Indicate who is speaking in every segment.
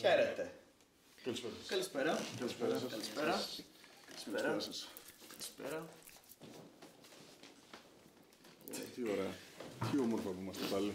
Speaker 1: Χαίρετε.
Speaker 2: Καλησπέρα σας.
Speaker 1: Καλησπέρα.
Speaker 2: Καλησπέρα σας.
Speaker 1: Καλησπέρα.
Speaker 2: Καλησπέρα σας.
Speaker 1: Καλησπέρα.
Speaker 2: Ε, Τι ωραία. Τι όμορφα που είμαστε πάλι.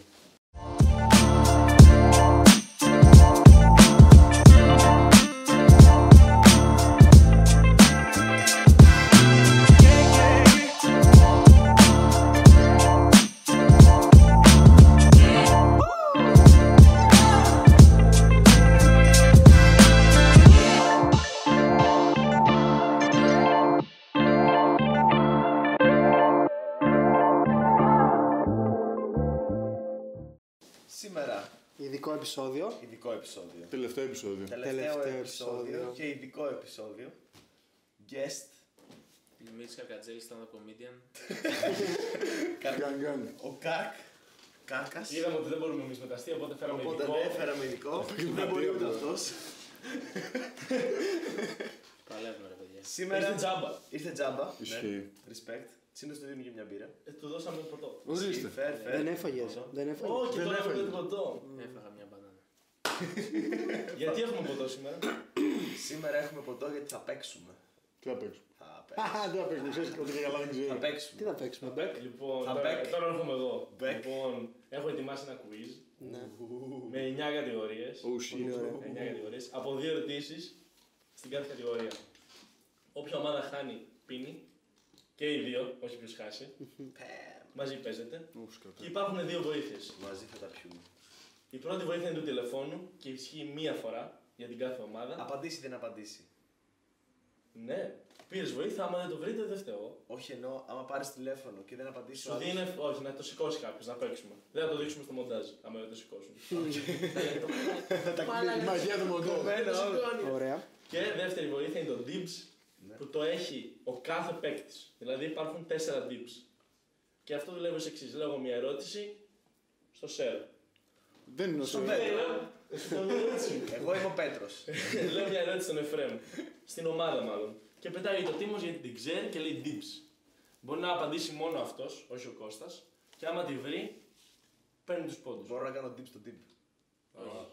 Speaker 1: Σήμερα
Speaker 3: Ειδικό επεισόδιο.
Speaker 1: ειδικό επεισόδιο.
Speaker 2: Τελευταίο επεισόδιο.
Speaker 1: Τελευταίο
Speaker 3: Τελευταίο
Speaker 1: επεισόδιο
Speaker 3: επεισόδιο.
Speaker 1: και ειδικό επεισόδιο. Guest.
Speaker 4: Δημήτρης Καρκατζέλης ήταν ο comedian.
Speaker 1: Καρ-
Speaker 2: Γκάν γκάν.
Speaker 1: Ο Κάρκ. Κάρκας.
Speaker 5: Είδαμε ότι δεν μπορούμε εμείς μεταστεί, οπότε φέραμε
Speaker 1: Οπότε
Speaker 5: ειδικό.
Speaker 1: δεν έφεραμε ειδικό. Δεν μπορεί ούτε αυτός.
Speaker 4: Παλεύουμε ρε παιδιά.
Speaker 5: Ήρθε
Speaker 1: Σήμερα
Speaker 5: τζάμπα.
Speaker 1: ήρθε τζάμπα. Ναι,
Speaker 2: Ισχύει.
Speaker 1: Respect. Σύντος του δίνουν και μια μπύρα.
Speaker 5: Ε, Του δώσαμε ποτό.
Speaker 2: Ορίστε.
Speaker 1: Fair,
Speaker 6: Ε,
Speaker 1: fair.
Speaker 3: Δεν έφαγες. Δεν έφαγες.
Speaker 5: Όχι,
Speaker 2: δεν
Speaker 5: τώρα
Speaker 2: έφαγε.
Speaker 5: έχουμε το ποτό.
Speaker 4: Έφαγα μια μπανάνα.
Speaker 5: Γιατί έχουμε ποτό σήμερα.
Speaker 1: Σήμερα έχουμε ποτό γιατί θα παίξουμε.
Speaker 2: Τι θα παίξουμε.
Speaker 1: Θα παίξουμε.
Speaker 3: Χαχα,
Speaker 2: Δεν θα παίξουμε. Ξέρεις ότι και καλά δεν
Speaker 1: Θα
Speaker 2: ξέρω.
Speaker 3: ναι. Τι
Speaker 1: παίξουμε.
Speaker 3: θα παίξουμε.
Speaker 5: Λοιπόν,
Speaker 1: Θα
Speaker 5: τώρα,
Speaker 1: back.
Speaker 5: τώρα έρχομαι εγώ.
Speaker 1: Back.
Speaker 5: Λοιπόν, έχω ετοιμάσει ένα quiz
Speaker 3: Ναι.
Speaker 5: με 9 κατηγορίε.
Speaker 2: Oh
Speaker 3: Πολύ
Speaker 2: shit.
Speaker 3: ωραία.
Speaker 5: 9 κατηγορίες, από δύο ερωτήσεις στην κάθε κατηγορία. Όποια ομάδα χάνει, πίνει. Και οι δύο, όχι ποιος χάσει.
Speaker 1: Παμ.
Speaker 5: Μαζί παίζετε.
Speaker 2: Ω, σκατά.
Speaker 5: Και υπάρχουν δύο βοήθειες.
Speaker 1: Μαζί θα τα πιούμε.
Speaker 5: Η πρώτη βοήθεια είναι του τηλεφώνου και ισχύει μία φορά για την κάθε ομάδα.
Speaker 1: Απαντήσει δεν απαντήσει.
Speaker 5: Ναι, πήρες βοήθεια. Άμα δεν το βρείτε, δεν φταίω.
Speaker 1: Όχι ενώ άμα πάρεις τηλέφωνο και δεν απαντήσει. ο
Speaker 5: Σου
Speaker 1: άλλος-
Speaker 5: δίνει. Όχι, να το σηκώσει κάποιος να παίξουμε. Δεν θα το δείξουμε στο μοντάζ, άμα δεν το σηκώσουν.
Speaker 2: Η μαγιά του μοντό.
Speaker 1: Κομμένα όλα.
Speaker 3: Ωραία.
Speaker 5: και δεύτερη βοήθεια είναι το dibs
Speaker 1: Ναι.
Speaker 5: που το έχει ο κάθε παίκτης. Δηλαδή υπάρχουν τέσσερα dibs. Και αυτό δουλεύει ως εξής. Λέγω μια ερώτηση στο share.
Speaker 2: Δεν είναι όσο.
Speaker 1: Στον Πέτρο.
Speaker 5: Στο λέω έτσι.
Speaker 1: Εγώ είμαι ο Πέτρος.
Speaker 5: Λέω μια ερώτηση στον Εφρέμ. Στην ομάδα μάλλον. Και πετάει το τίμος γιατί την ξέρει και λέει dips. Μπορεί να απαντήσει μόνο αυτός, όχι ο Κώστας. Και άμα τη βρει, παίρνει τους πόντους.
Speaker 1: Μπορώ να κάνω dip στο dip.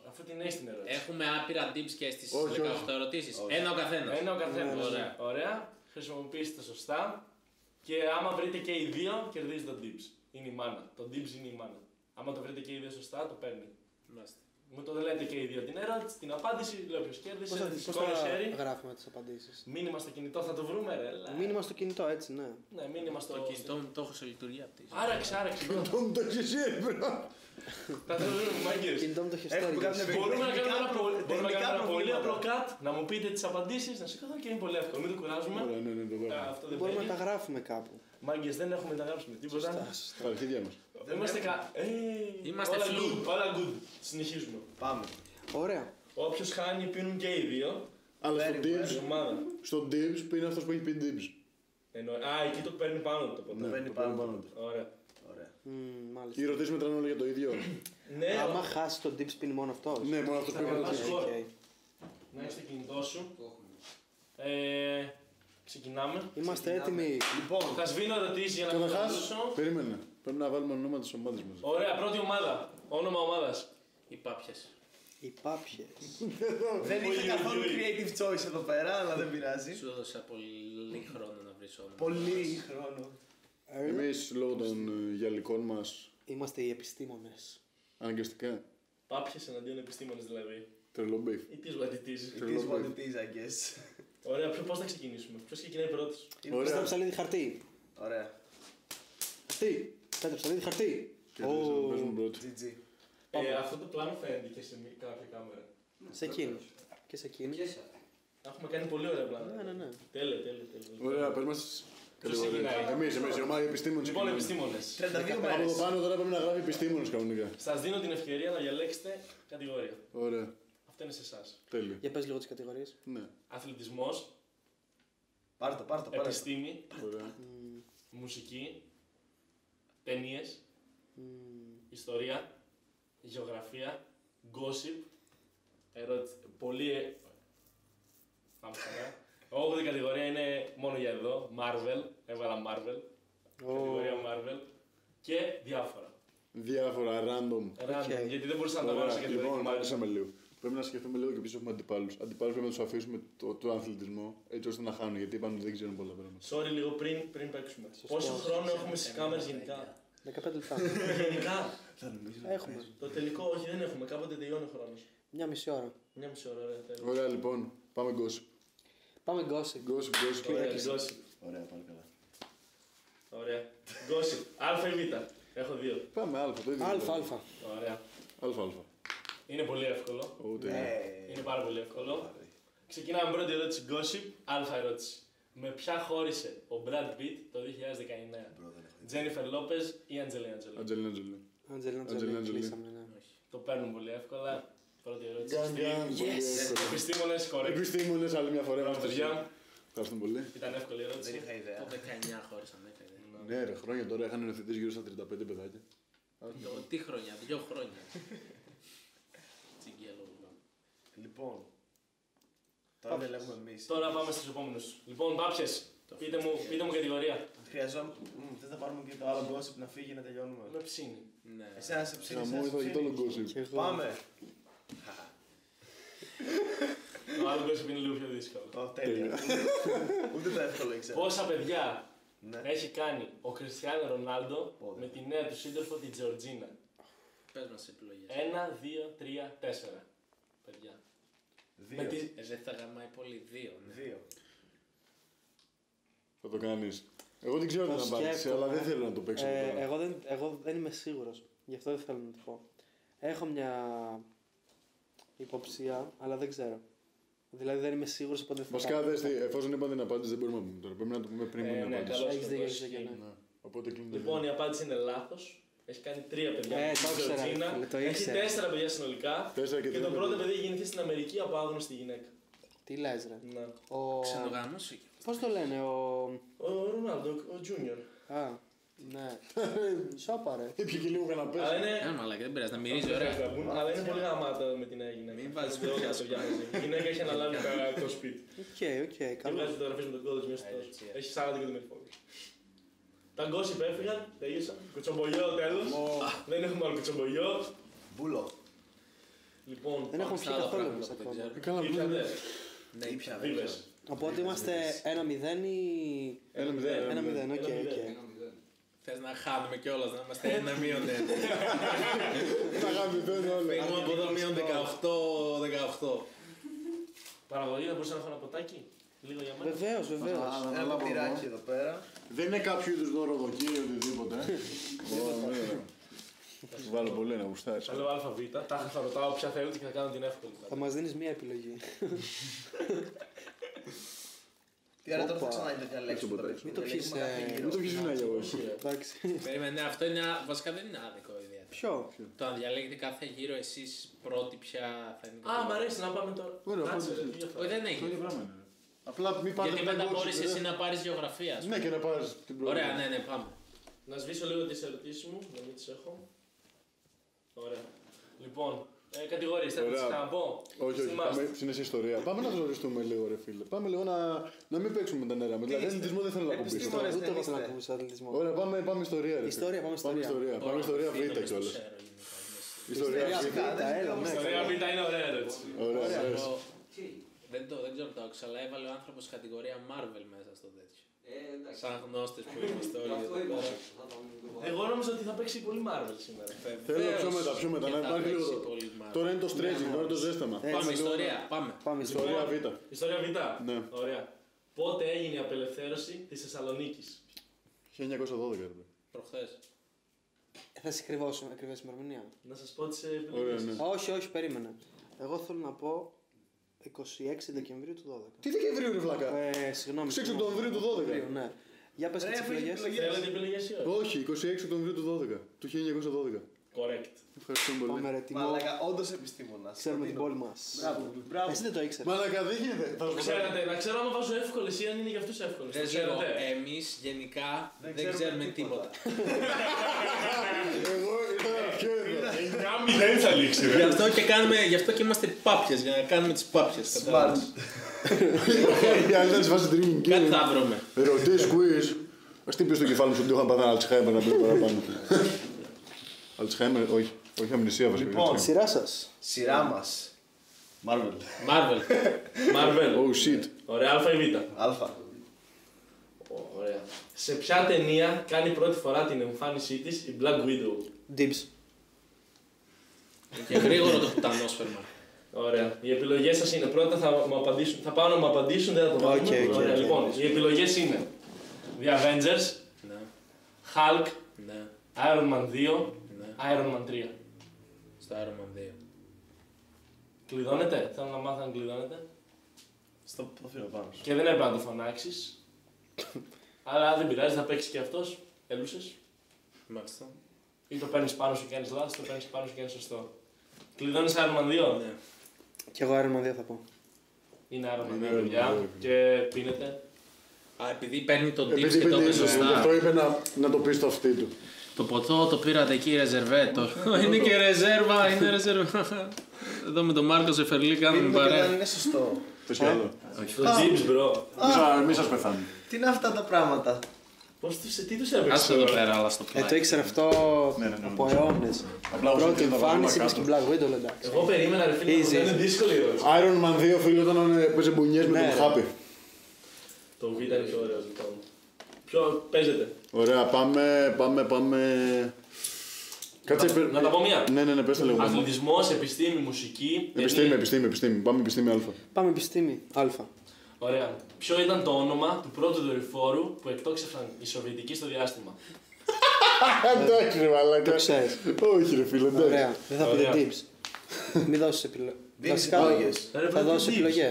Speaker 5: Αφού την έχει την ερώτηση.
Speaker 4: Έχουμε άπειρα tips και στις
Speaker 2: Όχι, όχι.
Speaker 4: 18 ερωτήσεις.
Speaker 1: Όχι.
Speaker 4: Ένα ο καθένας.
Speaker 5: Ένα ο καθένας.
Speaker 4: Ωραία.
Speaker 5: Ωραία. Ωραία. Χρησιμοποιήστε τα σωστά. Και άμα βρείτε και οι δύο, κερδίζει το dips. Είναι η μάνα. Το dips είναι η μάνα. Άμα το βρείτε και οι δύο σωστά, το παίρνει.
Speaker 4: Μάλιστα.
Speaker 5: Μου το λέτε και οι δύο την ερώτηση, την απάντηση, λέω ποιο
Speaker 3: Πώς θα,
Speaker 5: κέρδισε.
Speaker 3: πώς
Speaker 5: Σηκώνει
Speaker 3: θα
Speaker 5: χέρι.
Speaker 3: γράφουμε τις απαντήσεις.
Speaker 5: Μήνυμα στο κινητό, θα το βρούμε, ρε. έλα.
Speaker 3: Μήνυμα στο κινητό, έτσι, ναι.
Speaker 5: Ναι, μήνυμα στο
Speaker 4: Το κινητό μου το έχω σε λειτουργία αυτή.
Speaker 5: Άραξε, άραξε.
Speaker 2: Το μου το έχεις εσύ έπρεπε.
Speaker 5: Τα θεωρούμε μάγκες.
Speaker 3: Κινητό μου το έχεις
Speaker 1: Έχουμε κάνει μια
Speaker 5: Μπορούμε Ε, να κάνουμε ένα
Speaker 1: Τεχνικά
Speaker 5: πολύ-
Speaker 1: προ-
Speaker 5: μπορούμε να κάνουμε ένα πολύ
Speaker 1: τεχνικά
Speaker 5: απλό
Speaker 1: προβλήματα.
Speaker 5: cut, να μου πείτε τις απαντήσεις, να σηκωθώ και είναι πολύ εύκολο. Μην το κουράζουμε.
Speaker 2: Ωραία, ναι, ναι, το
Speaker 5: Ε,
Speaker 2: πάμε.
Speaker 5: Αυτό δεν
Speaker 3: Μπορούμε να τα
Speaker 5: παίρνει.
Speaker 3: γράφουμε κάπου.
Speaker 5: Μάγκες δεν έχουμε μεταγράψει με τίποτα.
Speaker 2: Τα αρχίδια μας.
Speaker 1: Δεν
Speaker 5: Είμαστε κα... Ε,
Speaker 4: Είμαστε
Speaker 5: όλα
Speaker 4: flu.
Speaker 5: good, όλα good. Συνεχίζουμε.
Speaker 1: Πάμε.
Speaker 3: Ωραία.
Speaker 5: Όποιος χάνει, πίνουν και οι δύο.
Speaker 2: Αλλά στο
Speaker 1: Very
Speaker 5: Η
Speaker 2: dibs,
Speaker 5: ομάδα.
Speaker 2: στο dibs που είναι αυτός που έχει πει dibs. Ναι,
Speaker 5: Εννοεί- Α, εκεί το παίρνει πάνω του το ποτό.
Speaker 1: Το παίρνει πάνω. του.
Speaker 5: Ωραία.
Speaker 1: Ωραία.
Speaker 3: Μμμ,
Speaker 2: Οι
Speaker 3: μάλιστα.
Speaker 2: ερωτήσεις μετράνε όλα για το ίδιο.
Speaker 5: Ναι,
Speaker 3: Άμα
Speaker 5: άμα...
Speaker 3: χάσει τον deep spin μόνο αυτός.
Speaker 2: Ναι, μόνο αυτός που
Speaker 5: Θα
Speaker 2: έβαλε.
Speaker 5: βάλω.
Speaker 2: το-
Speaker 5: να έχει το κινητός σου. Ε, ξεκινάμε.
Speaker 3: Είμαστε έτοιμοι.
Speaker 1: Λοιπόν,
Speaker 5: Θα σβήνω ερωτήσεις για να μην
Speaker 2: Καταρχάς,
Speaker 5: απαντήσω.
Speaker 2: περίμενε. Πρέπει να βάλουμε ονόματα της ομάδας μας.
Speaker 5: Ωραία, πρώτη ομάδα. Όνομα ομάδας.
Speaker 4: Οι πάπιες.
Speaker 3: Οι πάπιες.
Speaker 1: δεν είχε
Speaker 5: Πολύ
Speaker 1: καθόλου
Speaker 5: ωραία.
Speaker 1: creative choice εδώ πέρα, αλλά δεν πειράζει.
Speaker 4: Σου έδωσα πολύ χρόνο να βρεις όνομα.
Speaker 1: Πολύ χρόνο.
Speaker 2: Εμείς λόγω των ε, γυαλικών μας
Speaker 3: Είμαστε οι επιστήμονες.
Speaker 2: αναγκαστικά
Speaker 5: Πάπιες εναντίον επιστήμονες δηλαδή.
Speaker 2: τρελό beef.
Speaker 5: Ή τις βατητή.
Speaker 1: It is what it is, I guess.
Speaker 5: Ωραία, ποιο πώς θα ξεκινήσουμε. Ποιος ξεκινάει Ε, πρώτο.
Speaker 3: Πέτρε
Speaker 2: Ωραία.
Speaker 3: ψαλίδι χαρτί.
Speaker 1: Ωραία.
Speaker 3: Χαρτί. Πέτρε ψαλίδι χαρτί.
Speaker 2: Και
Speaker 3: Ω,
Speaker 2: εμείς να παίζουμε πρώτοι.
Speaker 1: GG.
Speaker 5: Ε, αυτό το πλάνο φαίνεται και σε μη- κάποια κάμερα.
Speaker 3: Σε εκείνη. Και σε εκείνη.
Speaker 5: Έχουμε κάνει πολύ ωραία
Speaker 3: Ναι, ναι,
Speaker 5: πλάνα.
Speaker 3: ναι.
Speaker 5: Τέλεια, τέλεια, τέλεια.
Speaker 2: Ωραία, πες μας τις
Speaker 5: Ποιος
Speaker 2: κατηγορίες.
Speaker 5: ξεκινάει?
Speaker 2: Εμείς, εμείς, η ομάδα επιστήμονες.
Speaker 5: Λοιπόν,
Speaker 2: ξεκινάμε.
Speaker 5: επιστήμονες.
Speaker 1: 32
Speaker 2: Από εδώ
Speaker 1: μέρες.
Speaker 2: πάνω τώρα πρέπει να γράφει επιστήμονες κανονικά.
Speaker 5: Σας δίνω την ευκαιρία να διαλέξετε κατηγορία.
Speaker 2: Ωραία,
Speaker 5: Αυτό είναι σε εσάς.
Speaker 2: τέλειο.
Speaker 3: Για πες λίγο τις κατηγορίες.
Speaker 2: Ναι,
Speaker 5: Αθλητισμός,
Speaker 1: Πάρ' το, πάρ' το, πάρ' το.
Speaker 5: επιστήμη,
Speaker 2: ωραία.
Speaker 3: Μμμ,
Speaker 5: μουσική, ταινίες,
Speaker 3: μμμ.
Speaker 5: ιστορία, γεωγραφία, gossip. Ερώτηση. Πολύ. ε- Πάμε ξανά. Όγδοη κατηγορία είναι μόνο για εδώ. Marvel. Έβαλα Marvel.
Speaker 3: Ω.
Speaker 5: Κατηγορία Marvel. Και διάφορα.
Speaker 2: Διάφορα, random.
Speaker 5: Random,
Speaker 3: Οκ.
Speaker 5: Γιατί δεν μπορούσα να τα βάλω σε
Speaker 2: Ωραία,
Speaker 5: κατηγορία.
Speaker 2: λοιπόν,
Speaker 5: Marvel.
Speaker 2: μ' άρεσε με λίγο. Πρέπει να σκεφτούμε λίγο και πίσω έχουμε αντιπάλους. Αντιπάλους πρέπει να τους αφήσουμε το, το αθλητισμό έτσι ώστε να χάνουν γιατί είπαν ότι δεν ξέρουν πολλά πράγματα.
Speaker 5: Sorry λίγο πριν, πριν παίξουμε. Πόσο χρόνο έχουμε στις κάμερες γενικά.
Speaker 3: 15 λεπτά.
Speaker 5: γενικά.
Speaker 1: Θα νομίζω.
Speaker 3: Έχουμε.
Speaker 5: Το τελικό, όχι δεν έχουμε. Κάποτε τελειώνει ο χρόνος.
Speaker 3: Μια μισή ώρα.
Speaker 5: Μια μισή ώρα, ωραία. τέλεια.
Speaker 2: Ωραία λοιπόν, πάμε gossip.
Speaker 3: Πάμε gossip.
Speaker 2: Gossip, gossip.
Speaker 5: Ωραία, gossip.
Speaker 1: Ωραία, πάλι καλά.
Speaker 5: Ε, Ωραία. Gossip. Α ή Β. Έχω δύο.
Speaker 2: Πάμε αλφα, το ίδιο.
Speaker 3: Αλφα, αλφα.
Speaker 5: Ωραία.
Speaker 2: Αλφα, αλφα.
Speaker 5: Είναι πολύ εύκολο.
Speaker 2: Ούτε είναι.
Speaker 1: Ναι.
Speaker 6: Ε,
Speaker 5: Είναι πάρα πολύ εύκολο. Ξεκινάμε πρώτη ερώτηση. Gossip. Α ερώτηση. Με ποια χώρισε ο Brad Pitt το 2019.
Speaker 1: Μπρο, δεν έχω ιδέα.
Speaker 5: Τζένιφερ Λόπες ή Αντζελίνα Τζολί.
Speaker 2: Αντζελίνα Τζολί.
Speaker 3: Αντζελίνα
Speaker 2: Αντζελίνα Τζολί.
Speaker 3: Τζολί. Κλείσαμε, ναι.
Speaker 4: Όχι.
Speaker 5: Το παίρνουν πολύ εύκολα. Πρώτη ερώτηση.
Speaker 2: Γκάν, γκάν, πολύ εύκολο.
Speaker 5: Επιστήμονε, κορέκτ.
Speaker 2: Επιστήμονες άλλη μια φορά.
Speaker 5: Μπράβο, παιδιά.
Speaker 2: Ευχαριστούμε πολύ.
Speaker 5: Ήταν εύκολη
Speaker 1: Δεν
Speaker 5: ερώτηση.
Speaker 1: είχα ιδέα.
Speaker 4: Το 19 χώρισαν, δεν είχα ιδέα.
Speaker 2: Ναι, ρε, χρόνια τώρα είχαν ενωθεί γύρω στα 35 παιδάκια.
Speaker 4: Το- Τι χρόνια, δύο χρόνια. Τσιγκέλο.
Speaker 1: Λοιπόν. Τώρα δεν λέγουμε εμείς.
Speaker 5: Τώρα πάμε στους επόμενους. Λοιπόν, πάπιε, πείτε μου, πείτε μου κατηγορία.
Speaker 1: Χρειαζόμαστε. Θε να πάρουμε και το άλλο gossip να φύγει να τελειώνουμε.
Speaker 5: Με ψήνει.
Speaker 4: Ναι.
Speaker 1: Εσένα σε ψήνει.
Speaker 2: Σαμώ,
Speaker 1: εσένα σε
Speaker 2: είδα και το
Speaker 1: ψήνει.
Speaker 2: όλο gossip.
Speaker 3: Και εγώ.
Speaker 1: Πάμε.
Speaker 5: Το άλλο gossip είναι λίγο πιο δύσκολο.
Speaker 1: Ω, τέλεια. Ούτε το εύκολο ήξερα.
Speaker 5: Πόσα παιδιά
Speaker 1: Ναι.
Speaker 5: έχει κάνει ο Κριστιανό Ρονάλντο
Speaker 1: Πότε.
Speaker 5: με τη νέα του σύντροφο τη Τζορτζίνα.
Speaker 4: Πες μας επιλογές.
Speaker 5: Ένα, δύο, τρία, τέσσερα. Παιδιά. Με
Speaker 1: Δύο.
Speaker 5: τη-
Speaker 4: Ε, δεν θα γαμάει πολύ δύο, ναι.
Speaker 1: Δύο.
Speaker 2: Θα το κάνεις. Εγώ δεν ξέρω
Speaker 3: Το
Speaker 2: την απάντηση,
Speaker 3: σκέφτομαι.
Speaker 2: αλλά δεν θέλω να το παίξω
Speaker 3: Ε,
Speaker 2: τώρα.
Speaker 3: εγώ, δεν, εγώ δεν είμαι σίγουρος, γι' αυτό δεν θέλω να το πω. Έχω μια υποψία, αλλά δεν ξέρω. Δηλαδή δεν είμαι σίγουρος οπότε θα
Speaker 2: Βασικά, δες τι, εφόσον είπα την απάντηση, δεν μπορούμε να πούμε τώρα. Πρέπει να το πούμε πριν
Speaker 5: Ε,
Speaker 2: πούμε την
Speaker 5: ναι,
Speaker 2: απάντηση.
Speaker 5: καλώς
Speaker 3: Έχεις
Speaker 5: το
Speaker 3: δίκιο,
Speaker 5: δώσεις.
Speaker 3: έχεις δίκιο, ναι.
Speaker 2: Ναι. Οπότε κλείνουμε.
Speaker 5: Λοιπόν, η απάντηση είναι λάθος. Έχει κάνει τρία παιδιά
Speaker 3: Ε,
Speaker 5: με τη
Speaker 3: το ήξερα,
Speaker 5: Τζορτζίνα.
Speaker 3: φίλε, το
Speaker 5: Έχει
Speaker 3: ήξερα.
Speaker 5: τέσσερα παιδιά συνολικά.
Speaker 2: Τέσσερα και
Speaker 5: Και το
Speaker 2: τρία
Speaker 5: πρώτο
Speaker 2: παιδιά.
Speaker 5: παιδί έχει γεννηθεί στην Αμερική από άγνωστη γυναίκα.
Speaker 3: Τι λες ρε.
Speaker 5: Ναι.
Speaker 3: Ο...
Speaker 4: Ξενογάμος ή
Speaker 3: Πώς το λένε, ο...
Speaker 5: Ο Ρονάλντο, ο Τζούνιορ.
Speaker 3: Α, ναι. Σόπα ρε.
Speaker 2: Ήπιε και λίγο καναπές.
Speaker 5: Αλλά είναι
Speaker 4: Ε, μαλάκα, δεν πειράζει, να μυρίζει ωραία.
Speaker 5: Αγαπούν, Αλλά είναι πολύ γαμάτα με την νέα γυναίκα.
Speaker 4: Μην βάζεις
Speaker 5: Δεν όλα
Speaker 4: φωτιά
Speaker 5: τα παιδιά μαζί. Η γυναίκα έχει αναλάβει τα- το σπίτι.
Speaker 3: Οκ, οκ,
Speaker 5: Και βγάζει
Speaker 3: καλό.
Speaker 5: φωτογραφίες με τον κόδος μέσα στο
Speaker 4: Ε,
Speaker 5: τόσο.
Speaker 4: έτσι, ε.
Speaker 5: Έχει 40 και το μερικό. Τα γκόσυπ έφυγαν, τελείωσαν. Κουτσομπολιό τέλος. Δεν έχουμε άλλο κουτσομπολιό.
Speaker 1: Μπούλο.
Speaker 5: Λοιπόν,
Speaker 3: Δεν έχουμε
Speaker 4: Πάμε
Speaker 3: πιει
Speaker 4: στα άλλα
Speaker 3: καθόλου
Speaker 4: πράγματα
Speaker 3: εμείς
Speaker 4: που δεν
Speaker 3: ακόμα.
Speaker 4: ξέρω.
Speaker 2: Καλά,
Speaker 5: Ήπιατε.
Speaker 4: Ναι,
Speaker 1: Ή πια
Speaker 5: Βίβε.
Speaker 1: δεν
Speaker 3: Οπότε είμαστε 1-0 ή...
Speaker 2: Ένα μηδέν.
Speaker 5: Ένα
Speaker 3: 1-0,
Speaker 2: μηδέν.
Speaker 3: οκ,
Speaker 5: Ένα μηδέν.
Speaker 3: οκ.
Speaker 4: Θες να χάνουμε κιόλας, να είμαστε ένα μείον ένα.
Speaker 2: Τα γαμηθούν όλα.
Speaker 4: Φύγουμε από εδώ μείον 18, 18.
Speaker 5: Παραγωγή, θα μπορούσα να έχω ένα ποτάκι. Λίγο για μένα.
Speaker 3: Βεβαίως, βεβαίως.
Speaker 2: Α,
Speaker 1: Ένα
Speaker 2: αναλάβω εγώ.
Speaker 1: παπυράκι εδώ πέρα.
Speaker 2: Δεν είναι κάποιο είδους δωροδοκία ή οτιδήποτε. ε. Ω, ναι, ναι. Θα σου βάλω πολύ να γουστάρεις.
Speaker 5: Θα λέω ΑΒ. Τάχα θα ρωτάω ποια θέλετε και θα κάνω την εύκολη.
Speaker 3: Θα μας δίνεις μία επιλογή.
Speaker 1: Τι άρα τώρα θα
Speaker 3: Όπα.
Speaker 1: ξανά να διαλέξουμε
Speaker 2: Μην το
Speaker 1: το παιχνίδι.
Speaker 3: Μην το πιεις,
Speaker 1: Έχουμε
Speaker 3: ε,
Speaker 1: κάθε γύρο.
Speaker 2: Μην το πιεις βινάγια εγώ.
Speaker 3: Εντάξει.
Speaker 4: Περίμενε, ναι, αυτό είναι, α- βασικά δεν είναι άδικο ιδιαίτερα.
Speaker 3: Ποιο.
Speaker 4: Το αν διαλέγετε κάθε γύρο εσείς πρώτοι πια θα είναι. το
Speaker 5: Α,
Speaker 4: πρώτο.
Speaker 5: μ' αρέσει να πάμε τώρα.
Speaker 2: Ωραία,
Speaker 5: Κάτσε,
Speaker 2: πάμε.
Speaker 5: ρε, τι αυτό.
Speaker 4: Όχι, δεν
Speaker 2: Το ίδιο
Speaker 4: έχει.
Speaker 2: πράγμα ναι. είναι, ρε. Απλά μην πάτε
Speaker 4: Γιατί
Speaker 2: τα
Speaker 4: μετά
Speaker 2: gossip,
Speaker 4: μπορείς
Speaker 2: ρε.
Speaker 4: εσύ να πάρεις γεωγραφία. ας πούμε.
Speaker 2: Ναι, και να πάρεις την πρώτη.
Speaker 4: Ωραία, ναι, ναι, πάμε.
Speaker 5: Να σβήσω λίγο τις ερωτήσεις μου, να μην τις έχω. Ωραία. Λοιπόν, ε, κατηγορίες, θα τις
Speaker 2: Ωραία.
Speaker 5: ξαναπώ.
Speaker 2: Όχι, όχι,
Speaker 5: Θυμάστε.
Speaker 2: πάμε στην εσύ ιστορία. Πάμε να ζοριστούμε λίγο, ρε φίλε. Πάμε λίγο να, να μην παίξουμε με τα νερά. Με δηλαδή,
Speaker 1: είστε,
Speaker 2: αθλητισμό δεν θέλω να κουμπίσω.
Speaker 1: επιστήμονες.
Speaker 3: Ούτε εγώ
Speaker 1: είστε.
Speaker 3: θέλω να ακούσω αθλητισμό.
Speaker 2: Ωραία, πάμε, πάμε ιστορία, ρε.
Speaker 3: Ιστορία, πάμε
Speaker 2: Πάμε
Speaker 3: ιστορία.
Speaker 2: ιστορία. Πάμε ιστορία
Speaker 4: Φύγαμε
Speaker 2: β'
Speaker 4: στο
Speaker 2: κιόλας.
Speaker 4: ξέρω, γενικά, είμαστε.
Speaker 2: Ιστορία β'.
Speaker 1: Φυσικά, δεν
Speaker 3: Έλα,
Speaker 1: ζητάμε
Speaker 3: ναι.
Speaker 5: Ωραία, βίτα είναι ωραία ερώτηση.
Speaker 2: Ωραία,
Speaker 4: Ξέρω,
Speaker 2: ωραία.
Speaker 4: Δεν, το, δεν ξέρω αν το άκουσα, αλλά έβαλε ο άνθρωπος κατηγορία Marvel μέσα στο τέτοιο.
Speaker 3: Ε,
Speaker 4: Σαν γνώστες που είμαστε όλοι. εδώ
Speaker 1: Λοιπόν.
Speaker 4: πέρα.
Speaker 5: Εγώ νόμιζα ότι θα παίξει πολύ Marvel σήμερα.
Speaker 2: Θέλω να
Speaker 4: Βεβαίως.
Speaker 2: πιω μετά, πιο μετά.
Speaker 4: Και
Speaker 2: Να
Speaker 4: θα
Speaker 2: υπάρχει λίγο.
Speaker 4: παίξει
Speaker 2: το-
Speaker 4: πολύ Marvel.
Speaker 2: Τώρα είναι το στρέζι,
Speaker 3: Ναι,
Speaker 2: τώρα είναι το ζέσταμα.
Speaker 3: Ε,
Speaker 4: Πάμε,
Speaker 3: έτσι,
Speaker 4: ιστορία, πάμε.
Speaker 3: Πάμε στην
Speaker 2: Ιστορία β'.
Speaker 5: Λοιπόν, Ιστορία Β.
Speaker 2: Ναι.
Speaker 5: Ωραία. Πότε έγινε η απελευθέρωση της Θεσσαλονίκης.
Speaker 2: 1912, ρε.
Speaker 4: Προχθές.
Speaker 3: Θα σε κρυβώσουμε, ακριβές ημερομηνία.
Speaker 5: Να σας πω τις ε,
Speaker 2: Ωραία,
Speaker 5: επιλογές.
Speaker 2: ναι.
Speaker 3: όχι, όχι, περίμενε. Εγώ θέλω να πω 26 Δεκεμβρίου του
Speaker 2: Τι Δεκεμβρίου, ρε βλάκα.
Speaker 3: 12. Ε, συγγνώμη.
Speaker 2: 6
Speaker 3: συγγνώμη.
Speaker 2: Οκτωβρίου του 12.
Speaker 3: Οκτωβρίου, Ναι. Για πες
Speaker 1: Ρε,
Speaker 3: τις
Speaker 1: αφού έχει
Speaker 3: επιλογές.
Speaker 1: επιλογές.
Speaker 5: Θέλετε επιλογές ή όχι.
Speaker 2: Όχι, 26 Οκτωβρίου του 12. Του 1912.
Speaker 5: Correct.
Speaker 2: Ευχαριστούμε πολύ.
Speaker 3: Πάμε ρε, τιμό.
Speaker 1: Μαλάκα, όντως επιστήμονας.
Speaker 3: Ξέρουμε την
Speaker 1: Κοντίνο.
Speaker 3: πόλη μας.
Speaker 1: Μπράβο, μπράβο.
Speaker 3: Εσύ δεν το ήξερες.
Speaker 2: Μαλακα, δεν γίνεται. Θα σου
Speaker 5: Το
Speaker 2: πω κάτι.
Speaker 5: ξέρατε, να ξέρω άμα βάζω εύκολες ή αν είναι για αυτούς εύκολες. Το
Speaker 4: Δεν ξέρω.
Speaker 5: ξέρατε.
Speaker 4: Εμείς γενικά
Speaker 1: Δεν
Speaker 4: δεν ξέρουμε
Speaker 1: ξέρουμε
Speaker 4: τίποτα.
Speaker 2: Εγώ ήθελα να πιω εδώ.
Speaker 5: 9-0 θα λήξει.
Speaker 4: Γι' αυτό και, κάνουμε, γι αυτό και είμαστε πάπιες, για να κάνουμε τις πάπιες.
Speaker 1: Smart.
Speaker 2: Η άλλη ήταν σε φάση drinking
Speaker 4: Κάτι
Speaker 2: game.
Speaker 4: θα βρούμε.
Speaker 2: Ερωτή, quiz. Α τι πεις στο κεφάλι μου ότι είχαν πάθει Αλτσχάιμερ να πει παραπάνω. Αλτσχάιμερ, όχι. Όχι αμνησία βασικά.
Speaker 1: Λοιπόν.
Speaker 3: Σειρά σας.
Speaker 1: Σειρά μας. Marvel.
Speaker 4: Marvel.
Speaker 5: Marvel.
Speaker 2: Oh shit.
Speaker 5: Ωραία, Α ή Β.
Speaker 1: Αλφα.
Speaker 5: Ω, Ωραία. Σε ποια ταινία κάνει πρώτη φορά την εμφάνισή της η Black Widow.
Speaker 3: Dibs.
Speaker 4: Και γρήγορο το πουτανόσφαιρμα.
Speaker 5: Ωραία. Οι επιλογές σας είναι πρώτα θα, μου απαντήσουν, θα πάω να μου απαντήσουν, δεν θα το βάλουμε.
Speaker 3: Οκ, οκ,
Speaker 5: Ωραία,
Speaker 3: οκ.
Speaker 5: λοιπόν, οι επιλογές είναι The Avengers,
Speaker 4: Ναι,
Speaker 5: Hulk,
Speaker 4: ναι,
Speaker 5: Iron Man 2,
Speaker 4: ναι.
Speaker 5: Iron Man 3.
Speaker 4: Στο Iron Man 2.
Speaker 5: Κλειδώνεται, θέλω να μάθω αν κλειδώνεται.
Speaker 1: Στο το φύλλο πάνω σου.
Speaker 5: Και δεν έπρεπε να το φωνάξεις. Αλλά δεν πειράζει, θα παίξεις και αυτός. Έλουσες.
Speaker 4: Μάλιστα.
Speaker 5: Ή το παίρνεις πάνω σου και κάνεις λάθος, το παίρνεις πάνω σου και κάνεις σωστό. Κλειδώνεις Iron Man 2.
Speaker 4: Ναι.
Speaker 3: Κι εγώ Iron Man 2 θα πω.
Speaker 5: Είναι Iron Man ναι.
Speaker 2: Είναι Iron Man
Speaker 5: 2, παιδιά.
Speaker 2: 2.
Speaker 5: Και πίνετε.
Speaker 4: Α, επειδή παίρνει τον tips
Speaker 2: Επειδή
Speaker 4: και το
Speaker 2: είπε τι
Speaker 4: είπε
Speaker 2: είναι, γι'
Speaker 4: σωστά.
Speaker 2: αυτό είπε να, να το πεις στο αυτί του.
Speaker 4: Το ποτό το πήρατε εκεί ρεζερβέ. Το... είναι και ρεζέρβα, είναι ρεζέρβα. Εδώ με τον Μάρκο Ζεφερλί κάνουμε
Speaker 1: Δίνουμε και αν
Speaker 4: παρέα.
Speaker 1: είναι σωστό.
Speaker 2: Πες κι άλλο.
Speaker 5: Το James, bro.
Speaker 2: Μην σας πεθάνει.
Speaker 1: Τι είναι αυτά τα πράγματα.
Speaker 5: Πώς τους, τι τους έπαιξε.
Speaker 4: Ας το εδώ πέρα, αλλά στο
Speaker 3: Ε,
Speaker 4: πλάι.
Speaker 3: το ήξερα αυτό
Speaker 2: Ναι, ναι, ναι, ναι.
Speaker 3: από αιώνες.
Speaker 2: Απλά ο
Speaker 3: Πρώτη
Speaker 2: Ζήτης θα τα βάλουμε
Speaker 3: εμφάνιση είπες
Speaker 2: κάτω.
Speaker 3: και Black Widow, εντάξει.
Speaker 5: Εγώ περίμενα ρε φίλε,
Speaker 3: Easy.
Speaker 5: να είναι δύσκολη η ερώτηση.
Speaker 2: Iron Man 2 φίλε όταν ε, παίζει μπουνιές με
Speaker 3: Ναι,
Speaker 2: τον
Speaker 3: ρε.
Speaker 2: Χάπι.
Speaker 5: Το Β ήταν πιο ωραίο λοιπόν. Ποιο παίζεται.
Speaker 2: Ωραία, πάμε, πάμε, πάμε. Κάτσε.
Speaker 5: Να-
Speaker 2: πε-
Speaker 5: Να τα πω μία.
Speaker 2: Ναι, ναι, ναι, πες τα λίγο. πάμε.
Speaker 5: Αθλητισμός, επιστήμη, μουσική.
Speaker 2: Επιστήμη,
Speaker 5: ταινία.
Speaker 2: επιστήμη, επιστήμη. Πάμε επιστήμη Α.
Speaker 3: Πάμε επιστήμη. Α.
Speaker 5: Ωραία. Ποιο ήταν το όνομα του πρώτου δορυφόρου που εκτόξευσαν οι Σοβιετικοί στο διάστημα.
Speaker 2: Εντάξει, ρε μαλάκα.
Speaker 3: Το ξέρεις.
Speaker 2: Όχι, ρε φίλε, εντάξει.
Speaker 3: Ωραία. Δεν θα πείτε
Speaker 5: Ωραία.
Speaker 3: tips. Μην δώσεις επιλογές.
Speaker 1: Δίνεις επιλογές.
Speaker 5: Ρε,
Speaker 3: Θα
Speaker 5: πρέπει
Speaker 3: δώσω
Speaker 5: tips.
Speaker 3: επιλογέ.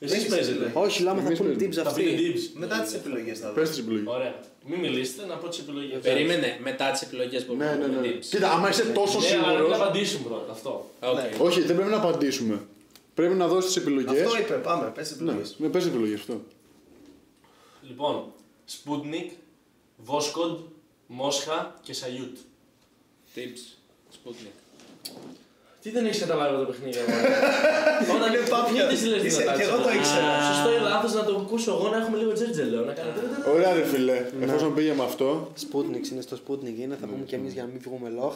Speaker 5: Εσείς
Speaker 1: Έχεις
Speaker 5: παίζετε.
Speaker 1: επιλογές.
Speaker 3: Όχι, λάμα θα
Speaker 2: Εμείς
Speaker 3: πούνε
Speaker 2: παίζουμε.
Speaker 3: tips
Speaker 5: Θα πείτε
Speaker 3: αυτοί.
Speaker 5: tips.
Speaker 1: Μετά τις επιλογές θα δω.
Speaker 2: Πες τις επιλογές.
Speaker 5: Ωραία. Μην μιλήσετε, να πω τις επιλογές.
Speaker 4: Περίμενε μετά τις επιλογές που
Speaker 2: Ναι, ναι,
Speaker 4: έχουμε
Speaker 2: ναι.
Speaker 4: tips.
Speaker 2: Κοίτα, άμα είσαι τόσο
Speaker 5: Ναι, αλλά πρέπει να
Speaker 2: σίγουρος.
Speaker 5: απαντήσουμε πρώτα αυτό.
Speaker 4: Οκ.
Speaker 1: Ναι.
Speaker 2: Όχι, δεν πρέπει να απαντήσουμε. Πρέπει να δώσεις τις επιλογές.
Speaker 1: Αυτό είπε, πάμε, πες
Speaker 2: Ναι,
Speaker 1: επιλογές.
Speaker 2: με πες επιλογή αυτό.
Speaker 5: Λοιπόν, Σπούτνικ, Βόσκοντ, Μόσχα και Σαγιούτ.
Speaker 4: Tips. Sputnik.
Speaker 5: Τι δεν έχεις καταλάβει από το παιχνίδι, αγόρι. Όταν
Speaker 1: Είναι πάπια.
Speaker 5: Τις λες,
Speaker 1: Είσαι- και εγώ το ήξερα.
Speaker 5: Σωστό ή λάθο να το ακούσω εγώ να έχουμε λίγο τζέρτζελο. Να κάνω.
Speaker 2: Ωραία, ρε φίλε. Εφόσον πήγε με αυτό,
Speaker 3: Sputnik είναι στο Sputnik είναι,
Speaker 5: Ναι,
Speaker 3: θα πούμε κι εμείς για να μην βγούμε λόχ.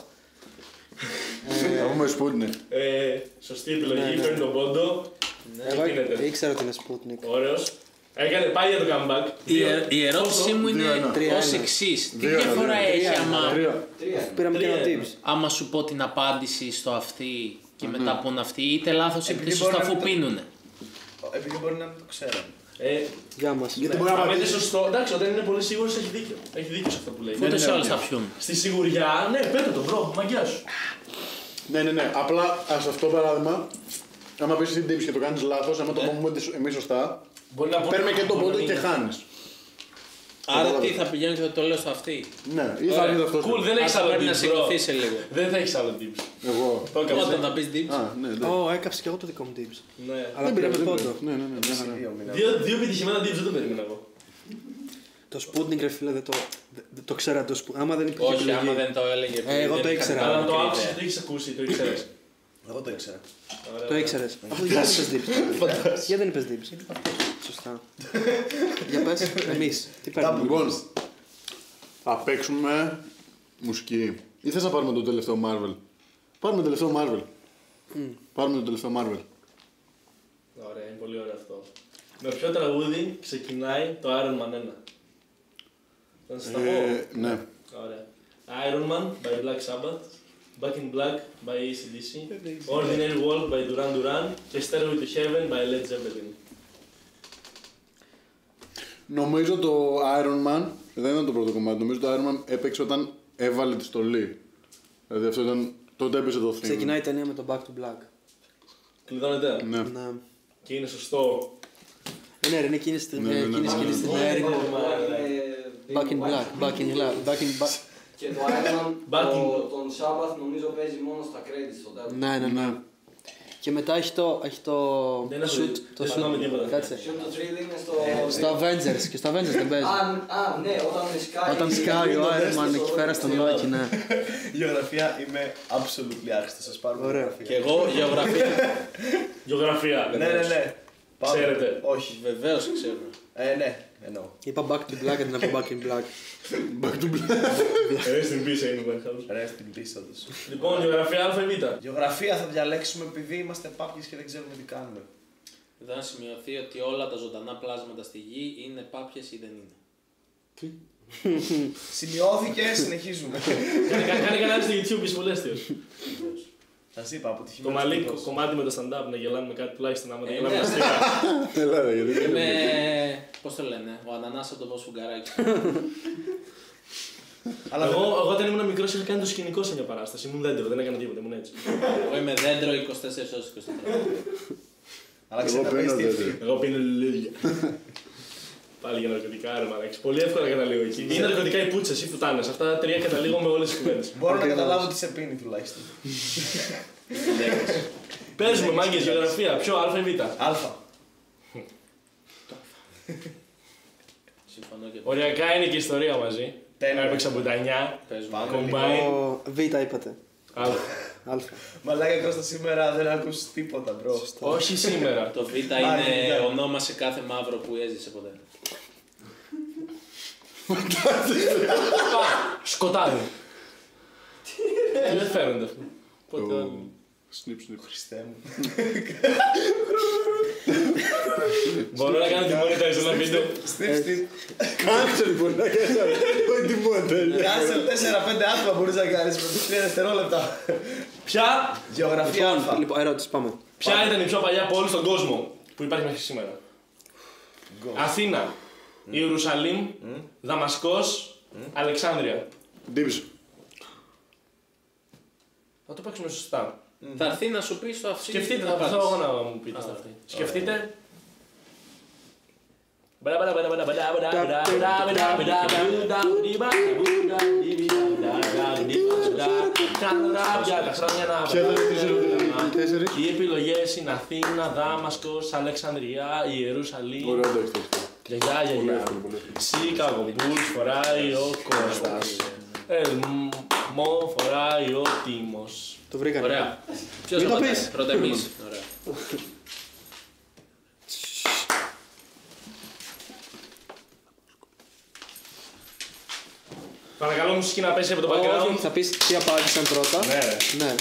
Speaker 2: θα πούμε Σπούτνε.
Speaker 5: Ε, Σωστή επιλογή,
Speaker 3: Ναι, ναι.
Speaker 5: παίρνει τον πόντο.
Speaker 3: Εγώ
Speaker 5: γίνεται.
Speaker 3: ήξερα ότι είναι Sputnik.
Speaker 5: Ωραίος. Έκανε πάλι για το comeback.
Speaker 4: Η,
Speaker 2: ε,
Speaker 4: ερ- η ερώτησή
Speaker 5: Πόσο?
Speaker 4: μου
Speaker 2: Δύο, ένα.
Speaker 4: είναι
Speaker 3: Τρία,
Speaker 4: ω
Speaker 3: ένα.
Speaker 4: εξής. Τι
Speaker 2: Δύο, ένα,
Speaker 4: διαφορά
Speaker 2: δύο,
Speaker 4: έχει
Speaker 3: τρία,
Speaker 4: άμα,
Speaker 2: Τρία.
Speaker 3: Πήραμε και ένα
Speaker 5: Τρία.
Speaker 3: tips.
Speaker 4: άμα σου πω την απάντηση στο αυτή και μετά πούν αυτοί, είτε λάθος είτε
Speaker 1: Επειδή
Speaker 4: σωστά
Speaker 1: μπορεί να
Speaker 4: αφού
Speaker 1: μην
Speaker 4: πίνουνε.
Speaker 1: Επειδή μπορεί να μην το ξέρω.
Speaker 5: Ε,
Speaker 3: Γεια μας.
Speaker 2: Γιατί μπορεί να
Speaker 5: άμα είναι
Speaker 2: απαντήσεις.
Speaker 5: σωστό, εντάξει, όταν είναι πολύ σίγουρος έχει δίκιο. Έχει δίκιο σε αυτό που λέει.
Speaker 4: Ούτε
Speaker 2: ναι,
Speaker 4: σε όλε
Speaker 2: ναι.
Speaker 4: θα πιούν.
Speaker 5: Στη σιγουριά, ναι, πέτα τον μπρο, μαγιά σου.
Speaker 2: Ναι, ναι, ναι. Απλά ας αυτό το παράδειγμα, άμα πεις την τύψη και το κάνεις λάθος, άμα το πούμε εμείς σωστά,
Speaker 5: Μπορεί να πω-
Speaker 2: παίρνει και τον
Speaker 5: μπορεί να
Speaker 2: πόντο
Speaker 5: μην
Speaker 2: και
Speaker 5: είναι.
Speaker 2: χάνεις.
Speaker 4: Άρα τι
Speaker 2: Κατάλαβα.
Speaker 4: θα πηγαίνεις και θα το λέω στο αυτή.
Speaker 2: Ναι, ή θα είναι αυτό.
Speaker 5: Cool, δεν
Speaker 4: Ας
Speaker 5: έχει
Speaker 4: θα
Speaker 5: άλλο
Speaker 4: πρέπει να
Speaker 5: tips, bro.
Speaker 4: σηκωθεί σε λίγο.
Speaker 5: Δεν θα έχεις άλλο tips.
Speaker 2: Εγώ.
Speaker 5: Το έκανα.
Speaker 4: Όταν θα πεις tips.
Speaker 2: Α, ναι, ναι.
Speaker 3: Ω, έκαψες κι εγώ το δικό μου tips.
Speaker 5: Ναι.
Speaker 3: Αλλά
Speaker 2: Δεν πειράζει,
Speaker 3: πήραμε
Speaker 2: δεν
Speaker 3: πόντο.
Speaker 2: πειράζει. Ναι, ναι, ναι. μια χαρά.
Speaker 1: Δύο μήνα.
Speaker 5: Δύο, δύο επιτυχημένα tips δεν το περίμενα εγώ.
Speaker 3: Το Sputnik, ρε φίλε, δεν το, δεν το ξέρα το Sputnik. Άμα δεν υπήρχε
Speaker 4: Όχι, άμα
Speaker 3: επιλογή.
Speaker 4: δεν το έλεγε.
Speaker 3: Ε, εγώ
Speaker 4: δεν
Speaker 3: το ήξερα.
Speaker 4: καταλάβαινε
Speaker 5: Αλλά το
Speaker 4: την
Speaker 5: άκουσε,
Speaker 4: ιδέα.
Speaker 5: το έχεις ακούσει, το ήξερες.
Speaker 1: Εγώ το ήξερα.
Speaker 3: Το ήξερε. Αφού δεν είπες tips. Γιατί δεν είπες tips. Σωστά. Για πες, εμείς. Τι παίρνουμε.
Speaker 2: Λοιπόν, θα παίξουμε μουσική. Ή θες να πάρουμε το τελευταίο Marvel. Πάρουμε το τελευταίο Marvel. Πάρουμε το τελευταίο Marvel.
Speaker 5: Ωραία, είναι πολύ ωραίο αυτό. Με ποιο τραγούδι ξεκινάει το Iron Man 1. Θα σας τα
Speaker 2: Ε,
Speaker 5: πω.
Speaker 2: ναι.
Speaker 5: Ωραία. Iron Man by Black Sabbath. Back in Black by ACDC. Ordinary World by Duran Duran. Και Stairway to Heaven by Led Zeppelin.
Speaker 2: Νομίζω το Iron Man δεν ήταν το πρώτο κομμάτι. Νομίζω το Iron Man έπαιξε όταν έβαλε τη στολή. Δηλαδή αυτό ήταν. Τότε έπαιζε το θύμα.
Speaker 3: Ξεκινάει η ταινία με το Back to Black.
Speaker 5: Κλειδώνεται.
Speaker 2: Ναι.
Speaker 3: Ναι.
Speaker 5: Και είναι σωστό.
Speaker 3: Ε, Ναι, ρε, είναι εκείνη η στιγμή.
Speaker 2: Ναι, ναι, ναι,
Speaker 3: Εκείνη η
Speaker 2: ναι,
Speaker 3: σκηνή
Speaker 2: ναι.
Speaker 3: στην
Speaker 5: Ναι,
Speaker 3: Μέρη.
Speaker 5: ναι.
Speaker 3: Back in black, back in black, back in black.
Speaker 7: Και το Iron
Speaker 5: Back
Speaker 7: Man,
Speaker 5: in-
Speaker 7: το- τον Σάμπαθ νομίζω παίζει μόνο στα credits στο τέλος.
Speaker 3: Ναι, ναι, ναι. Και μετά έχει το. Έχει το.
Speaker 5: Δεν έχω
Speaker 3: shoot,
Speaker 5: δει.
Speaker 3: το
Speaker 5: Δεν θυμάμαι τίποτα.
Speaker 3: shoot. Κάτσε.
Speaker 7: Ποιο το thrill είναι στο...
Speaker 3: Ε, Στο Avengers και στο Avengers δεν παίζει.
Speaker 7: Α, α, ναι, όταν σκάει...
Speaker 3: Όταν σκάει ο Iron Man εκεί πέρα στον Λόκι, ναι.
Speaker 1: Γεωγραφία είμαι absolutely άχρηστος. Σας πάρω
Speaker 3: Ωραία.
Speaker 1: γεωγραφία.
Speaker 4: Και εγώ γεωγραφία.
Speaker 5: Γεωγραφία.
Speaker 1: Ναι, ναι, ναι. Πάμε.
Speaker 5: Ξέρετε.
Speaker 1: Όχι.
Speaker 4: Βεβαίως ξέρω.
Speaker 1: Ε, ναι, εννοώ.
Speaker 3: Είπα back to black αντί να πω back in black.
Speaker 2: Back to black.
Speaker 5: Rest in peace, Amy Winehouse.
Speaker 1: Rest in peace, όντως.
Speaker 5: Λοιπόν, γεωγραφία Α ή Β.
Speaker 1: Γεωγραφία θα διαλέξουμε επειδή είμαστε πάπιες και δεν ξέρουμε τι κάνουμε.
Speaker 4: Εδώ να σημειωθεί ότι όλα τα ζωντανά πλάσματα στη γη είναι πάπιες ή δεν είναι.
Speaker 1: Σημειώθηκε, συνεχίζουμε.
Speaker 5: Κάνε- κα- Κάνε κανένα στο YouTube εισβολέστιο.
Speaker 4: Βεβαίως.
Speaker 1: Σας είπα από τη
Speaker 5: Το μαλλί κο- κομμάτι με το stand-up να γελάμε κάτι τουλάχιστον άμα δεν
Speaker 4: Ε,
Speaker 5: γελάμε
Speaker 4: ναι.
Speaker 5: αστεία.
Speaker 2: Ελά, ρε, γιατί.
Speaker 4: Είμαι. Πώς το λένε, ο Ανανάς από το πώ φουγκαράκι.
Speaker 1: Αλλά
Speaker 5: Εγώ
Speaker 1: εγώ...
Speaker 5: εγώ όταν ήμουν μικρός είχα κάνει το σκηνικό σε μια παράσταση. Ήμουν δέντρο, δεν έκανα τίποτα, ήμουν έτσι.
Speaker 4: Εγώ είμαι δέντρο 24 ώρε 24.
Speaker 1: Αλλά
Speaker 2: Εγώ παίρνω
Speaker 1: ξέρετε,
Speaker 2: τέτοιο.
Speaker 5: Εγώ πίνω λουλούδια. Πάλι για ναρκωτικά, ρε μαλάκι. Πολύ εύκολα καταλήγω εκεί. Είναι ναρκωτικά οι πούτσες ή φουτάνες. Αυτά τα τρία καταλήγω με όλες τις κουβέντες.
Speaker 1: Μπορώ να
Speaker 2: Ακριβώς.
Speaker 1: καταλάβω τι σε πίνει τουλάχιστον.
Speaker 5: Παίζουμε μάγκες γεωγραφία. Ποιο Α ή Β.
Speaker 1: Αλφα.
Speaker 4: Συμφωνώ και εγώ.
Speaker 5: Οριακά είναι και η ιστορία μαζί.
Speaker 1: Τέλεια.
Speaker 5: Έπαιξα μπουτανιά.
Speaker 4: Παίζουμε.
Speaker 1: Πάμε.
Speaker 5: Κομπάι.
Speaker 3: Ο Β είπατε.
Speaker 5: Α,
Speaker 3: Αλφα.
Speaker 1: Μαλάκα Κώστα σήμερα δεν ακούσει τίποτα, μπρο.
Speaker 5: Όχι σήμερα.
Speaker 4: Το Β
Speaker 1: ναι.
Speaker 4: είναι ονόμασε κάθε μαύρο που έζησε ποτέ.
Speaker 5: Α, Σκοτάδι. Δεν φαίνονται αυτά. Πότε
Speaker 2: Το-
Speaker 5: άλλο.
Speaker 2: Snip, snip.
Speaker 1: Χριστέ μου.
Speaker 5: Μπορώ να κάνω τη monetize ένα βίντεο.
Speaker 1: Στιβ, στιβ.
Speaker 2: Κάτσε λοιπόν να κάνεις άλλο. Όχι τίποτα.
Speaker 1: Κάσε 4-5 άτομα μπορείς να κάνεις με 3 δευτερόλεπτα.
Speaker 5: Ποια,
Speaker 1: Γεωγραφία
Speaker 3: Λοιπόν,
Speaker 1: Α.
Speaker 3: Λοιπόν, ερώτηση πάμε.
Speaker 5: ποια ήταν η πιο παλιά πόλη στον κόσμο που υπάρχει μέχρι σήμερα. Αθήνα, Ιερουσαλήμ, Δαμασκός, Αλεξάνδρεια.
Speaker 2: Ντύπησε.
Speaker 5: Θα το παίξουμε σωστά.
Speaker 4: Θα έρθει να σου πει στο αυσί.
Speaker 5: Σκεφτείτε, θα προσπαθώ εγώ να μου πείτε.
Speaker 4: Άστα
Speaker 5: Ωραία.
Speaker 4: αυτή.
Speaker 5: Σκεφτείτε. Μπρα, μπρα, μπρα, μπρα, μπρα, μπρα, μπρα, μπρα, μπρα, μπρα, μπρα, μπρα, μπρα, μπρα, μπρα, μπρα,
Speaker 2: Ποια ήταν η
Speaker 5: μπρα.
Speaker 2: τέσσερις- οι τέσσερις.
Speaker 5: Οι επιλογές είναι Αθήνα, Δάμασκος, Αλεξανδρία, Ιερουσαλήμ.
Speaker 2: Ωραία, εντάξει. εντάξει.
Speaker 5: Γιαγιά,
Speaker 2: Πολύ
Speaker 5: γιαγιά.
Speaker 2: εύκολο, πολύ εύκολο.
Speaker 5: Σίκαγο, Μπούλ, φοράει ο Κώστα. Ελμό, φοράει ο Τίμος.
Speaker 3: Το βρήκανε.
Speaker 4: Ωραία. Ποιος
Speaker 3: Μην το
Speaker 4: θα
Speaker 3: πεις.
Speaker 4: πει. Πρώτα εμείς. Ωραία.
Speaker 5: Παρακαλώ μουσική να πέσει από το
Speaker 3: Όχι,
Speaker 5: background.
Speaker 3: θα πεις τι απάντησαν πρώτα.
Speaker 5: Ναι, ρε.
Speaker 3: Ναι.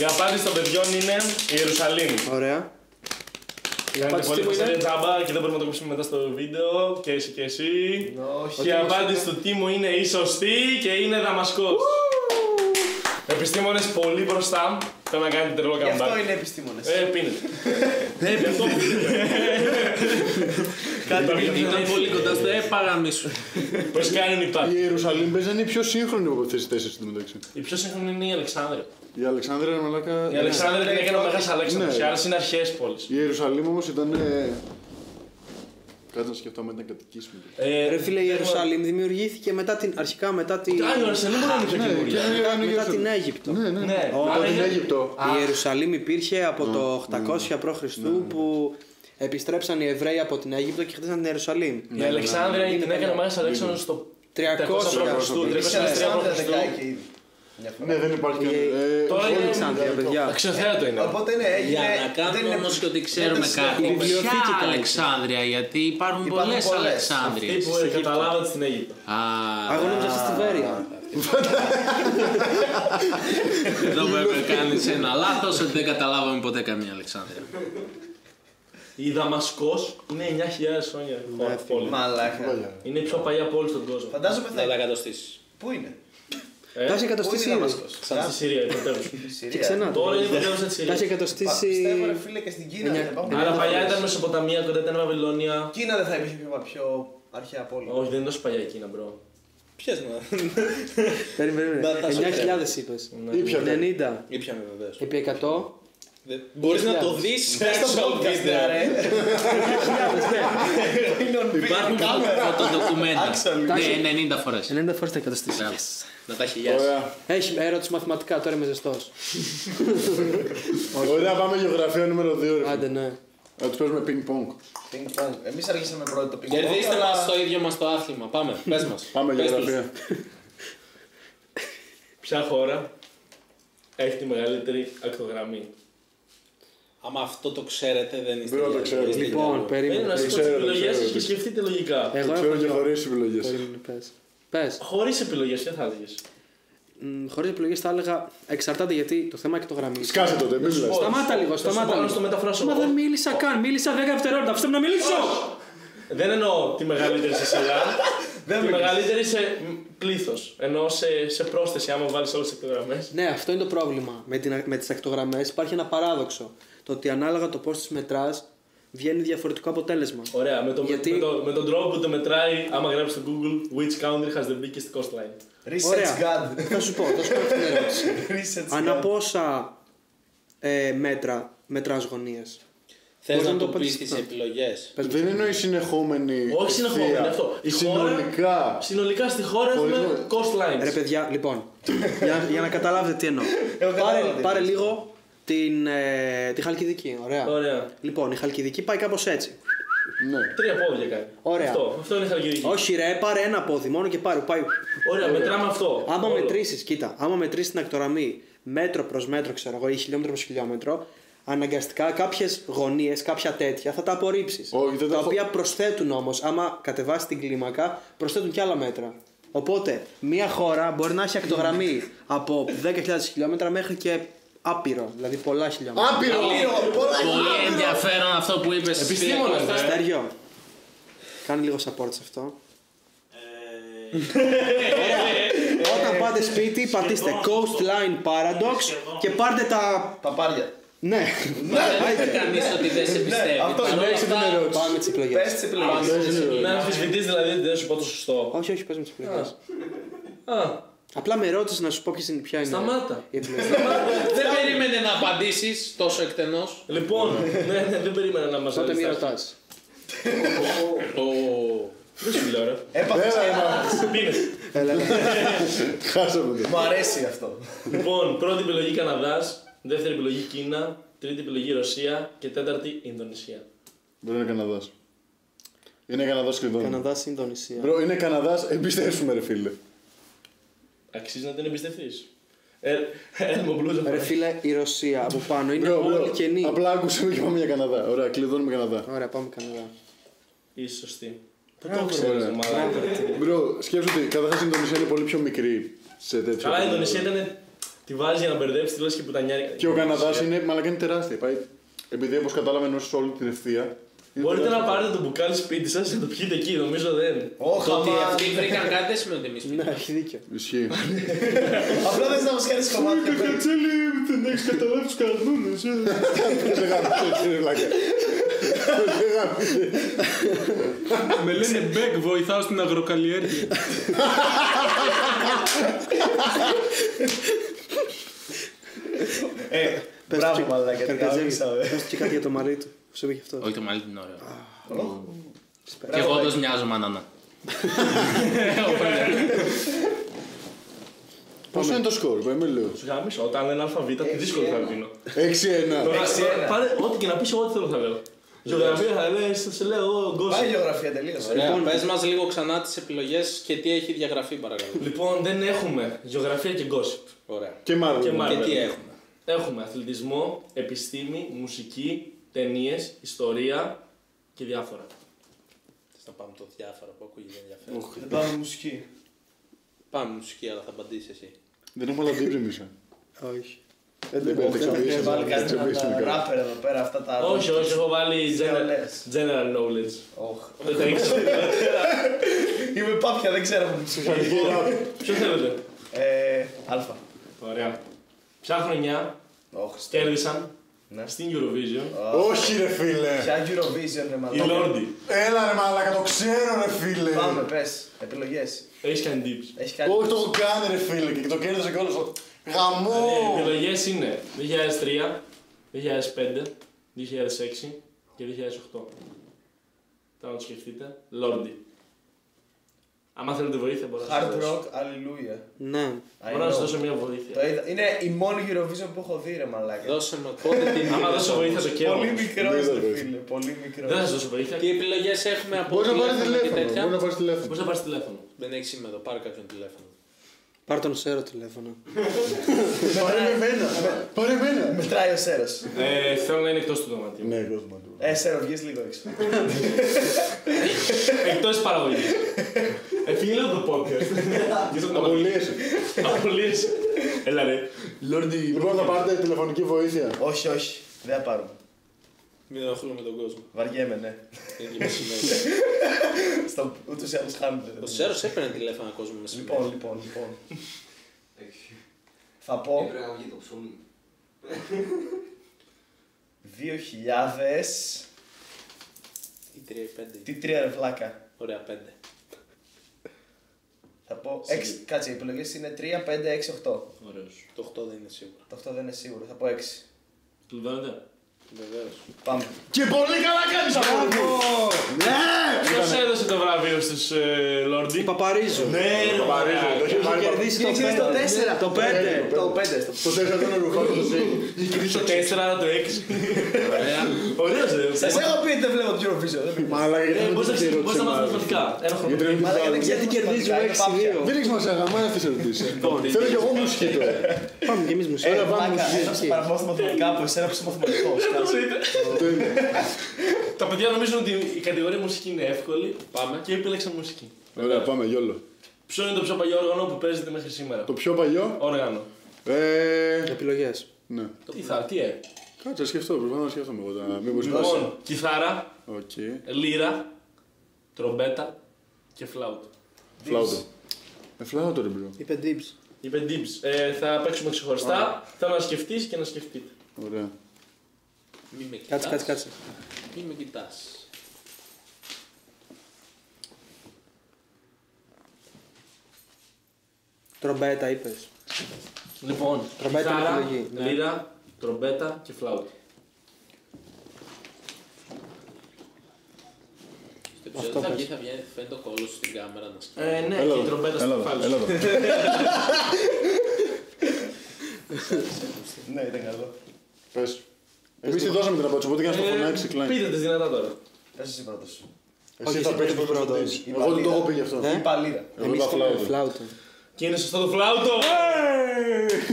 Speaker 5: Η απάντηση των παιδιών είναι Ιερουσαλήμ.
Speaker 3: Ωραία. Η
Speaker 5: Κάνετε
Speaker 3: απάντηση
Speaker 5: πολύ
Speaker 3: που
Speaker 5: χασαρία
Speaker 3: είναι.
Speaker 5: τζάμπα και δεν μπορούμε να το κόψουμε μετά στο βίντεο. Και εσύ και εσύ.
Speaker 1: Όχι.
Speaker 5: Και η απάντηση του Τίμου είναι η σωστή και είναι Δαμασκός. Επιστήμονες πολύ μπροστά. Θέλω να κάνετε τρελό
Speaker 1: Γι' αυτό
Speaker 5: καμπάκι.
Speaker 1: είναι επιστήμονες.
Speaker 5: Ε, πίνετε. Ε,
Speaker 4: Ήταν πολύ κοντά στο ε, παραμίσου.
Speaker 5: Πώς κάνει
Speaker 2: Η
Speaker 5: υπάρχει.
Speaker 3: Ε,
Speaker 2: Ιερουσαλήμ παίζανε η πιο σύγχρονη από αυτές τις τέσσερις στην μεταξύ.
Speaker 5: Η πιο σύγχρονη είναι η Αλεξάνδρεια.
Speaker 2: Η Αλεξάνδρα είναι μαλάκα.
Speaker 5: Η
Speaker 3: Ναι.
Speaker 5: Αλεξάνδρεια την έκανε ο Μέγα
Speaker 2: Ναι.
Speaker 5: Αλέξανδρος. Οι άλλες είναι αρχαίες πόλεις.
Speaker 2: Η Ιερουσαλήμ όμως ήταν. ε, Κάτσε να σκεφτώ άμα ήταν κατοικήσιμη.
Speaker 5: Ε,
Speaker 3: Ρε φίλε, η Ιερουσαλήμ δημιουργήθηκε μετά την, αρχικά μετά την,
Speaker 5: Α, η Ιερουσαλήμ μπορεί να
Speaker 2: Ναι, και
Speaker 5: είναι πιο καινούργια.
Speaker 2: είναι- είναι
Speaker 3: μετά την
Speaker 2: Ιερουσαλήμ.
Speaker 3: Αίγυπτο.
Speaker 2: Ναι, ναι.
Speaker 5: Ναι.
Speaker 2: Από
Speaker 5: Άρα
Speaker 2: την
Speaker 5: είναι-
Speaker 2: Αίγυπτο.
Speaker 5: Α.
Speaker 3: Η Ιερουσαλήμ υπήρχε από το 800 π.Χ. που επιστρέψαν οι Εβραίοι από την Αίγυπτο και χτίσαν την Ιερουσαλήμ.
Speaker 5: Η Αλεξάνδρεια την έκανε ο Μέγα Αλέξανδρος στο
Speaker 3: 300
Speaker 5: Χριστού, 303
Speaker 1: Είσαι Αλεξάνδρα
Speaker 5: Χριστού.
Speaker 1: δεκάκι ήδη. Μια φορά.
Speaker 2: Ναι, δεν υπάρχει
Speaker 3: Η-
Speaker 2: κανένα. ε,
Speaker 5: Τώρα
Speaker 2: όχι
Speaker 5: είναι
Speaker 2: όλη την
Speaker 3: Αλεξάνδρεια,
Speaker 2: Αίγυπτο.
Speaker 5: ναι.
Speaker 3: παιδιά.
Speaker 5: Αξιοθέατο είναι.
Speaker 1: Οπότε ναι, έγινε.
Speaker 4: Για να
Speaker 1: δεν
Speaker 4: κάνουμε
Speaker 1: είναι-
Speaker 4: όμως και ότι
Speaker 1: δεν
Speaker 4: ξέρουμε
Speaker 1: το
Speaker 4: κάτι.
Speaker 1: συνεχίζουμε.
Speaker 3: βιβλιοθήκη
Speaker 4: Ποια
Speaker 3: ήταν.
Speaker 4: Αλεξάνδρεια, γιατί υπάρχουν
Speaker 1: Υπάρχουν
Speaker 4: πολλές
Speaker 1: πολλές.
Speaker 5: Αυτή
Speaker 4: Αλεξάνδριες.
Speaker 5: που καταλάβατε στην Αίγυπτο.
Speaker 4: Α,
Speaker 3: Εγώ νόμιζα αυτή στη Βέρεια.
Speaker 4: εδώ βέβαια κάνεις ένα λάθος ότι δεν καταλάβαμε ποτέ καμία Αλεξάνδρεια.
Speaker 5: Η Δαμασκός είναι 9.000 χρόνια
Speaker 3: Ναι,
Speaker 5: χώρα, πόλη.
Speaker 1: Μαλάκα.
Speaker 2: Παλιά.
Speaker 5: Είναι η πιο παλιά πόλη στον κόσμο.
Speaker 1: Φαντάζομαι θα
Speaker 4: Θα τα κατοστήσεις.
Speaker 1: Πού είναι.
Speaker 5: Ε,
Speaker 3: Τα
Speaker 1: Πού
Speaker 3: έχει
Speaker 1: είναι η
Speaker 3: εκατοστήσει ήδη.
Speaker 1: Δαμασκός.
Speaker 5: Σαν στη Συρία, η πρωτεύουσα.
Speaker 1: Συρία.
Speaker 3: Και ξανά.
Speaker 5: Τώρα είναι η πρωτεύουσα της
Speaker 3: Τα έχει
Speaker 5: Συρίας.
Speaker 1: Πα-
Speaker 3: εκατοστήσει.
Speaker 1: Πιστεύω ρε φίλε και στην Κίνα.
Speaker 3: εννιά-
Speaker 1: δεν πάμε.
Speaker 5: Άρα παλιά ήταν Μεσοποταμία, κοντά ήταν Βαβυλώνια.
Speaker 1: Κίνα δεν θα υπήρχε πιο, πιο αρχαία από όλα.
Speaker 5: Όχι, δεν είναι τόσο παλιά η Κίνα, μπρο.
Speaker 4: Ποιες μου,
Speaker 3: Περίμενε, περίμενε.
Speaker 4: Να τα σου
Speaker 3: 9.000 είπες.
Speaker 2: Ή ποια ήταν.
Speaker 3: 90
Speaker 4: ήπιαμε βεβαίως.
Speaker 3: επί 100.
Speaker 4: Μπορείς να το δεις
Speaker 1: Πες
Speaker 4: μέσα
Speaker 1: το
Speaker 4: στο
Speaker 1: podcast,
Speaker 4: βίντεο.
Speaker 1: ναι, ρε. Είναι on
Speaker 4: Υπάρχουν
Speaker 1: video camera.
Speaker 4: φωτοδοκουμέντα.
Speaker 1: Actually.
Speaker 4: Ναι, 90 φορές.
Speaker 3: 90 φορές τα εκατοστήσει.
Speaker 4: Μπράβο. Να τα χιλιάσεις.
Speaker 2: Ωραία.
Speaker 3: Έχει ε, ερώτηση μαθηματικά, τώρα είμαι ζεστός.
Speaker 2: Ωραία, πάμε γεωγραφία νούμερο 2. Ρε.
Speaker 3: Άντε ναι.
Speaker 2: Να τους παίζουμε ping-pong.
Speaker 1: Ping pong. Εμείς αργήσαμε πρώτο το ping pong.
Speaker 4: Κερδίστε
Speaker 1: αλλά-
Speaker 4: μας το ίδιο μας το άθλημα. Πάμε, πες μας.
Speaker 2: Πάμε
Speaker 4: Πες τους.
Speaker 2: γεωγραφία.
Speaker 5: Ποια χώρα έχει τη μεγαλύτερη ακτογραμμή.
Speaker 4: Α, Άμα αυτό το ξέρετε, δεν είστε.
Speaker 2: Δεν το
Speaker 4: γελοί,
Speaker 2: ξέρω.
Speaker 4: είστε
Speaker 3: Λοιπόν,
Speaker 4: γελοί.
Speaker 3: περίμενε.
Speaker 5: Περίμενα να
Speaker 2: Δεν
Speaker 5: σκέψω τι
Speaker 2: ξέρω,
Speaker 5: επιλογέ
Speaker 2: ξέρω.
Speaker 5: και σκεφτείτε λογικά.
Speaker 3: Εγώ
Speaker 2: Ξέρω
Speaker 3: έχω
Speaker 2: και
Speaker 3: δυο.
Speaker 2: χωρίς επιλογές.
Speaker 3: Περίμενε, πες. Πες.
Speaker 5: Χωρίς επιλογές, τι θα έλεγες.
Speaker 3: Μ, Χωρίς επιλογές θα έλεγα εξαρτάται γιατί το θέμα και το γραμμή.
Speaker 2: Σκάσε τότε, μην μιλάς.
Speaker 3: Σταμάτα λίγο,
Speaker 5: Θα σου
Speaker 3: σταμάτα
Speaker 5: πάω να
Speaker 3: λίγο.
Speaker 5: στο μεταφράσω
Speaker 3: Μα
Speaker 5: εγώ.
Speaker 3: δεν μίλησα καν, μίλησα 10 δευτερόλεπτα, αφήστε με να μιλήσω!
Speaker 5: Δεν εννοώ τη μεγαλύτερη σε σειρά. τη μεγαλύτερη σε πλήθος. Εννοώ σε, σε πρόσθεση, άμα βάλεις όλες τις εκτογραμμές.
Speaker 3: Ναι, αυτό είναι το πρόβλημα. Με, την, με τις ακτογραμμές υπάρχει ένα παράδοξο. Το ότι ανάλογα το πώς τις μετράς βγαίνει διαφορετικό αποτέλεσμα.
Speaker 5: Ωραία, με, το,
Speaker 3: Γιατί-
Speaker 5: με, το, με τον τρόπο που το μετράει, άμα γράψεις στο Google, which country has the biggest coastline.
Speaker 1: Research God.
Speaker 3: Ε, θα σου πω, θα σου πω αυτή την ερώτηση.
Speaker 1: Research
Speaker 3: Ανά
Speaker 1: God.
Speaker 3: πόσα ε, μέτρα μετράς γωνίες.
Speaker 4: Θες
Speaker 3: Μπορεί
Speaker 4: να
Speaker 3: να
Speaker 4: το
Speaker 3: το
Speaker 4: πεις
Speaker 3: απαντήσεις,
Speaker 4: τις
Speaker 3: ναι.
Speaker 4: επιλογές.
Speaker 2: Δεν εννοεί συνεχόμενη.
Speaker 5: Όχι συνεχόμενη,
Speaker 2: ευθεία.
Speaker 5: αυτό. Η
Speaker 2: Συνολικά.
Speaker 5: Συνολικά στη χώρα έχουμε
Speaker 2: Πολύ-
Speaker 5: coastlines.
Speaker 3: Ρε παιδιά, λοιπόν, για, για να καταλάβετε τι εννοώ. πάρε,
Speaker 1: καταλάβατε.
Speaker 3: πάρε λίγο την, ε, τη Χαλκιδική, ωραία.
Speaker 5: Ωραία.
Speaker 3: Λοιπόν, η Χαλκιδική πάει κάπως έτσι.
Speaker 2: Ναι.
Speaker 5: Τρία πόδια κάνει.
Speaker 3: Ωραία.
Speaker 5: Αυτό, αυτό είναι η Χαλκιδική.
Speaker 3: Όχι ρε, πάρε ένα πόδι μόνο και πάρε. Πάει.
Speaker 5: Ωραία, μετράμε αυτό.
Speaker 3: Άμα
Speaker 5: Όλο.
Speaker 3: μετρήσεις, κοίτα, άμα μετρήσεις την ακτογραμμή μέτρο προς μέτρο, ξέρω εγώ, ή χιλιόμετρο προς χιλιόμετρο, αναγκαστικά κάποιες γωνίες, κάποια τέτοια θα τα απορρίψεις.
Speaker 2: Όχι, δεν τα
Speaker 3: Τα
Speaker 2: έχω-
Speaker 3: οποία προσθέτουν όμως, άμα κατεβάσεις την κλίμακα, προσθέτουν και άλλα μέτρα. Οπότε, μία χώρα μπορεί να έχει ακτογραμμή από 10.000 χιλιόμετρα μέχρι και άπειρο, δηλαδή πολλά χιλιόμετρα.
Speaker 2: Άπειρο!
Speaker 4: Πολύ ενδιαφέρον αυτό που είπες.
Speaker 5: Επιστήμονες,
Speaker 4: Σπύρο.
Speaker 5: ε.
Speaker 3: Στέριο, κάνε λίγο support σε αυτό. Όταν πάτε σπίτι, πατήστε Coastline Paradox και πάρτε τα
Speaker 1: Τα πάρια.
Speaker 3: Ναι,
Speaker 4: Δεν κανείς ότι δεν σε πιστεύει.
Speaker 1: αυτό
Speaker 4: Παρ' όλα
Speaker 1: συνέχισε την
Speaker 4: αυτά,
Speaker 1: ερώτηση.
Speaker 3: πάμε τις επιλογές.
Speaker 1: Πες τις επιλογές.
Speaker 5: Να αμφισβητείς δηλαδή ότι δεν σου πω το σωστό.
Speaker 3: Όχι, όχι, πες με τις επιλογές.
Speaker 5: Α,
Speaker 3: Απλά με ρώτησες να σου πω ποιες είναι ποια είναι.
Speaker 5: Σταμάτα.
Speaker 3: η επιλογή.
Speaker 4: Δεν περίμενε να απαντήσεις τόσο εκτενώς.
Speaker 5: λοιπόν, ναι, ναι, δεν περίμενα να μας
Speaker 3: Τότε μη ρωτάς.
Speaker 4: Το...
Speaker 5: Δεν σου λέω, ρε.
Speaker 1: Έπαθες
Speaker 2: Έλα,
Speaker 1: και
Speaker 2: έλα.
Speaker 1: άλλαξες.
Speaker 5: Πίνες.
Speaker 2: Χάσαμε το.
Speaker 1: Μου αρέσει αυτό.
Speaker 5: Λοιπόν, πρώτη επιλογή Καναδάς, δεύτερη επιλογή Κίνα, τρίτη επιλογή Ρωσία και τέταρτη Ινδονησία.
Speaker 2: Δεν είναι Καναδάς. Είναι Καναδάς σχεδόν.
Speaker 3: Καναδάς, Ινδονησία.
Speaker 2: Μπρο, είναι Καναδάς, εμπιστεύσουμε ρε φίλε.
Speaker 5: Αξίζει να την εμπιστευτείς. Έλμο μπλούζα.
Speaker 3: Ρε φίλε, η Ρωσία από πάνω είναι
Speaker 2: Μπρο,
Speaker 3: όλη
Speaker 2: μπρο.
Speaker 3: κενή.
Speaker 2: Απλά άκουσε με και πάμε για Καναδά. Ωραία, κλειδώνουμε Καναδά.
Speaker 3: Ωραία, πάμε Καναδά.
Speaker 5: Είσαι σωστή. Πού
Speaker 3: Μπράβο,
Speaker 5: το ξέρεις,
Speaker 2: ρε.
Speaker 5: μάλλον.
Speaker 2: Μπρο, σκέψου ότι καταρχάς η Ινδονησία είναι πολύ πιο μικρή σε τέτοιο.
Speaker 5: Καλά, η Ινδονησία ήταν. Τη βάζει για να μπερδέψει τη λέξη και πουτανιάρη.
Speaker 2: Και ο Καναδάς είναι, μαλακά είναι τεράστια. Πάει, επειδή όπως κατάλαβα ενώσεις όλη την ευθεία. είναι
Speaker 5: Μπορείτε να
Speaker 2: τεράστια.
Speaker 5: πάρετε το μπουκάλι σπίτι σας και το πιείτε εκεί, νομίζω δεν.
Speaker 1: Όχι,
Speaker 4: Το ότι αυτοί βρήκαν κάτι δεν σημαίνει ότι εμείς
Speaker 3: Ναι,
Speaker 4: πήγαμε.
Speaker 3: έχει δίκιο.
Speaker 2: Ισχύει.
Speaker 1: Απλά θες να μας κάνεις κομμάτια.
Speaker 2: Κατσέλη, δεν έχεις καταλάβει τους κανόνες. ε. Δεν γαμίζεις, ρε βλάκα. Δεν γαμίζεις.
Speaker 8: Με λένε Μπέκ, βοηθάω στην αγροκαλλιέργεια.
Speaker 1: Ε, μπράβο μαλάκα, την
Speaker 6: ε.
Speaker 1: άκουσα.
Speaker 3: Πες και κάτι για το μαρί του. Σου είπε και αυτό.
Speaker 4: Όχι το μαλλί την ωραία. Και εγώ όντως μοιάζω με ανανά.
Speaker 2: Πόσο είναι το σκορ, με λέω.
Speaker 5: Σου γάμισο, όταν είναι ΑΒ, τι δύσκολο θα δίνω.
Speaker 2: 6-1.
Speaker 5: Πάρε ό,τι και να πεις, ό,τι θέλω θα λέω. Γεωγραφία θα λες, σε λέω εγώ γκόσι.
Speaker 1: Πάει η γεωγραφία τελείως.
Speaker 4: Ωραία, πες μας λίγο ξανά τις επιλογές και τι έχει διαγραφεί παρακαλώ.
Speaker 5: Λοιπόν, δεν έχουμε γεωγραφία και γκόσιπ.
Speaker 4: Ωραία.
Speaker 2: Και
Speaker 5: Και
Speaker 2: Marvel.
Speaker 5: Marvel.
Speaker 4: Και τι έχουμε.
Speaker 5: Έχουμε αθλητισμό, επιστήμη, μουσική, ταινίες, ιστορία και διάφορα.
Speaker 4: Θες να πάμε το διάφορο που ακούγεται ενδιαφέρον.
Speaker 1: Δεν Ε, πάμε μουσική.
Speaker 4: Πάμε μουσική, αλλά θα απαντήσεις εσύ.
Speaker 2: Δεν έχουμε άλλα τύπη μέσα.
Speaker 3: Όχι.
Speaker 2: Δεν
Speaker 5: Λοιπόν,
Speaker 2: πρέπει
Speaker 1: Έχεις
Speaker 2: να ξαπλύσουμε.
Speaker 1: Ε, βάλει κάτι
Speaker 2: Ξαπλύσουμε
Speaker 1: ένα
Speaker 2: κάτι.
Speaker 1: ράπερ εδώ πέρα, αυτά τα...
Speaker 5: όχι, όχι, έχω βάλει general,
Speaker 1: Λες.
Speaker 5: general knowledge.
Speaker 1: Όχι.
Speaker 5: Δεν τα ήξερα.
Speaker 1: Είμαι πάπια, δεν ξέρω που μουσική.
Speaker 5: Ποιο θέλετε.
Speaker 1: Ε, αλφα.
Speaker 5: Ωραία. Ποια χρονιά
Speaker 1: Όχι.
Speaker 5: κέρδισαν
Speaker 1: Ναι.
Speaker 5: στην Eurovision
Speaker 2: Όχι ρε φίλε.
Speaker 1: Ποια Eurovision είναι
Speaker 5: οι
Speaker 1: μαλάκα.
Speaker 5: Lordi.
Speaker 2: Έλα ρε μαλάκα, το ξέρω ρε φίλε.
Speaker 1: Πάμε, πες. Επιλογές.
Speaker 5: Έχεις κάνει tips.
Speaker 1: Έχεις κάνει...
Speaker 2: Όχι, το έχω κάνει ρε φίλε και το κέρδισε κιόλας. Γαμό.
Speaker 5: Ε, Οι επιλογές είναι 2003, 2005, 2006 και 2008. Τώρα να το σκεφτείτε. Lordi. Άμα θέλετε βοήθεια μπορώ να σας
Speaker 1: Hard
Speaker 5: δώσω.
Speaker 1: rock, αλληλούια.
Speaker 3: Ναι.
Speaker 5: Μπορώ να σας δώσω μια βοήθεια.
Speaker 1: Το είδα. Είναι η μόνη Eurovision που έχω δει, ρε μαλάκα.
Speaker 4: Δώσε με πότε την
Speaker 5: Άμα δώσω βοήθεια το κέρο.
Speaker 1: Πολύ μικρό
Speaker 2: Δεν
Speaker 1: ρε
Speaker 2: το
Speaker 1: φίλε, πολύ μικρό.
Speaker 5: Δεν θα σας δώσω βοήθεια.
Speaker 4: Τι επιλογές έχουμε από
Speaker 2: Μπορείς να πάρεις
Speaker 4: τηλέφωνα και
Speaker 2: τηλέφωνο. Μπορείς
Speaker 4: τέτοια.
Speaker 2: να πάρεις τηλέφωνο.
Speaker 5: Μπορείς να πάρεις τηλέφωνο.
Speaker 4: Δεν έχεις σήμερα εδώ, πάρε κάποιον τηλέφωνο.
Speaker 3: Πάρ τον Σέρο τηλέφωνο.
Speaker 2: Πάρε με εμένα. Πάρε εμένα.
Speaker 6: Μετράει ο Σέρος.
Speaker 5: Ε, θέλω να είναι εκτός του δωματίου.
Speaker 2: Ναι, εγώ δεν μαντρώ.
Speaker 6: Ε, Σέρο, βγεις λίγο έξω.
Speaker 5: Εκτός παραγωγή. Εφήλω Ε, το podcast.
Speaker 2: Απολύεσαι.
Speaker 5: Απολύεσαι. Έλα ρε.
Speaker 2: Λόρντι. Λοιπόν, θα πάρετε τηλεφωνική βοήθεια.
Speaker 6: όχι, όχι. Δεν θα πάρουμε.
Speaker 4: Μην ενοχλούμε τον κόσμο.
Speaker 6: Βαριέμαι, ναι.
Speaker 4: Είναι και μεσημέρι.
Speaker 6: Στα ούτως ή άλλως χάνονται.
Speaker 4: Ο Σέρος έπαιρνε τηλέφωνο κόσμο μεσημέρι.
Speaker 6: Λοιπόν, λοιπόν, λοιπόν. θα πω
Speaker 7: Πρέπει να βγει το ψωμί.
Speaker 6: 2000.
Speaker 4: Ή τρία ή πέντε.
Speaker 6: Τι τρία ρε βλάκα.
Speaker 4: Ωραία, πέντε.
Speaker 6: Θα πω. Έξι. Κάτσε, οι επιλογές είναι 3, 5, 6, 8. Το
Speaker 5: Ωραίος.
Speaker 4: Το 8 δεν είναι σίγουρο.
Speaker 6: 8 δεν είναι σίγουρο, θα πω 6.
Speaker 5: Του δώνετε.
Speaker 4: Βεβαίως.
Speaker 6: Πάμε.
Speaker 2: Και πολύ καλά κάνεις αυτό. Ναι.
Speaker 5: Ποιος έδωσε το βραβείο στους Λόρντι. Ε,
Speaker 3: Παπαρίζω.
Speaker 2: Ναι, ρε Μαρίζο. Το είχε
Speaker 3: Έχει
Speaker 2: πάρει
Speaker 3: κερδίσει το
Speaker 6: Είχε κερδίσει
Speaker 3: 5.
Speaker 6: το τέσσερα.
Speaker 3: Το 5.
Speaker 6: Το 5 στο
Speaker 2: Το τέσσερα ήταν ο Ρουχάκος, εσύ. Είχε κερδίσει το
Speaker 5: Το 4
Speaker 2: τέσσερα.
Speaker 5: το 6. Ωραίος ρε.
Speaker 6: Σας έχω πει δεν βλέπω την Eurovision. δεν βλέπω.
Speaker 2: Μαλάκα, γιατί
Speaker 5: Ε,
Speaker 2: δεν
Speaker 5: Μπορείς να
Speaker 2: την
Speaker 5: ξέρεις- μπορείς
Speaker 2: ερώτησα, μάλλον.
Speaker 5: να μάθεις μαθηματικά. Ένα χρόνο.
Speaker 2: Γιατί δεν την
Speaker 6: Μαλάκα,
Speaker 2: βάλω.
Speaker 6: δεν ξέρω
Speaker 3: Γιατί
Speaker 6: τι
Speaker 3: κερδίζουμε
Speaker 6: μαθηματικά, είναι
Speaker 3: 6-2.
Speaker 6: πάπια.
Speaker 2: Δεν έχεις μας αγαπάει αυτές τις ερωτήσεις. Θέλω κι εγώ μουσική τώρα.
Speaker 3: Πάμε κι εμείς μουσική.
Speaker 2: Έλα,
Speaker 6: Μαλάκα,
Speaker 2: πάμε
Speaker 6: ένας
Speaker 2: μουσική.
Speaker 6: παραπάνω στα μαθηματικά από εσένα που είσαι μαθηματικός. Κάτσε.
Speaker 2: Τέλεια.
Speaker 5: Τα παιδιά νομίζουν ότι η κατηγορία μουσική είναι εύκολη. Πάμε. Και επέλεξαν μουσική.
Speaker 2: Ωραία, πάμε, γιόλο.
Speaker 5: Ποιο είναι το πιο παλιό όργανο που παίζεται μέχρι σήμερα.
Speaker 2: Το πιο παλιό.
Speaker 5: Όργανο.
Speaker 2: Ε.
Speaker 3: Επιλογές.
Speaker 2: Ναι.
Speaker 5: Τι θα, τι ε.
Speaker 2: Κάτσε, σκεφτώ, προσπαθώ να σκέφτομαι εγώ τα. Μήπως υπάρχει.
Speaker 5: Λοιπόν, κιθάρα,
Speaker 2: Οκ.
Speaker 5: λύρα, τρομπέτα και φλάουτο.
Speaker 2: Φλάουτο. Ε, φλάουτο ρε μπρο.
Speaker 3: Είπε Dibs.
Speaker 5: Είπε Dibs. Ε, θα παίξουμε ξεχωριστά. Θέλω να σκεφτείς και να σκεφτείτε.
Speaker 2: Ωραία.
Speaker 4: Μη με κοιτάς.
Speaker 3: Κάτσε, κάτσε, κάτσε.
Speaker 4: Μη με κοιτάς.
Speaker 3: Τρομπέτα είπες.
Speaker 5: Λοιπόν,
Speaker 3: Τρομπέτα είναι
Speaker 5: κιθάρα,
Speaker 3: επιλογή, ναι.
Speaker 5: λύρα, τρομπέτα και φλάουτο.
Speaker 4: Στο επεισόδιο θα βγει, θα βγαίνει, φαίνεται ο κόλλο στην κάμερα να σκέφτεται.
Speaker 5: Ε, ναι,
Speaker 2: Έλα
Speaker 5: και η
Speaker 2: εδώ,
Speaker 5: τρομπέτα
Speaker 2: έλα
Speaker 5: στο
Speaker 2: εδώ,
Speaker 5: κεφάλι
Speaker 2: έλα
Speaker 5: σου.
Speaker 2: εδώ.
Speaker 6: Ναι, ήταν καλό.
Speaker 2: Πες. Εμείς τη δώσαμε την απάντηση, οπότε και να στο
Speaker 5: Ε,
Speaker 2: φωνάξει κλάιν.
Speaker 5: Πείτε τις δυνατά τώρα.
Speaker 6: Πες εσύ πρώτος.
Speaker 2: Εσύ
Speaker 3: Όχι,
Speaker 2: θα παίξεις
Speaker 3: εσύ πρέπει
Speaker 2: πρώτος
Speaker 3: πρώτος.
Speaker 2: πρώτος.
Speaker 6: Η
Speaker 2: Εγώ δεν το
Speaker 6: παλίδα.
Speaker 2: έχω πει γι' αυτό.
Speaker 3: Ε?
Speaker 6: Η παλίδα.
Speaker 2: Εγώ είπα φλάουτο.
Speaker 3: Φλάουτο.
Speaker 5: Και είναι σωστό το φλάουτο.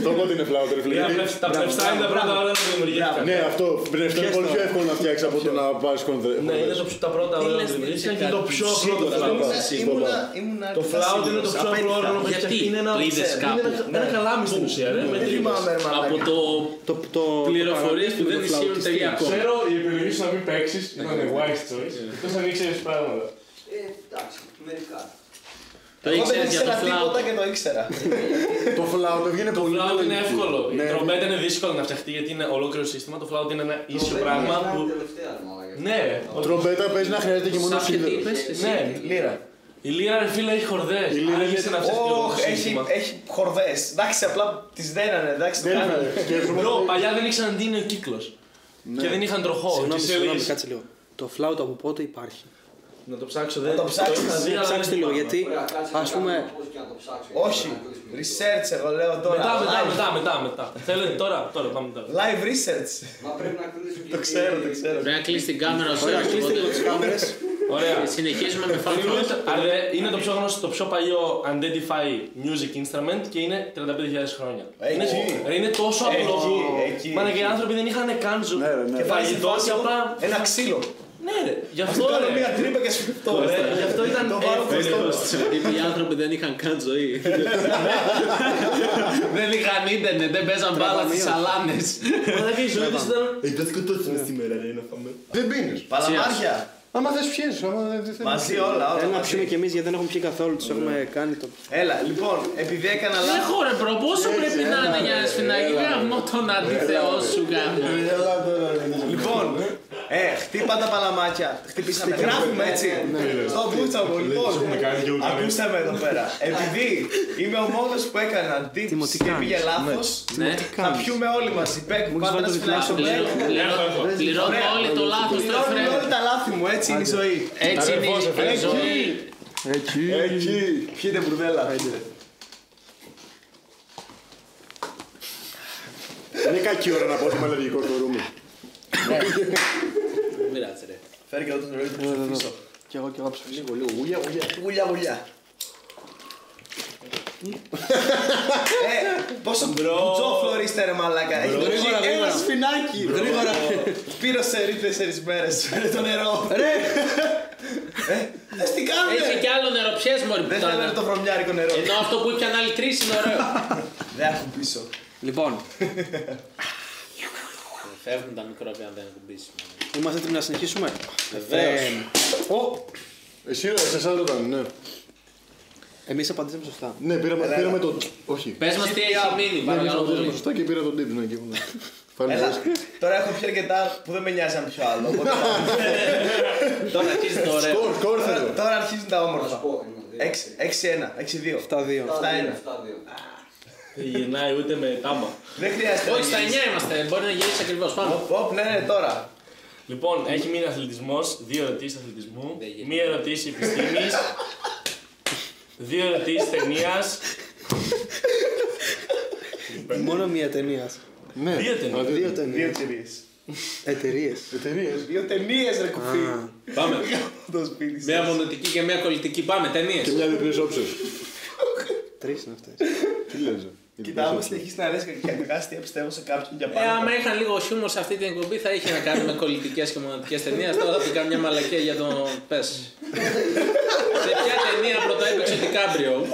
Speaker 2: Το πω ότι είναι φλάουτο ρε φίλε.
Speaker 5: Τα
Speaker 2: γιατί-
Speaker 5: πνευστά- Τα πνευστά είναι τα πρώτα ώρα που δημιουργήθηκαν.
Speaker 2: Ναι, αυτό πρέπει να είναι πολύ πιο εύκολο να φτιάξεις από το να πάρεις κονδρέ.
Speaker 5: Ναι, είναι το- τα πρώτα ώρα που δημιουργήθηκαν και είναι το πιο απλό
Speaker 2: σίγουρα
Speaker 5: το
Speaker 2: θα
Speaker 5: φλάουτο.
Speaker 2: πας. Εσύ το πας.
Speaker 6: Ήμουνα, ήμουνα
Speaker 5: Το
Speaker 6: αρκετά
Speaker 5: φλάουτο είναι το
Speaker 6: σίγουρος.
Speaker 5: πιο απλό
Speaker 6: Απέτυχα.
Speaker 5: όργανο που
Speaker 4: Γιατί?
Speaker 5: φτιάξει. Είναι ένα
Speaker 4: Το είδες
Speaker 5: ξέρεις, είναι
Speaker 4: κάπου.
Speaker 5: ένα- ένα καλάμι στην ουσία. ρε, με
Speaker 6: Δεν
Speaker 5: τρύπες.
Speaker 6: θυμάμαι, ρε
Speaker 4: Από
Speaker 6: μαλάκα.
Speaker 4: το
Speaker 3: Το, το
Speaker 4: πληροφορίες που δεν ισχύουν τελεία ακόμα.
Speaker 5: Ξέρω η επιλογή σου να μην παίξεις ήταν wise choice. Εκτός αν ήξερες πράγματα.
Speaker 7: Ε, εντάξει, μερικά.
Speaker 4: Το
Speaker 6: Εγώ
Speaker 4: ήξερε
Speaker 6: δεν
Speaker 4: για το
Speaker 6: ήξερα
Speaker 4: φλάουτο.
Speaker 6: τίποτα και το ήξερα.
Speaker 2: Το φλάουτο βγαίνει
Speaker 5: Το
Speaker 2: πολύ.
Speaker 5: φλάουτ είναι
Speaker 2: καλύτερο.
Speaker 5: εύκολο. Η
Speaker 2: Ναι,
Speaker 5: τρομπέτα είναι δύσκολο να φτιαχτεί γιατί είναι ολόκληρο σύστημα. Το φλάουτ είναι ένα ίσιο
Speaker 7: Το
Speaker 5: πράγμα
Speaker 7: Βέλγιο
Speaker 5: που.
Speaker 7: ήταν τελευταία, μάλλον.
Speaker 5: Ναι, ρε.
Speaker 2: η Τρομπέτα παίζει να χρειάζεται και μόνο
Speaker 4: Σαν και τι
Speaker 2: σίδερο.
Speaker 4: είπες, εσύ.
Speaker 5: Ναι,
Speaker 6: Λίρα.
Speaker 5: η λίρα ρε φίλε έχει χορδές. Η λίρα είναι ένα
Speaker 6: Ωχ, έχει,
Speaker 5: σύστημα.
Speaker 6: έχει χορδές. Εντάξει, απλά τις δένανε, εντάξει. το
Speaker 2: Δεν
Speaker 6: κάνανε.
Speaker 2: είναι. Σκέφτομαι.
Speaker 5: Μπρο, παλιά δεν ήξεραν τι είναι ο κύκλος. Και δεν είχαν τροχό.
Speaker 3: Συγγνώμη,
Speaker 5: Και σε
Speaker 3: συγγνώμη,
Speaker 5: έλεγες,
Speaker 3: κάτσε λίγο. Το φλάουτο από πότε υπάρχει.
Speaker 5: Να το ψάξω, δεν.
Speaker 6: Να το ψάξεις,
Speaker 5: είχα
Speaker 6: να
Speaker 5: δει, αλλά δεν
Speaker 3: Ναι, Ψάξτε λίγο
Speaker 5: θυμάμαι.
Speaker 3: γιατί
Speaker 7: Ωραία, κάτσε
Speaker 3: ας
Speaker 7: να κάνουμε
Speaker 3: πούμε
Speaker 7: πώς και να το ψάξω, γιατί
Speaker 6: Όχι.
Speaker 7: να ακούσεις μερικό.
Speaker 6: Research, εγώ λέω τώρα.
Speaker 5: Μετά, μετά,
Speaker 6: Live-
Speaker 5: μετά, μετά, μετά. Θέλετε τώρα, τώρα πάμε τώρα.
Speaker 6: Live research. Ε,
Speaker 7: Μα πρέπει να κλείσω και
Speaker 6: Το ξέρω, το ξέρω.
Speaker 4: Πρέπει να κλείσει την κάμερα ο
Speaker 3: Ωραία,
Speaker 4: Σέρος,
Speaker 3: κλείστε λίγο
Speaker 4: οπότε
Speaker 3: τις κάμερες.
Speaker 5: Ωραία.
Speaker 4: Συνεχίζουμε με
Speaker 5: Είναι
Speaker 4: φανούς.
Speaker 5: το- αρε- Είναι το πιο γνωστό, το πιο παλιό Identify Music Instrument και είναι 35.000 χρόνια.
Speaker 6: Εκεί.
Speaker 5: Είναι, ρε, είναι τόσο
Speaker 6: Εκεί,
Speaker 5: απλό.
Speaker 6: εκεί,
Speaker 5: Μα ναι, και
Speaker 6: εκεί.
Speaker 5: οι άνθρωποι δεν είχαν καν ζου.
Speaker 2: Ναι, ρε, ναι.
Speaker 5: Και φαγητό και απλά.
Speaker 6: Ένα ξύλο.
Speaker 5: Ναι, ρε. Γι' αυτό.
Speaker 6: Κάνω
Speaker 5: ρε.
Speaker 6: μια τρύπα και σου το
Speaker 5: Ρε, Γι' αυτό ήταν
Speaker 6: Το βάλω
Speaker 5: εύκολο.
Speaker 4: Οι άνθρωποι δεν είχαν καν ζωή. Δεν είχαν ίντερνετ, δεν παίζαν μπάλα στις σαλάνες.
Speaker 5: Μαλάκα, η ζωή της ήταν.
Speaker 2: Ε, Δεν σκοτώσουμε σήμερα, ρε, να φάμε. Δεν πίνεις.
Speaker 6: Παλαμάρια.
Speaker 2: Άμα θες πιέζεις, άμα δεν θες.
Speaker 6: Μαζί όλα, όλα.
Speaker 3: Θέλω να
Speaker 6: μαζί.
Speaker 3: πιούμε κι εμείς γιατί δεν έχουμε πιει καθόλου, τους έχουμε κάνει το...
Speaker 6: Έλα, λοιπόν, επειδή έκανα
Speaker 4: Δεν
Speaker 6: λάθο.
Speaker 4: χωρε μπρο, πόσο πρέπει να είναι για να σφινάκι, δεν αμώ τον αντιθεό σου κάνω.
Speaker 2: Ε, Έλα τώρα, ρε.
Speaker 6: Λοιπόν, ε, χτύπα τα παλαμάκια. Χτυπήσαμε. Γράφουμε έτσι.
Speaker 4: Ναι,
Speaker 6: Στο μπούτσα μου, λοιπόν. Ακούσαμε εδώ πέρα. Επειδή είμαι ο μόνος που έκανα tips
Speaker 3: τι
Speaker 6: και
Speaker 3: κάνεις.
Speaker 6: πήγε λάθος,
Speaker 4: Ναι,
Speaker 6: θα πιούμε όλοι μαζί. Πέκ,
Speaker 3: Μου έχεις
Speaker 6: πάμε
Speaker 3: βάλεις
Speaker 6: να
Speaker 3: το
Speaker 6: σφυλάξω.
Speaker 3: διπλάσιο
Speaker 6: Μπέκ.
Speaker 4: Πληρώ- πληρώ- Πληρώνω
Speaker 6: Ωραία.
Speaker 4: όλοι το λάθος του
Speaker 6: Πληρώνουμε όλοι
Speaker 4: εφρέμ.
Speaker 6: τα λάθη μου, έτσι είναι η ζωή.
Speaker 4: Έτσι είναι
Speaker 6: ε,
Speaker 4: η- η ζωή.
Speaker 3: Εκεί.
Speaker 2: Εκεί.
Speaker 6: Πιείτε μπουρδέλα.
Speaker 2: Είναι κακή ώρα να πω ότι είμαι αλλεργικός στο ρούμι.
Speaker 4: Μην πειράζει, ρε.
Speaker 6: Φέρει και εδώ το ρολόι του ψηφίσω.
Speaker 3: Κι εγώ κι εγώ ψηφίζω.
Speaker 2: Λίγο, λίγο, γουλιά, γουλιά.
Speaker 6: Γουλιά, γουλιά. Ε, πόσο τζόφλο είστε ρε μαλάκα. Έχει δώσει
Speaker 3: Γρήγορα,
Speaker 6: ένας
Speaker 3: γρήγορα.
Speaker 6: σφινάκι.
Speaker 3: Γρήγορα.
Speaker 6: Πήρω σε ρί τέσσερις μέρες. Φέρε το νερό.
Speaker 3: Ρε!
Speaker 6: Δες τι
Speaker 4: Έχει ναι.
Speaker 6: κάνουνε.
Speaker 4: κι άλλο νεροπιές μωρή
Speaker 6: Δεν θέλω το
Speaker 4: πουτάνα.
Speaker 6: βρωμιάρικο νερό.
Speaker 4: Ενώ αυτό που ήπιαν άλλοι τρεις είναι ωραίο.
Speaker 6: Δεν έχουν πίσω.
Speaker 3: Λοιπόν,
Speaker 4: Φεύγουν τα μικρόβια αν δεν κουμπίσει. μωρέ.
Speaker 3: είμαστε έτοιμοι να συνεχίσουμε. Ε,
Speaker 4: Βεβαίως.
Speaker 3: ο,
Speaker 2: Εσύ ρε, σε εσάς ρωτάνε, ναι.
Speaker 3: εμείς απαντήσαμε σωστά.
Speaker 2: Ναι, πήραμε, πήραμε το... Όχι.
Speaker 4: Πες μας τι έχει μείνει,
Speaker 2: Ναι, εμείς
Speaker 4: παρακαλώ
Speaker 2: απαντήσαμε
Speaker 4: πολύ.
Speaker 2: σωστά και πήρα τον τύπ, ναι, εκεί που είναι. Φάνηκε.
Speaker 6: Έλα, τώρα έχω πιει αρκετά που δεν με νοιάζει αν πιω άλλο. Οπότε πάμε.
Speaker 4: Τώρα αρχίζει το ωραίο.
Speaker 2: Σκορ, σκορ
Speaker 6: Τώρα-
Speaker 2: θέλω.
Speaker 6: Τώρα αρχίζουν τα
Speaker 7: Θα σου
Speaker 6: όμορφα.
Speaker 7: πω. ένα, Ε, ναι,
Speaker 6: 6-1, 6-2.
Speaker 7: δύο.
Speaker 3: 7-2.
Speaker 6: Αυτά είναι.
Speaker 7: Αυτά δύο.
Speaker 5: Δεν γυρνάει ούτε με τάμπα.
Speaker 6: Δεν χρειάζεται. να
Speaker 4: Όχι, στα
Speaker 6: γυρίσεις.
Speaker 4: 9 είμαστε. Μπορεί να γυρίσει ακριβώς. Πάμε.
Speaker 6: Οπ, οπ, ναι, ναι, τώρα.
Speaker 5: Λοιπόν, έχει μείνει αθλητισμός, δύο ερωτήσεις αθλητισμού,
Speaker 4: Δεν γίνεται.
Speaker 5: μία ερωτήση επιστήμης, δύο ερωτήσεις ταινίας.
Speaker 3: Μόνο μία ταινία.
Speaker 2: Ναι,
Speaker 5: Δύο ταινίες.
Speaker 2: Α,
Speaker 3: Δύο
Speaker 6: Δύο
Speaker 3: ταινίες.
Speaker 6: ταινίε.
Speaker 3: Εταιρείε.
Speaker 2: Ε, Εταιρείες.
Speaker 6: Δύο ταινίες, ρε κουφί.
Speaker 4: Πάμε.
Speaker 6: Το σπίτι σου.
Speaker 4: Μια μονοτική και μια κολλητική. Πάμε,
Speaker 2: Και
Speaker 4: ταινίες.
Speaker 2: μια διπλής όψεως.
Speaker 3: Τρεις είναι αυτές.
Speaker 2: Τι λες, ρε. Η διπλής
Speaker 6: Κοίτα, άμα
Speaker 2: όψεως.
Speaker 6: συνεχίσει να λε και ακραστία, πιστεύω σε κάποιον για
Speaker 4: Ε, άμα
Speaker 6: πάντα.
Speaker 4: είχαν λίγο χιούμορ σε αυτή την εκπομπή θα είχε να κάνει με κολλητικές και μονοτικέ ταινίες. Τώρα θα του κάνω μια μαλακία για τον Πες. σε ποια ταινία πρώτα έπαιξε την Κάμπριο.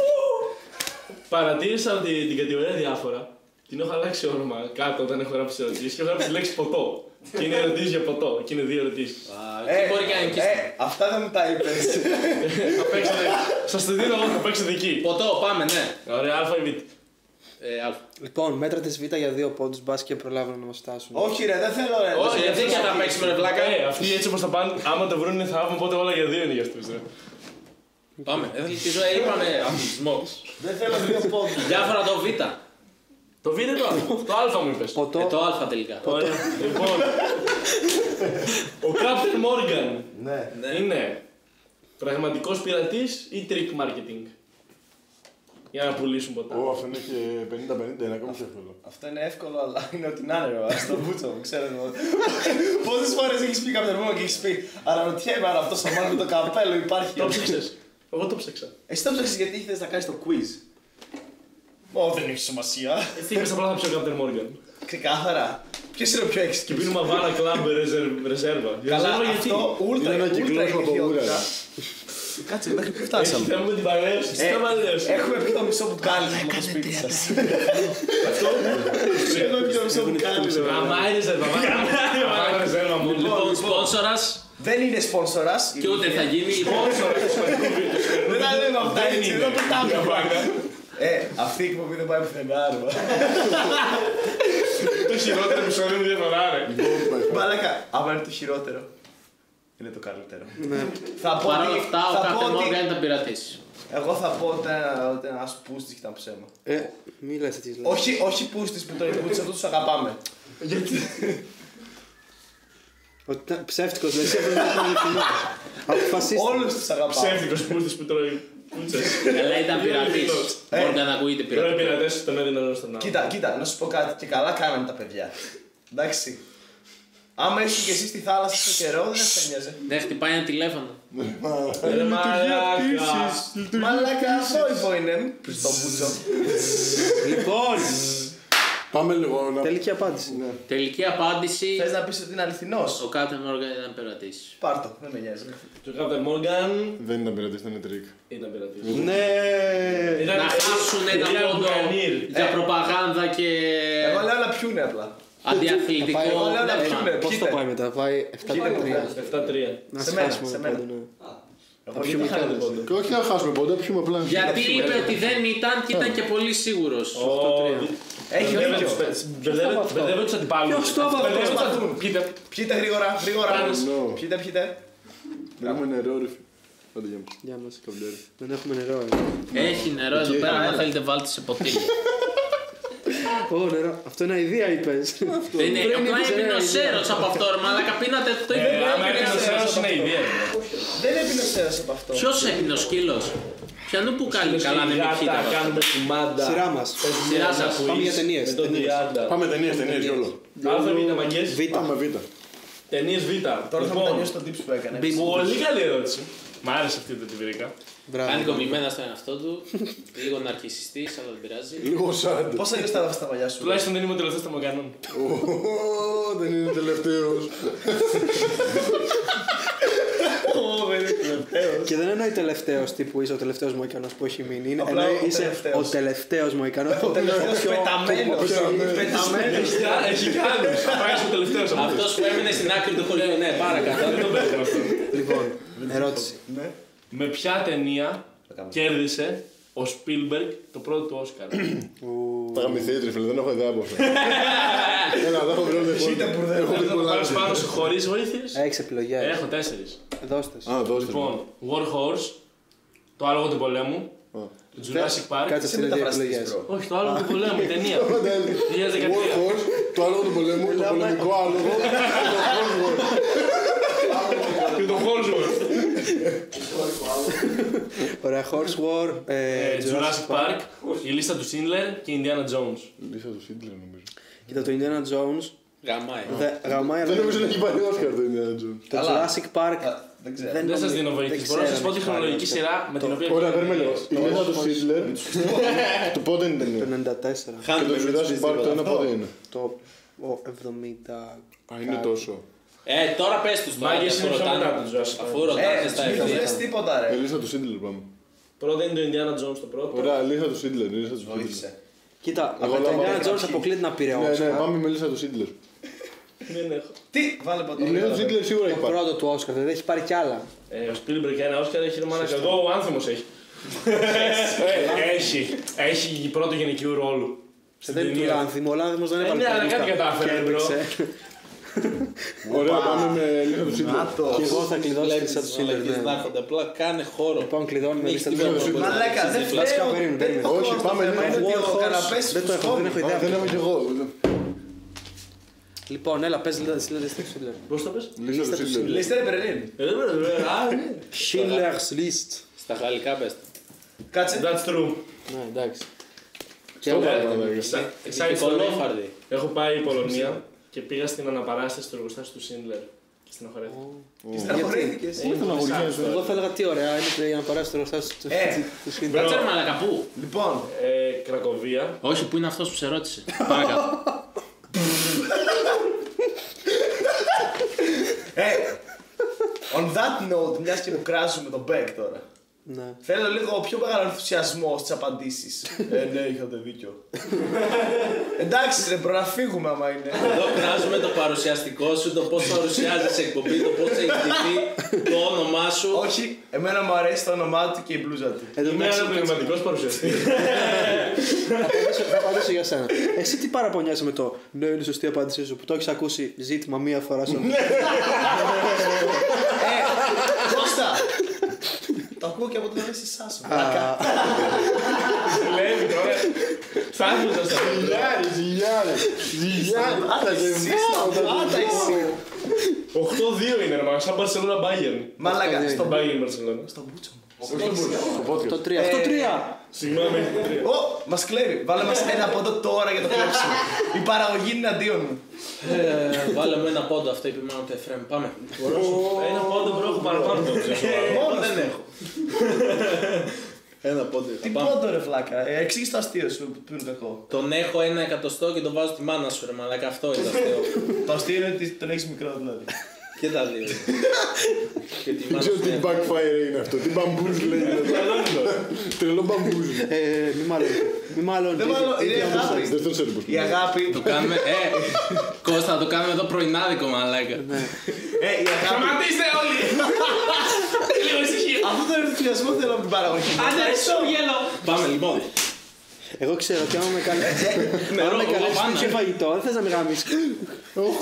Speaker 5: Παρατήρησα ότι την κατηγορία διάφορα την έχω αλλάξει όνομα κάτω όταν έχω γράψει ερωτήσεις και έχω γράψει τη λέξη ποτό. Και είναι ερωτήσεις για ποτό, και είναι δύο ερωτήσεις.
Speaker 4: Τι μπορεί και να νικήσει.
Speaker 6: ε, αυτά δεν μου τα είπες.
Speaker 5: θα παίξετε. Σα το δίνω εγώ, θα παίξετε εκεί.
Speaker 4: Ποτό, πάμε, ναι.
Speaker 5: Ωραία, Α ή Β.
Speaker 4: Ε, α.
Speaker 3: Λοιπόν, μέτρα τη Β για δύο πόντους μπα και προλάβουν να μας φτάσουν.
Speaker 6: Όχι, ρε, δεν θέλω, ρε.
Speaker 4: Όχι, δεν για να παίξουμε ρε πλάκα.
Speaker 5: Ε, αυτοί έτσι όπως θα πάνε, άμα το βρουν είναι θαύμα, οπότε όλα για δύο είναι για ε. αυτού.
Speaker 4: Πάμε. Εθελτίζω, ε, είπαμε αθλητισμό.
Speaker 6: Δεν θέλω δύο πόντους.
Speaker 4: Διάφορα το Β.
Speaker 5: Το Β είναι το Α. Το Α μου είπες.
Speaker 4: Ε,
Speaker 3: Ποτό.
Speaker 4: το Α τελικά.
Speaker 5: Ωραία, λοιπόν. Ο Captain Morgan
Speaker 6: Ναι.
Speaker 4: Ναι.
Speaker 5: είναι πραγματικός πειρατής ή trick marketing. Για να πουλήσουν ποτά.
Speaker 2: Ω, αυτό είναι και 50-50, είναι ακόμη πιο εύκολο.
Speaker 6: Αυτό είναι εύκολο, αλλά είναι ότι να είναι, ρε. Στο μπούτσο μου, ξέρω. Πόσες φορές έχεις πει κάποιον μου και έχεις πει Αναρωτιέμαι αν αυτό ο μάλλον με το καπέλο υπάρχει.
Speaker 5: Το ψήξες. Εγώ το ψήξα.
Speaker 6: Εσύ το ψάξει γιατί ήθελες να κάνεις το quiz. Ω, δεν έχει σημασία.
Speaker 5: Εσύ είπες απλά θα πιω Captain Morgan.
Speaker 6: Ξεκάθαρα. Ποιο είναι ο πιο έξι
Speaker 5: Και πίνουμε Havana Club Reserve- Reserva.
Speaker 6: Καλά,
Speaker 5: Reserva γιατί.
Speaker 6: αυτό ούλτρα
Speaker 2: Είναι ένα
Speaker 6: ούλτρα
Speaker 2: κυκλώσμα από
Speaker 6: ιδιότητα.
Speaker 2: γούρα.
Speaker 6: Κάτσε, μέχρι που
Speaker 5: Έχει
Speaker 6: φτάσαμε.
Speaker 5: θέμα με την παρέλευση. Τι
Speaker 6: Ε,
Speaker 5: θα παρέλευση.
Speaker 6: Έχουμε πει το μισό μπουκάλι από το σπίτι σας. Έχουμε πει το μισό μπουκάλι. ρε.
Speaker 5: Γαμάει Reserva. Γαμάει Reserva μόνο.
Speaker 4: Λοιπόν, σπόνσορας
Speaker 6: Δεν είναι σπόνσορας.
Speaker 4: και ούτε θα γίνει. Λοιπόν,
Speaker 6: Δεν τα λέμε αυτά
Speaker 5: Δεν
Speaker 6: έτσι,
Speaker 5: είναι.
Speaker 6: εδώ πετάμε.
Speaker 5: Γαμάει.
Speaker 6: Ε, αυτή η εκπομπή δεν πάει πουθενά, ρε.
Speaker 5: Το χειρότερο που σου έλεγε διαφορά, ρε.
Speaker 6: Λοιπόν. Μαλάκα, άμα είναι το χειρότερο. Είναι το καλύτερο. Θα πω
Speaker 4: παρόλα
Speaker 6: ότι-
Speaker 4: αυτά, ο
Speaker 6: θα πω
Speaker 4: κάθε
Speaker 6: ότι-
Speaker 4: Μόργα ήταν πειρατής.
Speaker 6: Εγώ θα πω ότι ένα- ότι ένας πούστης ήταν ψέμα.
Speaker 3: Ε, μη λες έτσι.
Speaker 6: Όχι, όχι πούστης που τον υπούτησε, αυτού τους αγαπάμε.
Speaker 3: Ότι ήταν ψεύτικο, δηλαδή σε έπρεπε να ήταν αληθινό. Αποφασίστε.
Speaker 6: Όλους τους αγαπάμε.
Speaker 5: Ψεύτικος πούστης που τρώει κούτσες.
Speaker 4: Αλλά ήταν πειρατή.
Speaker 6: Ε.
Speaker 4: Μπορεί να ακούγεται
Speaker 5: Οι ωραίοι
Speaker 4: πειρατής.
Speaker 5: πειρατές τον έδιναν ένα στον άλλο.
Speaker 6: Κοίτα, κοίτα, να σου πω κάτι και καλά κάνανε τα παιδιά. Εντάξει. Άμα ήσουν και εσύ στη θάλασσα στο καιρό, δεν θα νοιάζει.
Speaker 4: Δεν χτυπάει ένα τηλέφωνο.
Speaker 5: Ρε μαλάκα.
Speaker 6: Μαλάκα, θόρυβο είναι. Μην πεις το μπουτσο.
Speaker 3: Λοιπόν,
Speaker 2: Πάμε λίγο να...
Speaker 3: τελική απάντηση.
Speaker 6: Ναι.
Speaker 4: Τελική απάντηση.
Speaker 6: Θες να πεις ότι είναι αληθινός.
Speaker 4: Ο Κάτε Μόργαν ήταν πειρατής.
Speaker 6: Πάρτο, δεν με νοιάζει.
Speaker 5: Και ο Κάπτερ Μόργαν
Speaker 2: Δεν είναι πειρατής, ήταν τρίκ.
Speaker 5: ήταν πειρατής.
Speaker 3: Ναι.
Speaker 5: Ήταν
Speaker 4: Να χάσουν
Speaker 5: Ήταν
Speaker 4: ένα πόντο
Speaker 5: Μπουκανίρ.
Speaker 4: για προπαγάνδα και
Speaker 6: Εγώ λέω να πιούνε απλά.
Speaker 4: αντιαθλητικό.
Speaker 3: Θα πάει-
Speaker 6: Εγώ λέω να
Speaker 4: πνεύμα.
Speaker 6: πιούνε.
Speaker 3: Πώς το
Speaker 6: πιείτε.
Speaker 3: πάει μετά, πάει 7-3.
Speaker 5: 7-3.
Speaker 3: Να
Speaker 6: Σε μένα,
Speaker 3: σπάσουμε
Speaker 6: σε
Speaker 3: το
Speaker 6: μένα.
Speaker 3: πόντο, ναι.
Speaker 6: Εγώ
Speaker 3: πιούμε
Speaker 6: δεν θα
Speaker 3: κι
Speaker 6: κάνω
Speaker 3: άλλες.
Speaker 6: τίποτα.
Speaker 2: Και όχι να χάσουμε πόντα, πιούμε απλά.
Speaker 4: Γιατί είπε ότι δεν ήταν και ήταν και πολύ σίγουρος.
Speaker 6: Έχει δίκιο.
Speaker 5: Μπερδεύω τους αντιπάλους.
Speaker 3: Ποιος το έβαλε,
Speaker 5: Μπερδεύω τους
Speaker 6: πώς
Speaker 5: αντιπάλους. Πείτε.
Speaker 6: Πιείτε γρήγορα, γρήγορα.
Speaker 2: No.
Speaker 6: Πιείτε, πιείτε.
Speaker 2: Δεν έχουμε νερό, ρε. φίλε. Άντε, για μου.
Speaker 3: Γεια μας.
Speaker 2: Καβλιάρι.
Speaker 3: Δεν έχουμε νερό, ε.
Speaker 4: Έχει νερό εδώ πέρα, αν θέλετε βάλτε σε ποτήρι.
Speaker 3: Ω, νερό. Αυτό είναι αηδία, είπες.
Speaker 4: Δεν είναι.
Speaker 3: Πριν
Speaker 4: Απλά
Speaker 3: έπαιζε
Speaker 4: έπινε ο
Speaker 3: ένα
Speaker 4: Σέρος από αυτό, ρε μαλάκα. Πίνατε το
Speaker 5: Ε, άμα έπαιρνε ο
Speaker 4: ίδιο.
Speaker 5: Σέρος είναι ιδέα.
Speaker 6: Δεν έπινε σέρα από αυτό.
Speaker 4: Ποιος έπινε ο σκύλος. Ποιανού που κάνει καλά να μην πιείτε.
Speaker 5: Γάτα, κάνουμε κουμάντα.
Speaker 3: Σειρά μας.
Speaker 4: ε, Σειρά σας.
Speaker 5: Που
Speaker 3: Πάμε για
Speaker 5: είσαι
Speaker 3: ταινίες,
Speaker 5: Ε, Με τον
Speaker 3: ταινίες.
Speaker 5: Τριάντα.
Speaker 2: Πάμε ταινίες, ταινίες, γιόλο.
Speaker 5: Άλφα, βήτα, μαγκές.
Speaker 2: Πάμε β.
Speaker 5: Ταινίες Β.
Speaker 6: Τώρα θα μου
Speaker 5: Λοιπόν,
Speaker 6: τελειώσει το tips που έκανες.
Speaker 3: Μπι-
Speaker 5: Πολύ καλή ερώτηση. Μ' άρεσε αυτή που την βρήκα.
Speaker 4: Κάνει
Speaker 3: Μπράβο.
Speaker 4: κομπλιμένα στον εαυτό του. Λίγο ναρκιστής, αλλά δεν πειράζει.
Speaker 2: Λίγο σάντ.
Speaker 6: Πόσα λεφτά έδωσε τα παλιά σου.
Speaker 5: Τουλάχιστον δεν είμαι ο τελευταίος των Μαγκανών.
Speaker 2: Ω, Δεν είναι τελευταίος.
Speaker 3: Και δεν εννοεί τελευταίος τύπου είσαι ο τελευταίος Μοϊκανό που έχει μείνει. Είναι,
Speaker 6: Απλά
Speaker 3: εννοεί
Speaker 6: ο
Speaker 3: είσαι
Speaker 6: τελευταίος.
Speaker 3: ο τελευταίος Μοϊκανό.
Speaker 6: Ο τελευταίος πεταμένος. Πεταμένος.
Speaker 5: Έχει κι ά- Έχει κι άλλους. Πάει στο τελευταίο από αυτούς.
Speaker 4: Αυτός που έμεινε στην άκρη του χωριού, ναι, παρακαλώ.
Speaker 5: Δεν το παίζουμε αυτό.
Speaker 3: Λοιπόν, ερώτηση.
Speaker 6: Ναι.
Speaker 5: Με ποια ταινία κέρδισε ο Spielberg το πρώτο του Όσκαρ.
Speaker 2: Τα γαμηθεί τριφλή, δεν έχω ιδέα από αυτό. Έλα, τα έχω βρει
Speaker 6: Είτε μπουρδέλα.
Speaker 2: Έχω δει πολλά.
Speaker 5: Πάμε πάνω σου χωρίς βοήθειες.
Speaker 3: Έχεις επιλογές.
Speaker 5: Έχω τέσσερις.
Speaker 3: Δώστες.
Speaker 2: Α, δώστε. μου.
Speaker 5: Λοιπόν, War Horse, το άλογο του πολέμου, το Jurassic Park.
Speaker 6: Εσύ
Speaker 3: Κάτσε αυτέ είναι δύο
Speaker 6: μεταφραστής,
Speaker 3: επιλογέ.
Speaker 6: bro.
Speaker 5: Όχι, το άλογο του πολέμου, η ταινία.
Speaker 2: Πάντα έλεγε.
Speaker 5: 2013.
Speaker 2: ε, Warhorse, το άλογο του πολέμου, το πολεμικό άλογο. το Warhorse.
Speaker 5: Και το Holsworth.
Speaker 3: Ωραία, Horse War. ε,
Speaker 5: Ε, Jurassic Park, η λίστα του Σίνλερ και η Indiana Jones.
Speaker 2: Λίστα του Σίτλερ νομίζω.
Speaker 3: Κοίτα το Indiana Jones.
Speaker 4: Γαμάει.
Speaker 3: δε- Γαμάει, αλλά
Speaker 2: Ε, Δεν νομίζω να έχει πάρει Όσκαρ το Indiana Jones.
Speaker 3: το Jurassic Park.
Speaker 6: Α, Δεν ξέρω.
Speaker 5: Ε, Δεν σας
Speaker 3: νομίζω-
Speaker 5: δίνω βοήθεια.
Speaker 3: Ε, ναι, δεν
Speaker 5: Μπορώ να
Speaker 3: ξέρω
Speaker 5: σας πω
Speaker 3: αν
Speaker 5: τη
Speaker 3: έχει
Speaker 5: χρονολογική
Speaker 3: πάρει
Speaker 5: σειρά με την οποία.
Speaker 2: Ωραία, παίρνουμε λίγο. Η λίστα του Σίτλερ. Του πότε είναι η ταινία.
Speaker 3: Το 94.
Speaker 2: Και το Jurassic Park το ένα πότε είναι.
Speaker 3: Το ο 70.
Speaker 2: Α, είναι τόσο.
Speaker 4: Ε, τώρα πες τους τώρα.
Speaker 5: Μάγκες
Speaker 4: αφού
Speaker 5: είναι πιο
Speaker 4: ρωτάνε-
Speaker 5: μετά από τους Jurassic Park.
Speaker 4: Αφού
Speaker 6: Ε,
Speaker 4: ρωτάνε στα
Speaker 6: μην το
Speaker 4: ευθεία.
Speaker 6: βρες τίποτα
Speaker 2: Η
Speaker 6: ρε.
Speaker 2: λίστα Ε, του Σίτλερ πάμε.
Speaker 5: Πρώτα είναι το Indiana Jones το πρώτο.
Speaker 2: Ωραία, λίστα του Σίτλερ. λίστα του Σίτλερ.
Speaker 6: Βοήθησε.
Speaker 3: Κοίτα,
Speaker 2: Εγώ
Speaker 3: από το
Speaker 2: λέω, πάμε
Speaker 3: Indiana Jones
Speaker 6: κάποιοι.
Speaker 3: αποκλείται να πήρε
Speaker 2: Ναι, ναι,
Speaker 3: Όσκαρ.
Speaker 2: πάμε με λίστα του Σίτλερ.
Speaker 5: Δεν έχω.
Speaker 6: Τι, βάλε
Speaker 3: Ε,
Speaker 2: Η λίστα του
Speaker 6: ποτέ.
Speaker 2: Σίτλερ σίγουρα
Speaker 3: Το
Speaker 2: έχει πάρει.
Speaker 3: πρώτο του Όσκαρ, δεν έχει πάρει κι άλλα.
Speaker 5: Ε, ο Spielberg ένα Όσκαρ έχει ρεμάνα Εδώ ο άνθρωπο έχει. Ε, Έχει. Έχει πρώτο γενικού ρόλου. Στην
Speaker 3: Δεν είναι του
Speaker 5: ταινία.
Speaker 3: Λάνθιμο, ο Λάνθιμος δεν
Speaker 5: Ε,
Speaker 3: έβαλε
Speaker 5: ναι, αλλά
Speaker 3: πέντε
Speaker 5: κάτι
Speaker 3: στα-
Speaker 5: κατάφερε,
Speaker 3: και
Speaker 5: bro.
Speaker 3: έπαιξε.
Speaker 2: Ωραία, πάμε με λίστα του Σίτλερ.
Speaker 3: Και εγώ θα κλειδώσω τη
Speaker 4: Βλέπεις
Speaker 3: λίστα του
Speaker 4: τις
Speaker 3: Σίλερ.
Speaker 4: μαλακίες
Speaker 3: ναι.
Speaker 4: να έρχονται, απλά κάνε χώρο.
Speaker 3: Λοιπόν, κλειδώνουμε
Speaker 4: Μην
Speaker 3: λίστα
Speaker 4: έχεις
Speaker 3: του
Speaker 4: τίποτα
Speaker 2: Σίλερ.
Speaker 4: να μπορείς να
Speaker 6: Μαλάκα, δεν
Speaker 4: συζητήσεις.
Speaker 3: Βασικά,
Speaker 6: φταίω.
Speaker 3: περίμενε,
Speaker 6: δεν
Speaker 3: περίμενε.
Speaker 6: το
Speaker 2: Όχι,
Speaker 6: χώρο,
Speaker 2: πάμε
Speaker 6: το θέμα είναι
Speaker 2: λίγο.
Speaker 6: ότι ο
Speaker 3: Warhorse,
Speaker 6: καναπές
Speaker 3: δεν το έχω, δεν
Speaker 6: σκόνη.
Speaker 3: έχω
Speaker 2: Α, Δεν
Speaker 3: ιδέα.
Speaker 2: έχω κι εγώ.
Speaker 3: Λοιπόν, έλα, πες λίστα του Σίλερ.
Speaker 5: Πώς το πες.
Speaker 2: Λίστα του Σίτλερ.
Speaker 6: Λίστερ Μπερλίν.
Speaker 3: Schindler's List.
Speaker 4: Στα γαλλικά πες.
Speaker 6: Κάτσε.
Speaker 5: That's true.
Speaker 3: Ναι, εντάξει.
Speaker 2: Στο παράδειγμα, ρε.
Speaker 5: Side story.
Speaker 4: Κολόφαρδη.
Speaker 5: Έχω πάει η Πολωνία και πήγα στην αναπαράσταση του εργοστάσιου του Σίνλερ. Στην Αχωρέθηκα.
Speaker 3: Ναι.
Speaker 6: Στεναχωρήθηκες.
Speaker 3: Εγώ θα έλεγα τι ωραία είναι για να περάσει το ρωστάσιο του
Speaker 6: Ε,
Speaker 3: του Schindler.
Speaker 4: Κάτσε ρε μαλακα, πού.
Speaker 6: Λοιπόν,
Speaker 5: Ε, Κρακοβία.
Speaker 4: Όχι, που είναι αυτός που σε ρώτησε. Παρακαλώ.
Speaker 6: ε, on that note, μιας και μου κράζουμε τον Μπέκ τώρα.
Speaker 3: Ναι.
Speaker 6: Θέλω λίγο πιο μεγάλο ενθουσιασμό στις απαντήσεις. ε, ναι, είχατε δίκιο. Εντάξει, ρε, μπορώ να φύγουμε άμα είναι.
Speaker 4: Εδώ κράζουμε το παρουσιαστικό σου, το πώς παρουσιάζεις εκπομπή, το πώς έχει ντυθεί, το όνομά σου.
Speaker 6: Όχι, εμένα μου αρέσει το όνομά του και η μπλούζα του.
Speaker 3: Εν τω
Speaker 5: Είμαι
Speaker 3: μεταξύ,
Speaker 5: ένα πνευματικός παρουσιαστής.
Speaker 3: θα απαντήσω- θα απαντήσω για σένα. Εσύ τι παραπονιάσαι με το ναι, είναι η σωστή απάντησή σου που το έχεις ακούσει ζήτημα μία φορά στον
Speaker 6: Ναι. Κώστα! το ακούω και από την αρέσει εσά.
Speaker 5: Λέει τώρα. Ψάχνω το σταθμό.
Speaker 2: Ζηλιάρι, ζηλιάρι, ζηλιάρι. Άρα και
Speaker 6: Πάτα εσύ.
Speaker 5: 8-2 είναι, ρε μάλλον. Σαν Barcelona Bayern.
Speaker 6: Μαλάκα,
Speaker 5: Στον
Speaker 6: στον
Speaker 5: Bayern Barcelona.
Speaker 6: στο μπούτσο μου.
Speaker 3: Το
Speaker 6: Ε.
Speaker 3: 3. Το 3!
Speaker 5: Συγγνώμη.
Speaker 6: Ω, μας κλέβει. Βάλε μας ένα πόντο τώρα για το κλέψιμο. Η παραγωγή είναι αντίον μου.
Speaker 4: Ε, Βάλε μου ένα πόντο αυτό, είπε μάλλον το Εφραίμ. Πάμε. Ε,
Speaker 5: Ένα πόντο μπρο, έχω παραπάνω από το ξέρω.
Speaker 6: Μόνος δεν έχω.
Speaker 4: Ένα πόντο.
Speaker 6: Τι πόντο ρε φλάκα. Ε, Εξήγησε το αστείο σου που είναι κακό.
Speaker 4: Τον έχω ένα εκατοστό και τον βάζω στη μάνα σου, ρε μαλάκα. Αυτό είναι το αστείο.
Speaker 6: Το αστείο είναι ότι τον έχεις μικρό δηλαδή.
Speaker 4: και τα δύο. και τη
Speaker 2: Δεν
Speaker 4: μάνα
Speaker 2: ξέρω
Speaker 4: σου.
Speaker 2: τι
Speaker 4: ναι.
Speaker 2: backfire είναι αυτό, τι μπαμπούζ λέει. Τρελό μπαμπούζ.
Speaker 3: Ε, Μη μάλλον. Μη μάλλον.
Speaker 6: Δεν βάλω, είναι η αγάπη.
Speaker 2: Δεν το ξέρω πώς
Speaker 6: Η αγάπη.
Speaker 4: Το κάνουμε, ε, Κώστα, το κάνουμε εδώ πρωινάδικο, μαλάκα.
Speaker 6: Ε, η αγάπη.
Speaker 5: Σταματήστε όλοι! Λίγο ησυχία.
Speaker 6: Αυτό τον ενθουσιασμό θέλω από την παραγωγή.
Speaker 4: Άντε, ρε, σου γέλο. Πάμε, λοιπόν.
Speaker 3: Εγώ ξέρω ότι άμα με
Speaker 6: Ε,
Speaker 3: καλέσει.
Speaker 4: Νερό,
Speaker 3: Άμα με καλέσει
Speaker 4: λαμπάνα.
Speaker 3: και φαγητό, δεν θες να με γάμισει.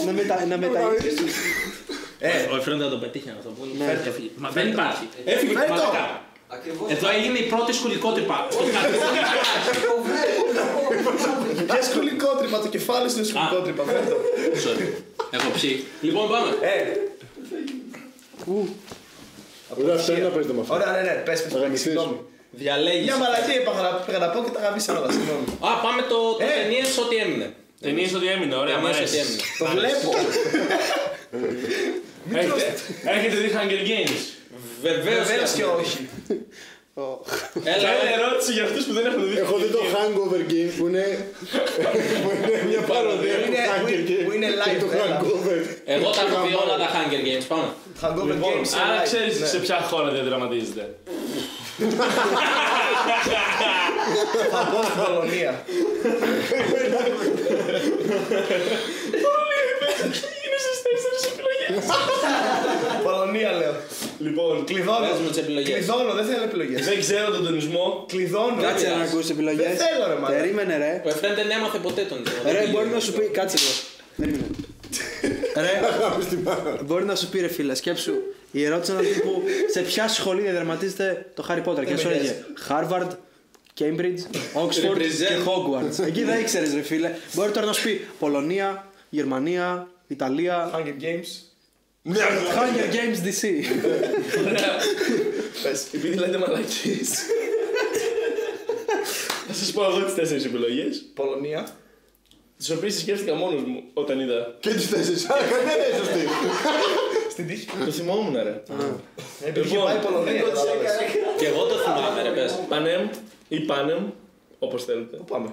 Speaker 3: Να μετα. Να μετα.
Speaker 4: Ε, Ο Εφραίμ δεν το πετύχει αυτό που είναι. Έφυγε. Μα δεν υπάρχει. Ναι. Έφυγε,
Speaker 6: Φέρ' το.
Speaker 4: μαλάκα.
Speaker 7: Ακριβώς.
Speaker 4: Εδώ έγινε η πρώτη σκουλικότρυπα. Στο καθένα.
Speaker 7: Το βλέπω.
Speaker 6: Πια σκουλικότρυπα, το κεφάλι σου είναι σκουλικότρυπα. φέρ' το.
Speaker 4: Sorry. Έχω ψήσει. Λοιπόν, πάμε.
Speaker 6: Ε,
Speaker 2: Ωραία, αυτά είναι να παίζετε με αυτό.
Speaker 6: ωραία, ναι, ναι, πες, πες,
Speaker 2: Θα
Speaker 6: πες,
Speaker 2: γαμηθείς.
Speaker 6: συγγνώμη.
Speaker 4: Διαλέγεις.
Speaker 6: Μια μαλακία είπα να- πήγα να πω και τα γαμίσα όλα, συγγνώμη.
Speaker 4: Α, πάμε το, το
Speaker 6: Ε.
Speaker 4: ταινίες, ό,τι έμεινε.
Speaker 5: Ε, Ταινίε ότι έμεινε, ωραία, μ'
Speaker 4: Ταινίες, ό,τι
Speaker 5: αρέσει.
Speaker 4: έμεινε.
Speaker 6: Το βλέπω.
Speaker 5: Έχετε- Έχετε δει Hunger Games.
Speaker 4: Βεβαίως
Speaker 6: Βεβαίως και όχι.
Speaker 4: Έλα,
Speaker 5: Κάνε ερώτηση για αυτούς που δεν έχουν δει.
Speaker 2: Έχω δει το Hangover Game που είναι, που είναι μια παροδία του
Speaker 6: Είναι-
Speaker 2: Hunger
Speaker 6: που-
Speaker 2: Game.
Speaker 6: που είναι
Speaker 2: και
Speaker 6: live,
Speaker 2: Το
Speaker 6: έλα.
Speaker 2: Hangover.
Speaker 4: εγώ τα έχω δει όλα τα Hunger Games. Πάμε.
Speaker 6: Hangover Games.
Speaker 5: Άρα
Speaker 6: live.
Speaker 5: ξέρεις
Speaker 6: Ναι.
Speaker 5: σε ποια χώρα διαδραματίζεται.
Speaker 6: Θα πω στην Πολωνία. Πολωνία λέω.
Speaker 5: Λοιπόν,
Speaker 4: Πες
Speaker 6: Κλειδώνω.
Speaker 4: μου τις επιλογές.
Speaker 6: Κλειδώνω, δεν θέλω επιλογές.
Speaker 5: δεν ξέρω τον τονισμό.
Speaker 6: Κλειδώνω.
Speaker 3: Κάτσε να ακούσεις επιλογές.
Speaker 6: Δεν θέλω, ρε, μάνα.
Speaker 3: Περίμενε, ρε.
Speaker 4: Ο Εφρέν δεν έμαθε ποτέ τον τύπο.
Speaker 3: Ρε, μπορεί να σου πει. Κάτσε λίγο. Περίμενε. Ρε, μπορεί να σου πει, ρε φίλε, σκέψου. Η ερώτηση είναι τύπου σε ποια σχολή διαδραματίζεται το Harry Potter. Και σου έλεγε Harvard, Cambridge, Oxford και
Speaker 4: Represent.
Speaker 3: Hogwarts. Εκεί δεν ήξερες, ρε φίλε. Μπορεί τώρα να σου πει Πολωνία, Γερμανία, Ιταλία.
Speaker 6: Hunger Games.
Speaker 3: Hunger Games DC.
Speaker 5: Πες, επειδή λέτε μαλακίες. Θα σας πω εγώ τις τέσσερις επιλογές,
Speaker 6: Πολωνία.
Speaker 5: τις οποίες τις σκέφτηκα μόνος μου όταν είδα.
Speaker 2: Και τις τέσσερις. Άρα κανένα είναι σωστή.
Speaker 6: Στην τύχη.
Speaker 5: Το θυμόμουν ρε.
Speaker 6: Επειδή είχε
Speaker 5: Λοιπόν,
Speaker 6: πάει η Πολωνία. κατάλαβες.
Speaker 4: Και εγώ το θυμάμαι, ρε πες.
Speaker 5: Πανέμ ή Πάνεμ, όπως θέλετε.
Speaker 6: Πού πάμε.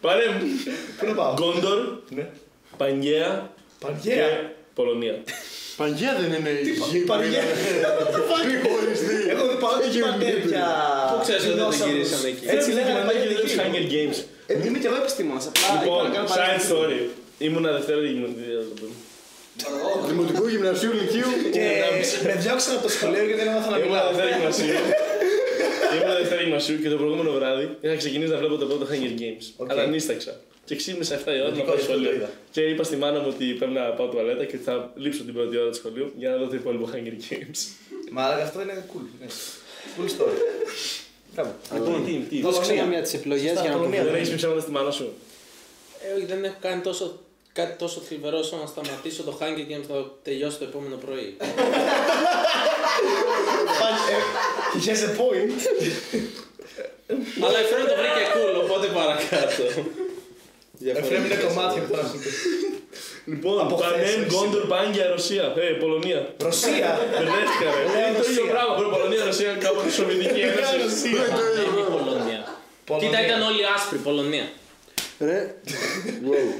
Speaker 5: Πανέμ,
Speaker 6: Πού να πάω.
Speaker 5: Γκόντορ,
Speaker 6: Ναι.
Speaker 5: Παγκαία
Speaker 6: Παγκαία.
Speaker 5: και Πολωνία.
Speaker 2: Παγιά δεν είναι η γη που
Speaker 6: Παγκαία.
Speaker 2: είναι χωριστή.
Speaker 6: Εγώ δεν πάω
Speaker 2: Έχει
Speaker 6: την παντέρια.
Speaker 4: Πού ξέρεις ότι δεν γυρίσαμε εκεί.
Speaker 6: Έτσι
Speaker 5: Ρε,
Speaker 6: λέγανε
Speaker 5: μαλάκα, είδα τους
Speaker 6: παλιά
Speaker 5: Hunger Games.
Speaker 6: Είμαι και εγώ επιστήμονας.
Speaker 5: Λοιπόν, side story. Ήμουνα δευτέρα γυμνοδία.
Speaker 2: Δημοτικού γυμνασίου Λυκείου.
Speaker 6: Και με διώξαν από το σχολείο γιατί δεν έμαθα να
Speaker 5: Ήμουνα
Speaker 6: μιλάω.
Speaker 5: δευτέρα γυμνασίου. Ήμουνα δευτέρα γυμνασίου και το προηγούμενο βράδυ είχα ξεκινήσει να βλέπω το πρώτο Hunger Games.
Speaker 6: Οκ.
Speaker 5: Αλλά νύσταξα. Και ξύπνησα 7 η ώρα να
Speaker 6: Λογικό,
Speaker 5: πάω
Speaker 6: γι' αυτό το
Speaker 5: σχολείο.
Speaker 6: είδα.
Speaker 5: Και είπα στη μάνα μου ότι πρέπει να πάω τουαλέτα και θα λείψω την πρώτη ώρα του σχολείου για να δω το υπόλοιπο Hunger Games.
Speaker 6: Μα αυτό είναι cool. ναι. Cool story. Μπράβο.
Speaker 5: Λοιπόν, τι, τι.
Speaker 3: Δώσε ξανά μία τις επιλογές για να το
Speaker 5: Δεν
Speaker 3: πούμε.
Speaker 5: έχει πει ψέματα στη μάνα σου.
Speaker 4: Ε, όχι, δεν έχω κάνει τόσο, κάτι τόσο θλιβερό ώστε να σταματήσω το Hunger Games να τελειώσω το επόμενο πρωί.
Speaker 6: He has a point.
Speaker 4: Αλλά η Φρέν το βρήκε cool, οπότε παρακάτω.
Speaker 6: Εφρέμ είναι κομμάτια που θα ακούτε.
Speaker 5: Λοιπόν,
Speaker 6: χθες,
Speaker 5: Πανέμ,
Speaker 6: εσύ.
Speaker 5: Γκόντορ, Πάγκια, Ρωσία. Ε, Πολωνία.
Speaker 6: Ρωσία.
Speaker 5: Μπερδεύτηκα ρε. Είναι το ίδιο
Speaker 6: Ρωσία.
Speaker 5: πράγμα. Πρέπει Πολωνία, Ρωσία, κάποτε Σοβιετική Ένωση.
Speaker 4: Δεν είναι η Πολωνία. Κοίτα, ήταν όλοι άσπροι, Πολωνία.
Speaker 3: Ρε.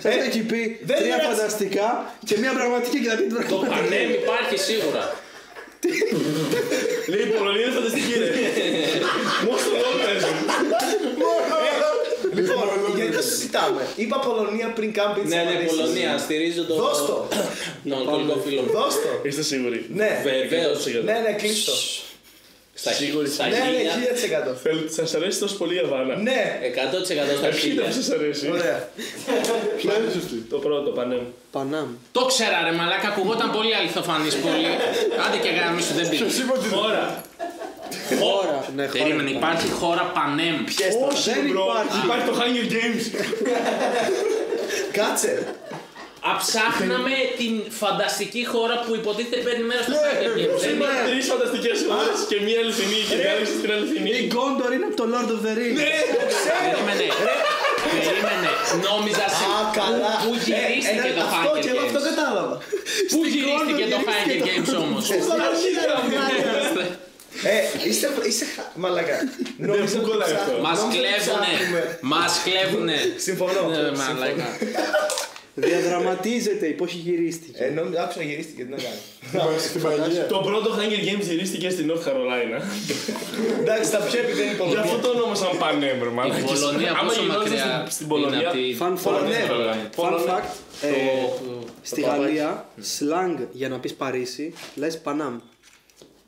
Speaker 3: Σας
Speaker 6: Ε,
Speaker 3: έχει πει
Speaker 6: δεν
Speaker 3: τρία
Speaker 6: είναι
Speaker 3: φανταστικά και μία πραγματική και θα πει την
Speaker 4: Το
Speaker 3: πραγματική.
Speaker 4: πανέμ υπάρχει σίγουρα.
Speaker 5: Λέει η Πολωνία είναι φανταστική ρε. Μόνο στο λόγο παίζουν.
Speaker 6: Λοιπόν, γιατί το συζητάμε. Είπα Πολωνία πριν κάμπι
Speaker 4: Ναι, ναι, Πολωνία. Στηρίζω το. Ναι,
Speaker 6: Δώσ' το.
Speaker 4: τον αλκοολικό φίλο μου.
Speaker 6: Δώσ' το.
Speaker 5: Είστε σίγουροι.
Speaker 6: Ναι.
Speaker 4: Βεβαίως.
Speaker 6: Ναι, ναι, κλείστο.
Speaker 4: Στα χίλια. Στα
Speaker 6: Ναι, ναι,
Speaker 4: χίλια.
Speaker 6: 1000%.
Speaker 5: Θέλετε, σας αρέσει τόσο πολύ η Αβάνα.
Speaker 4: 100%
Speaker 6: Ναι.
Speaker 4: στα
Speaker 5: Ευχείτε
Speaker 4: χίλια.
Speaker 5: που σας αρέσει.
Speaker 6: Ωραία.
Speaker 2: Ποια είναι η σωστή.
Speaker 5: Το πρώτο Πανέμ.
Speaker 3: Πανάμ.
Speaker 4: Το ξέρα ρε μαλάκα, ακουγόταν πολύ αληθοφανής πολύ. Άντε και γραμμή σου δεν πήγε.
Speaker 2: Ποιος είπε ότι
Speaker 5: Χώρα.
Speaker 3: Χώρα. Ναι, χώρα.
Speaker 4: Περίμενε, υπάρχει χώρα πανέμ.
Speaker 3: Δεν
Speaker 5: Bro,
Speaker 3: υπάρχει.
Speaker 5: Υπάρχει το Hunger Games.
Speaker 6: Κάτσε.
Speaker 4: Αψάχναμε την φανταστική χώρα που υποτίθεται παίρνει μέρος στο
Speaker 5: Δεν
Speaker 4: Σάκερ
Speaker 5: Υπάρχουν τρεις φανταστικές χώρες και μία αληθινή και διάλεξε την
Speaker 3: Η
Speaker 5: αληθινή.
Speaker 3: Γκόντορ είναι από το Lord of the
Speaker 6: Ναι.
Speaker 3: Rings.
Speaker 4: Περίμενε. Περίμενε. Νόμιζα σε.
Speaker 6: Α, καλά.
Speaker 4: Πού γυρίστηκε
Speaker 6: Ε,
Speaker 4: το
Speaker 6: Αυτό
Speaker 4: Hunger
Speaker 6: και εγώ αυτό
Speaker 4: Games.
Speaker 6: κατάλαβα.
Speaker 4: Πού γυρίστηκε το Hunger Games όμω.
Speaker 6: Ε, είστε, είστε χα- μαλακά. Νόμιζα ότι
Speaker 5: κολλάει
Speaker 6: ψά-
Speaker 5: αυτό.
Speaker 4: Μα
Speaker 6: νόμιζα ότι
Speaker 4: κλέβουνε.
Speaker 6: ψάχνουμε.
Speaker 4: Μας κλέβουνε.
Speaker 6: Συμφωνώ.
Speaker 4: Ναι,
Speaker 6: συμφωνώ.
Speaker 4: μαλάκα.
Speaker 3: Διαδραματίζεται, υπό γυρίστηκε.
Speaker 6: Ε, νόμιζα, άκουσα γυρίστηκε, δεν έκανε.
Speaker 2: είπα στην Παγία.
Speaker 5: Το πρώτο Hunger Games γυρίστηκε στην North Carolina.
Speaker 6: Εντάξει, τα πιο επειδή είναι η
Speaker 5: Γι' αυτό
Speaker 6: Πολωνία.
Speaker 5: το ονόμασαν Πανέμ, ρε
Speaker 4: Η
Speaker 5: μαλάκες.
Speaker 4: Πολωνία
Speaker 5: Άμα
Speaker 4: πόσο
Speaker 5: γινόταν
Speaker 4: μακριά
Speaker 5: στην- στην
Speaker 4: είναι
Speaker 5: Πολωνία.
Speaker 4: από τη.
Speaker 3: Fun
Speaker 6: Πολωνία.
Speaker 3: fact. ναι.
Speaker 5: Πολωνία.
Speaker 3: Fun
Speaker 5: Πολωνία.
Speaker 3: fact. ε, Στη Γαλλία, slang για να πεις Παρίσι, λες Πανάμ.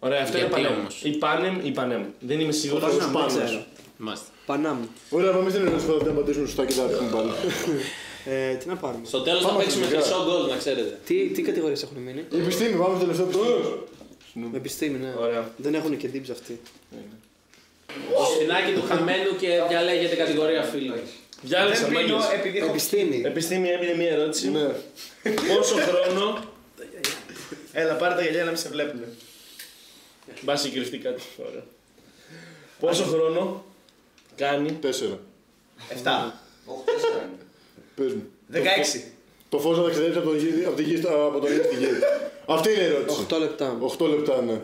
Speaker 5: Ωραία, αυτό είναι
Speaker 4: Γιατί
Speaker 5: Πανέμ.
Speaker 4: όμως?
Speaker 5: Η Πανέμ, η Πανέμ. Δεν είμαι σίγουρος.
Speaker 3: Πανάμ, δεν
Speaker 5: Πανέμ.
Speaker 3: ξέρω.
Speaker 4: Μάλιστα.
Speaker 3: Πανάμ.
Speaker 2: Ωραία, πάμε στην ερώτηση που θα την απαντήσουμε σωστά και θα έρθουμε πάλι.
Speaker 3: Ε, Τι να πάρουμε.
Speaker 4: Στο τέλος θα
Speaker 2: Πάμε
Speaker 4: παίξουμε
Speaker 2: φιλικά.
Speaker 4: χρυσό γκολ, να ξέρετε.
Speaker 3: Τι, τι κατηγορίες έχουν μείνει.
Speaker 2: Η επιστήμη, πάμε στο τελευταίο επεισόδιο.
Speaker 3: Με επιστήμη, ναι.
Speaker 5: Ωραία.
Speaker 3: Δεν έχουν και tips αυτοί.
Speaker 4: Το σφινάκι του χαμένου και διαλέγεται κατηγορία φίλου.
Speaker 5: Διάλεξα,
Speaker 6: Δεν πίνω
Speaker 3: ε,
Speaker 5: μάγκες.
Speaker 6: επειδή έχω...
Speaker 3: Επιστήμη.
Speaker 5: Επιστήμη έμεινε μία ερώτηση.
Speaker 2: Ναι.
Speaker 5: Πόσο χρόνο.
Speaker 6: Έλα, πάρε τα γυαλιά να μην σε βλέπουν.
Speaker 5: Μπα συγκριφτεί κάτι. Ωραία. Πόσο χρόνο κάνει
Speaker 2: Τέσσερα.
Speaker 6: 7.
Speaker 7: Οχτώ, τέσσερα είναι.
Speaker 2: Πες μου.
Speaker 6: 16.
Speaker 2: Το φως να ταξιδέψει από, τον γη- από τη γη στο- από τον ήλιο στη γη. Αυτή είναι η ερώτηση.
Speaker 3: 8 λεπτά.
Speaker 2: 8 λεπτά, ναι.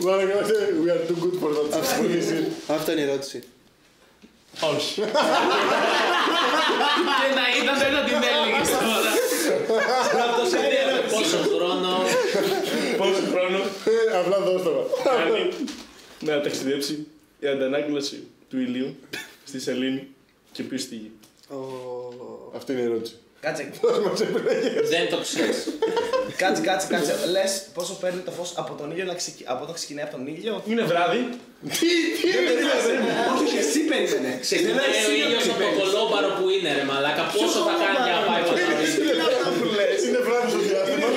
Speaker 2: Μάρα καλά, we are too good for that. Πολύ σύν.
Speaker 3: Αυτή είναι η ερώτηση.
Speaker 5: Και να ήταν δεν θα την έλεγε τώρα.
Speaker 4: Αυτό είναι πόσο χρόνο.
Speaker 5: Πόσο χρόνο
Speaker 2: Ε, Απλά δώστε μα.
Speaker 5: κάνει να ταξιδέψει η αντανάκλαση του ηλίου στη σελήνη και πίσω στη γη.
Speaker 2: Αυτή είναι η ερώτηση.
Speaker 6: Κάτσε,
Speaker 4: Δεν το ξέρεις.
Speaker 6: κάτσε, κάτσε, κάτσε. Λες πόσο παίρνει το φως από τον ήλιο να ξεκι... από όταν ξεκινάει από τον ήλιο.
Speaker 5: Είναι βράδυ,
Speaker 7: Όχι, εσύ περίμενε.
Speaker 4: Ξεκινάει Ε, ο ήλιος από το κολόμπαρο που είναι, ρε Μαλάκα. Πόσο θα κάνει για να πάει πάνω στον ήλιο.
Speaker 2: Είναι αυτό που λες. Είναι βράδυ στο διάστημα.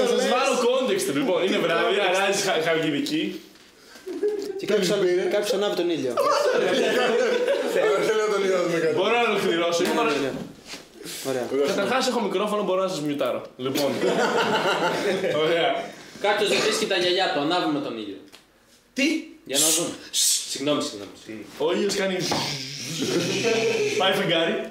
Speaker 5: θα σας βάλω context λοιπόν. Είναι βράδυ, αράζει χα- χαλκιδική.
Speaker 3: Και κάποιος
Speaker 2: Καλή πήρε.
Speaker 3: αν- κάποιος ανάβει τον ήλιο.
Speaker 2: Θέλω να τον είδατε με κάτι.
Speaker 5: Μπορώ να ολοκληρώσω. Είμαι παρα-
Speaker 3: Ναι. Ωραία.
Speaker 5: Καταρχάς έχω μικρόφωνο, μπορώ να σας μιουτάρω. Λοιπόν. Ωραία.
Speaker 4: Κάποιος δεν βρίσκει τα γυαλιά του, ανάβουμε τον ήλιο. Τι! Για να δούμε. Συγγνώμη, συγγνώμη.
Speaker 5: Ο ήλιος κάνει... Πάει φεγγάρι.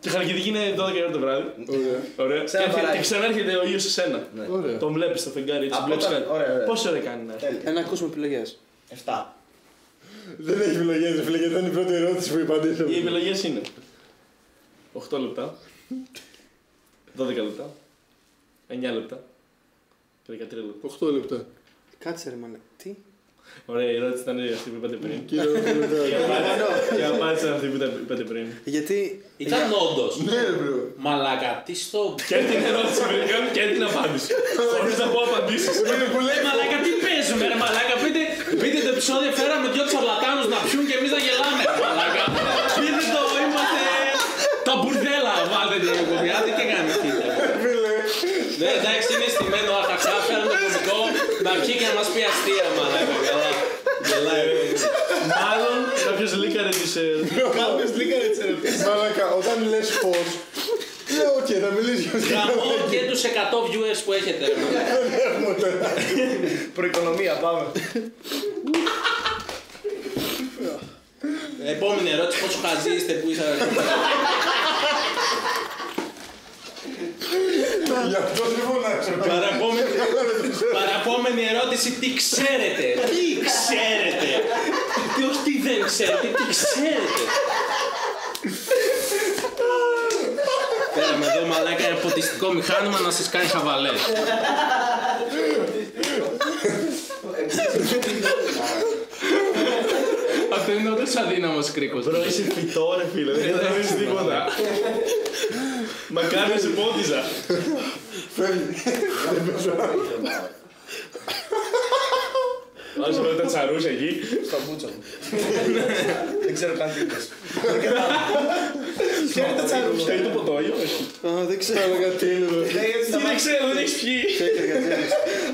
Speaker 5: Και χαλκιδική είναι 12 η ώρα το βράδυ.
Speaker 2: Ωραία.
Speaker 5: Ωραία. Και,
Speaker 6: ένα
Speaker 5: έρχεται-
Speaker 6: παράδειγμα.
Speaker 5: και ξανάρχεται ο ήλιος σε σένα.
Speaker 2: Ωραία.
Speaker 5: Τον βλέπεις το φεγγάρι έτσι.
Speaker 6: Από
Speaker 5: Βλέπεις
Speaker 6: τα-
Speaker 5: κάτι.
Speaker 6: ωραία, ωραία.
Speaker 5: Πόση ώρα κάνει να έρθει.
Speaker 3: Ε, Να ακούσουμε επιλογές.
Speaker 6: 7.
Speaker 2: Δεν έχει επιλογές, φίλε, γιατί ήταν η πρώτη ερώτηση που
Speaker 5: Οι
Speaker 2: απαντήσαμε.
Speaker 5: επιλογές είναι 8 λεπτά, 12 λεπτά, 9 λεπτά και 13 λεπτά.
Speaker 2: 8 λεπτά.
Speaker 3: Κάτσε ρε μαλάκα. Τι.
Speaker 5: Ωραία, η ερώτηση ήταν αυτή που είπατε πριν.
Speaker 2: Κύριε
Speaker 5: Και η
Speaker 2: Ροδοκολοτάρη.
Speaker 5: απάντηση- Και η απάντηση ήταν αυτή που ήταν- είπατε πριν.
Speaker 3: Γιατί.
Speaker 4: Ήταν όντως.
Speaker 2: Ναι, ρε, μπρο.
Speaker 4: Μαλάκα, τι στο.
Speaker 5: Και την ερώτηση πριν κάνουν και την απάντηση. Χωρίς να πω απαντήσεις.
Speaker 4: Ε, Μαλάκα, τι παίζουμε, ρε Μαλάκα. Πείτε, πείτε το επεισόδιο, φέραμε δυο τσαρλατάνους να πιούν και εμείς να γελάμε. ρε Μαλάκα. Πείτε το, είμαστε. Τα μπουρδέλα, βάλτε την εκπομπή. Άντε και κάνει
Speaker 2: Φίλε,
Speaker 4: Ναι, εντάξει, είναι στημένο αχαχά, φέραμε το κωδικό να πιει και να μας πει αστεία, μαλάκα. Καλά. ε. Γελάει.
Speaker 5: Μάλλον κάποιος λύκαρε τις ε, ερωτήσεις.
Speaker 6: Κάποιο λίγα έτσι ρε.
Speaker 2: μαλάκα, όταν λες πώς. Λέω, οκ, θα μιλήσεις για την
Speaker 4: Γαμώ και τους 100 viewers που έχετε. ρε Μαλάκα.
Speaker 6: Προοικονομία, πάμε.
Speaker 4: Επόμενη ερώτηση, πόσο χαζί είστε που είσαστε.
Speaker 2: Γι' αυτό δεν φωνάξω.
Speaker 4: Παραπόμενη, παραπόμενη ερώτηση, τι ξέρετε, τι ξέρετε, τι όχι τι δεν ξέρετε, τι ξέρετε. Φέραμε εδώ μαλάκα ένα φωτιστικό μηχάνημα να σας κάνει χαβαλές. Αυτό είναι όντως αδύναμος κρίκος.
Speaker 5: Μπρο, είσαι φυτό, ρε φίλε. Δεν καταλαβαίνεις τίποτα. Μακάρι να σε πόντιζα. Άσε με τα τσαρούσια εκεί.
Speaker 6: Στα μπούτσα μου. Δεν ξέρω καν τι είπες. Ποια είναι τα τσαρούσια.
Speaker 5: Θέλει το ποτό ή όχι.
Speaker 3: Α, δεν ξέρω γιατί είναι.
Speaker 6: Λέει έτσι τα
Speaker 5: Τι δεν
Speaker 6: μάτια.
Speaker 5: ξέρω, δεν έχεις πιει.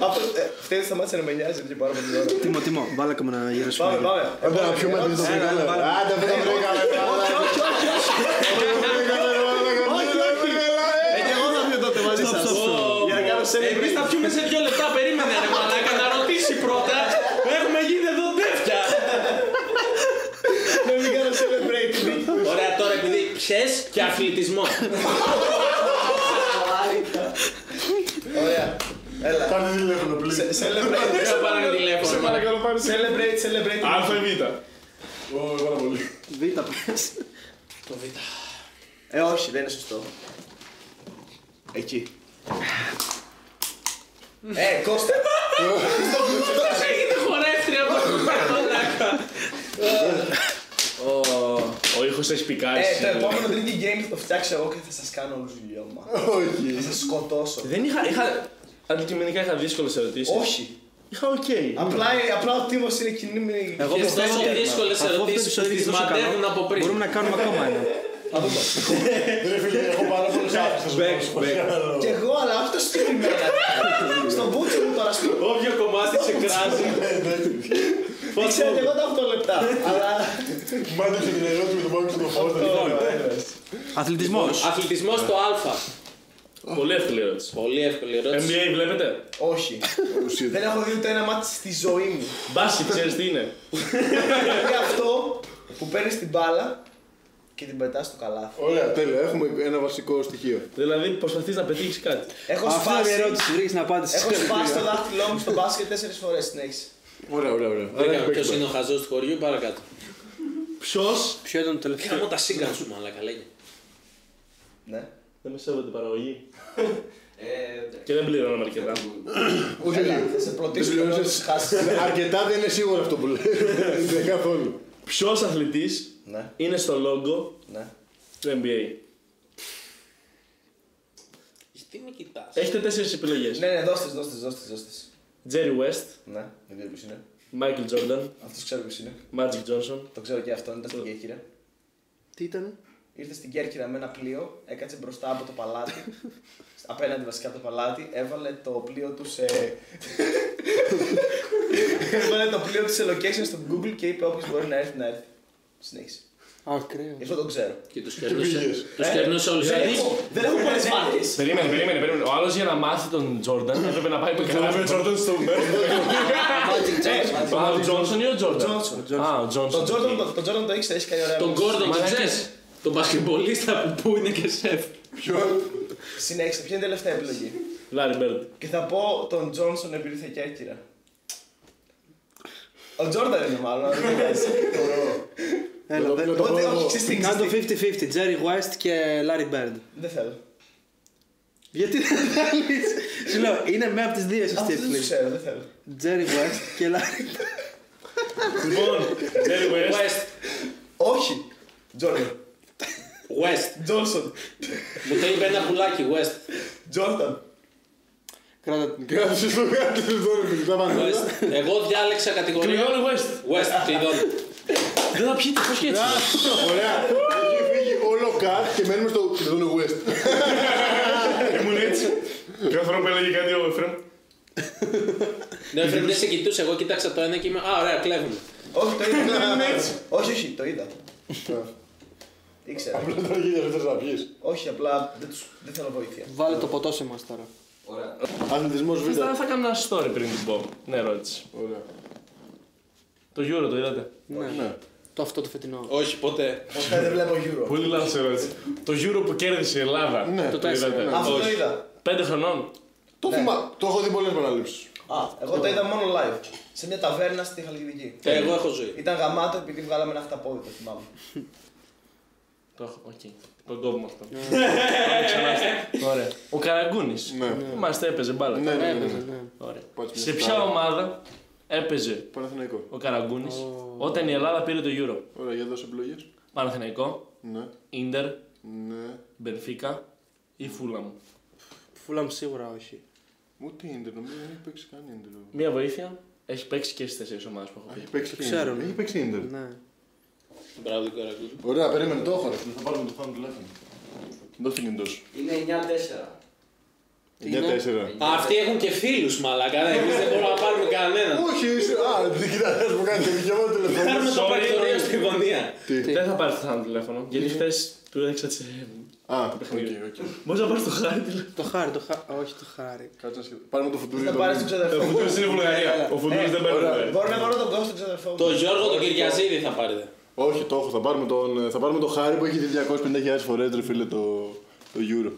Speaker 6: Αυτό ε, φταίει στα μάτια να με νοιάζει και πάρα πολύ ώρα.
Speaker 3: Τιμό, τιμό, βάλε καμία να γυρίσουμε.
Speaker 6: Πάμε, πάμε.
Speaker 2: Άντε Ε, να πιούμε την ιστορία.
Speaker 3: Έλα,
Speaker 2: Άντε
Speaker 3: βάλε.
Speaker 2: Άντε, αυτό τα βρήκαμε.
Speaker 6: Και εγώ θα πιω τότε μαζί σας. Για να κάνω σε
Speaker 4: ε, Εμείς θα πιούμε σε δύο λεπτά, περίμενε ρε μαλάκα να ρωτήσει πρώτα. Έχουμε γίνει εδώ τέφτια.
Speaker 6: Να μην κάνω celebrate.
Speaker 4: Ωραία, τώρα επειδή πιες και αθλητισμό.
Speaker 6: Ωραία. Ε, Έλα.
Speaker 2: Πάρτε τηλέφωνο, please.
Speaker 6: Σε- Celebrate.
Speaker 4: Δεν θα πάρω τηλέφωνο.
Speaker 5: Σε παρακαλώ πάρε σε.
Speaker 6: Celebrate, celebrate.
Speaker 5: Α ή Β.
Speaker 2: Ω, πάρα πολύ.
Speaker 3: Β' πες.
Speaker 6: Ε, όχι, δεν είναι σωστό. Εκεί. Ε, Κώστα.
Speaker 4: Πώς έγινε χορεύτρια από αυτό μαλάκα.
Speaker 5: Ο ήχος έχει πικάρει.
Speaker 6: Ε, το επόμενο drinking game θα το φτιάξω εγώ και θα σας κάνω όλους λιώμα.
Speaker 2: Όχι.
Speaker 6: Θα σας σκοτώσω.
Speaker 5: Δεν είχα, είχα... Αντικειμενικά είχα δύσκολες ερωτήσεις.
Speaker 6: Όχι.
Speaker 5: Είχα οκ.
Speaker 6: Απλά, απλά ο Τίμος είναι κινήμη.
Speaker 3: Εγώ
Speaker 4: Και
Speaker 3: πιστεύω
Speaker 4: τόσο
Speaker 3: ότι.
Speaker 4: δύσκολες
Speaker 3: Αφού αυτό
Speaker 4: ερωτήσεις
Speaker 3: το
Speaker 4: που
Speaker 3: είναι
Speaker 4: τις
Speaker 3: τόσο καλό,
Speaker 4: μαντεύουν από πριν.
Speaker 3: Μπορούμε να κάνουμε ακόμα ένα.
Speaker 2: Ρε φίλε, έχω πάρα πολλούς άφησες.
Speaker 6: Κι εγώ, αλλά αυτό στην ημέρα. Στον μπούτσο μου τώρα σου.
Speaker 4: Όποιο κομμάτι σε κράζει.
Speaker 6: Δεν ξέρω κι εγώ τα 8 λεπτά. Αλλά.
Speaker 2: Μάντεψε την ερώτηση με τον Πάκο στον Φώστα.
Speaker 6: Ωραία,
Speaker 3: Αθλητισμός.
Speaker 4: Αθλητισμός στο Α.
Speaker 5: Πολύ εύκολη ερώτηση.
Speaker 4: Πολύ εύκολη ερώτηση.
Speaker 5: NBA βλέπετε.
Speaker 6: Όχι. Δεν έχω δει ούτε ένα μάτι στη ζωή μου.
Speaker 5: Μπάση, ξέρεις τι είναι.
Speaker 6: Είναι αυτό που παίρνεις την μπάλα και την πετάς στο καλάθι.
Speaker 2: Ωραία, τέλεια. Έχουμε ένα βασικό στοιχείο.
Speaker 5: Δηλαδή προσπαθείς να πετύχεις κάτι.
Speaker 6: Έχω
Speaker 3: Αυτή είναι
Speaker 6: σπάσει,
Speaker 3: η ερώτηση, ρίχνει την απάντηση.
Speaker 6: έχω σπάσει το δάχτυλό μου στο μπάσκετ τέσσερις φορές συνέχιση.
Speaker 2: Ωραία, ωραία, ωραία. Άρα
Speaker 4: Βρήκαμε
Speaker 2: έχουμε
Speaker 4: ποιο
Speaker 2: παίξει.
Speaker 4: είναι ο χαζός του χωριού, παρακάτω.
Speaker 5: Ποιος.
Speaker 3: Ποιο ήταν το
Speaker 4: Πήγα
Speaker 3: τελευταίο.
Speaker 4: μόνο τα σύγκαν σου, μαλάκα λέγε.
Speaker 6: Ναι.
Speaker 5: Δεν με σέβονται παραγωγή.
Speaker 7: Ε, εντάξει.
Speaker 5: Και δεν πληρώναμε αρκετά.
Speaker 2: Όχι,
Speaker 6: Θα σε προτείνω
Speaker 2: Δεν
Speaker 6: να
Speaker 2: πληρώνεις.
Speaker 6: τους χάσεις.
Speaker 2: Αρκετά δεν είναι σίγουρο αυτό που λέει. Δεν καθόλου.
Speaker 5: Ποιος αθλητής
Speaker 6: Ναι,
Speaker 5: είναι στο logo
Speaker 6: ναι.
Speaker 5: του NBA.
Speaker 4: Γιατί με κοιτάς.
Speaker 5: Έχετε τέσσερις επιλογές.
Speaker 6: Ναι, ναι, δώστε, δώστε, δώστε, δώστε.
Speaker 5: Jerry West,
Speaker 6: Ναι, δεν ξέρω ποιος είναι.
Speaker 5: Michael Jordan,
Speaker 6: Αυτός ξέρω ποιος είναι.
Speaker 5: Magic Johnson.
Speaker 6: Το ξέρω και αυτόν, ήταν στην Κέρκυρα.
Speaker 3: Τι ήταν.
Speaker 6: Ήρθε στην Κέρκυρα με ένα πλοίο, έκατσε μπροστά από το παλάτι. απέναντι βασικά από το παλάτι, έβαλε το πλοίο του σε. έβαλε το πλοίο του σε location στο Google και είπε όποιος μπορεί να έρθει να έρθει. Συνέχισε.
Speaker 3: Ακραίο.
Speaker 6: Γι' αυτό το ξέρω.
Speaker 4: Και τους
Speaker 2: πήγες.
Speaker 4: κερνούσε. Τους κερνούσε όλους.
Speaker 6: Δεν Ε, έχω, δεν έχω πολλές μάρκε.
Speaker 5: Περίμενε, περίμενε, περίμενε. Ο άλλος για να μάθει τον Τζόρνταν έπρεπε να πάει με καλά. Ο Τζόρνταν στο
Speaker 6: Ναι.
Speaker 5: Ο Τζόνσον ή ο Τζόρνταν.
Speaker 6: Τζόνσον.
Speaker 5: Α, ο
Speaker 6: Τον
Speaker 5: Τζόνσον.
Speaker 6: Τζόρνταν το- τον Τζόρνταν το ήξερε, έχεις κάνει ωραία.
Speaker 4: Τον
Speaker 6: μήνυση.
Speaker 4: Gordon, τον ξέρεις. Τον μπασκεμπολίστα που, που είναι και σεφ.
Speaker 6: Συνέχισε, ποια είναι η τελευταία επιλογή.
Speaker 5: Λάρι Μπέρντ.
Speaker 6: Και θα πω τον Τζόνσον επειδή ήρθε η Κέρκυρα. Ο Τζόρνταν είναι μάλλον. αλλά δεν πειράζει.
Speaker 2: Να
Speaker 3: Έλα,
Speaker 2: το- να
Speaker 3: δεν-
Speaker 2: το πω
Speaker 6: Οπότε,
Speaker 2: εγώ.
Speaker 6: όχι, ξέρεις τι,
Speaker 3: Κάντο
Speaker 6: ξέρεις τι.
Speaker 3: 50-50, Jerry West και Larry Bird.
Speaker 6: Δεν θέλω.
Speaker 3: Γιατί δεν θέλεις. Σου λέω, είναι μία από τις δύο σωστή
Speaker 6: Αυτό δεν το
Speaker 3: επιλογή.
Speaker 6: ξέρω, δεν θέλω.
Speaker 3: Jerry West και Larry Bird.
Speaker 5: Λοιπόν, Jerry West.
Speaker 4: West.
Speaker 6: Όχι. Τζόρνταν.
Speaker 4: West.
Speaker 6: Τζόνσον.
Speaker 4: Μου το είπε ένα πουλάκι, West.
Speaker 6: Τζόρνταν.
Speaker 3: Κράτα την.
Speaker 2: Κράτησε το κάτι λοιπόν, του δώρου και τα πάντα.
Speaker 4: West. Εγώ διάλεξα κατηγορία.
Speaker 5: Κλειώνει West.
Speaker 4: West, κλειδώνει.
Speaker 5: Δεν θα πιείτε, πώς και έτσι.
Speaker 2: Ωραία. Έχει φύγει όλο κάτ και μένουμε στο κλειδόνο West.
Speaker 8: Ήμουν έτσι. Κάθε φορά που έλεγε κάτι ο Εφρέμ.
Speaker 4: Ναι, Φρεντ, δεν σε κοιτούσε. Εγώ κοίταξα το ένα και είμαι. Α, ωραία, κλέβουμε.
Speaker 6: Όχι, το
Speaker 2: Ναι,
Speaker 6: είδα. Όχι, όχι, το είδα. Ήξερα.
Speaker 2: Απλά τώρα γίνεται αυτό να πιεις.
Speaker 6: Όχι, απλά δεν, τους, δεν θέλω βοήθεια.
Speaker 3: Βάλε το ποτό σε μας τώρα.
Speaker 7: Ωραία.
Speaker 2: Αθλητισμό Β.
Speaker 5: Ε, Θα θα κάνω ένα story πριν την πω. Ναι, ερώτηση.
Speaker 2: Ωραία.
Speaker 5: Το Euro το είδατε.
Speaker 2: Ναι.
Speaker 3: Το αυτό το φετινό.
Speaker 4: Όχι, ποτέ.
Speaker 6: Ποτέ δεν βλέπω Euro.
Speaker 8: Πολύ λάθος ερώτηση.
Speaker 5: Το Euro που κέρδισε η Ελλάδα.
Speaker 2: Ναι.
Speaker 3: Το τέσσερα.
Speaker 6: Αυτό το
Speaker 5: όχι.
Speaker 6: είδα.
Speaker 5: Πέντε χρονών.
Speaker 2: Το
Speaker 3: Ναι.
Speaker 2: θυμάμαι. Το έχω δει πολλές παραλήψεις.
Speaker 6: Α, εγώ το είδα μόνο live. Σε μια ταβέρνα στη Χαλκιδική.
Speaker 4: Ε, Εγώ έχω ζωή.
Speaker 6: Ήταν γαμάτο επειδή βγάλαμε ένα χταπόδι, το θυμάμαι.
Speaker 5: Το έχω, οκ. Τον κόβουμε αυτό. Πάμε ξανά στο- Ωραία. Ο Καραγκούνης.
Speaker 2: Ναι.
Speaker 5: Είμαστε έπαιζε μπάλα.
Speaker 2: Ναι, ναι, ναι,
Speaker 3: Έπαιζε,
Speaker 2: ναι.
Speaker 3: ναι.
Speaker 5: Ωραία.
Speaker 2: Πάτσε
Speaker 5: Σε
Speaker 2: μια
Speaker 5: ποια
Speaker 2: στάρα.
Speaker 5: ομάδα έπαιζε
Speaker 2: Παναθηναϊκό.
Speaker 5: ο Καραγκούνης όταν η Ελλάδα πήρε το Euro.
Speaker 2: Ωραία, για δώσε επιλογές.
Speaker 5: Παναθηναϊκό,
Speaker 2: Ναι.
Speaker 5: Ίντερ,
Speaker 2: Ναι.
Speaker 5: Μπενφίκα ή Φούλαμ.
Speaker 3: Φούλαμ σίγουρα όχι.
Speaker 2: Ούτε ίντερ, νομίζω δεν έχει παίξει καν ίντερ.
Speaker 5: Μία βοήθεια. Έχει παίξει και στις τέσσερις ομάδες που έχω πει.
Speaker 2: Έχει παίξει και
Speaker 3: ξέρω,
Speaker 2: ίντερ.
Speaker 3: ναι.
Speaker 2: Έχει παίξει ίντερ.
Speaker 3: Ναι.
Speaker 4: Μπράβο, Καραγκούνη.
Speaker 2: Ωραία, περίμενε, το έχω. ρε. Θα πάρουμε το φάνο τουλάχιστον. Δώσε την ίντο.
Speaker 7: Είναι 9-4.
Speaker 3: Τι ναι. είναι?
Speaker 2: 9-4.
Speaker 4: Α, Αυτοί έχουν και φίλους, μαλακά. Εμείς δεν μπορούμε να πάρουμε κανέναν.
Speaker 2: Όχι, είσαι. Α, δεν κοιτάξτε που κάνει το δικαιωμάτιο τηλεφώνου.
Speaker 4: Παίρνουμε το
Speaker 5: Sorry,
Speaker 4: πρακτορείο
Speaker 5: sorry.
Speaker 4: στη γωνία.
Speaker 5: Δεν θα πάρεις το θάνατο τηλέφωνο. Γιατί χθες του έδειξα τις.
Speaker 2: Α, οκ, οκ.
Speaker 5: Μπορείς να πάρεις το χάρι τηλέφωνο.
Speaker 3: Το χάρι, το χάρι. Όχι το χάρι.
Speaker 2: Κάτσε να σκεφτώ. Πάρουμε το φουτουρί.
Speaker 6: Θα
Speaker 2: Ε, το
Speaker 6: πάρεις τον
Speaker 2: μήνυμα.
Speaker 8: Ο
Speaker 6: ξαδερφό.
Speaker 8: Φουντούρη Ε, είναι Βουλγαρία. Ο Φουντούρη δεν
Speaker 5: ε.
Speaker 8: παίρνει.
Speaker 6: Μπορώ να πάρω τον κόσμο του ξαδερφό μου.
Speaker 4: Το Γιώργο τον Κυριαζίδη θα πάρετε.
Speaker 2: Όχι, το έχω. Θα πάρουμε τον, ε, θα πάρουμε τον Χάρη που έχει δει 250.000 φορές, ρε φίλε, το, το Euro.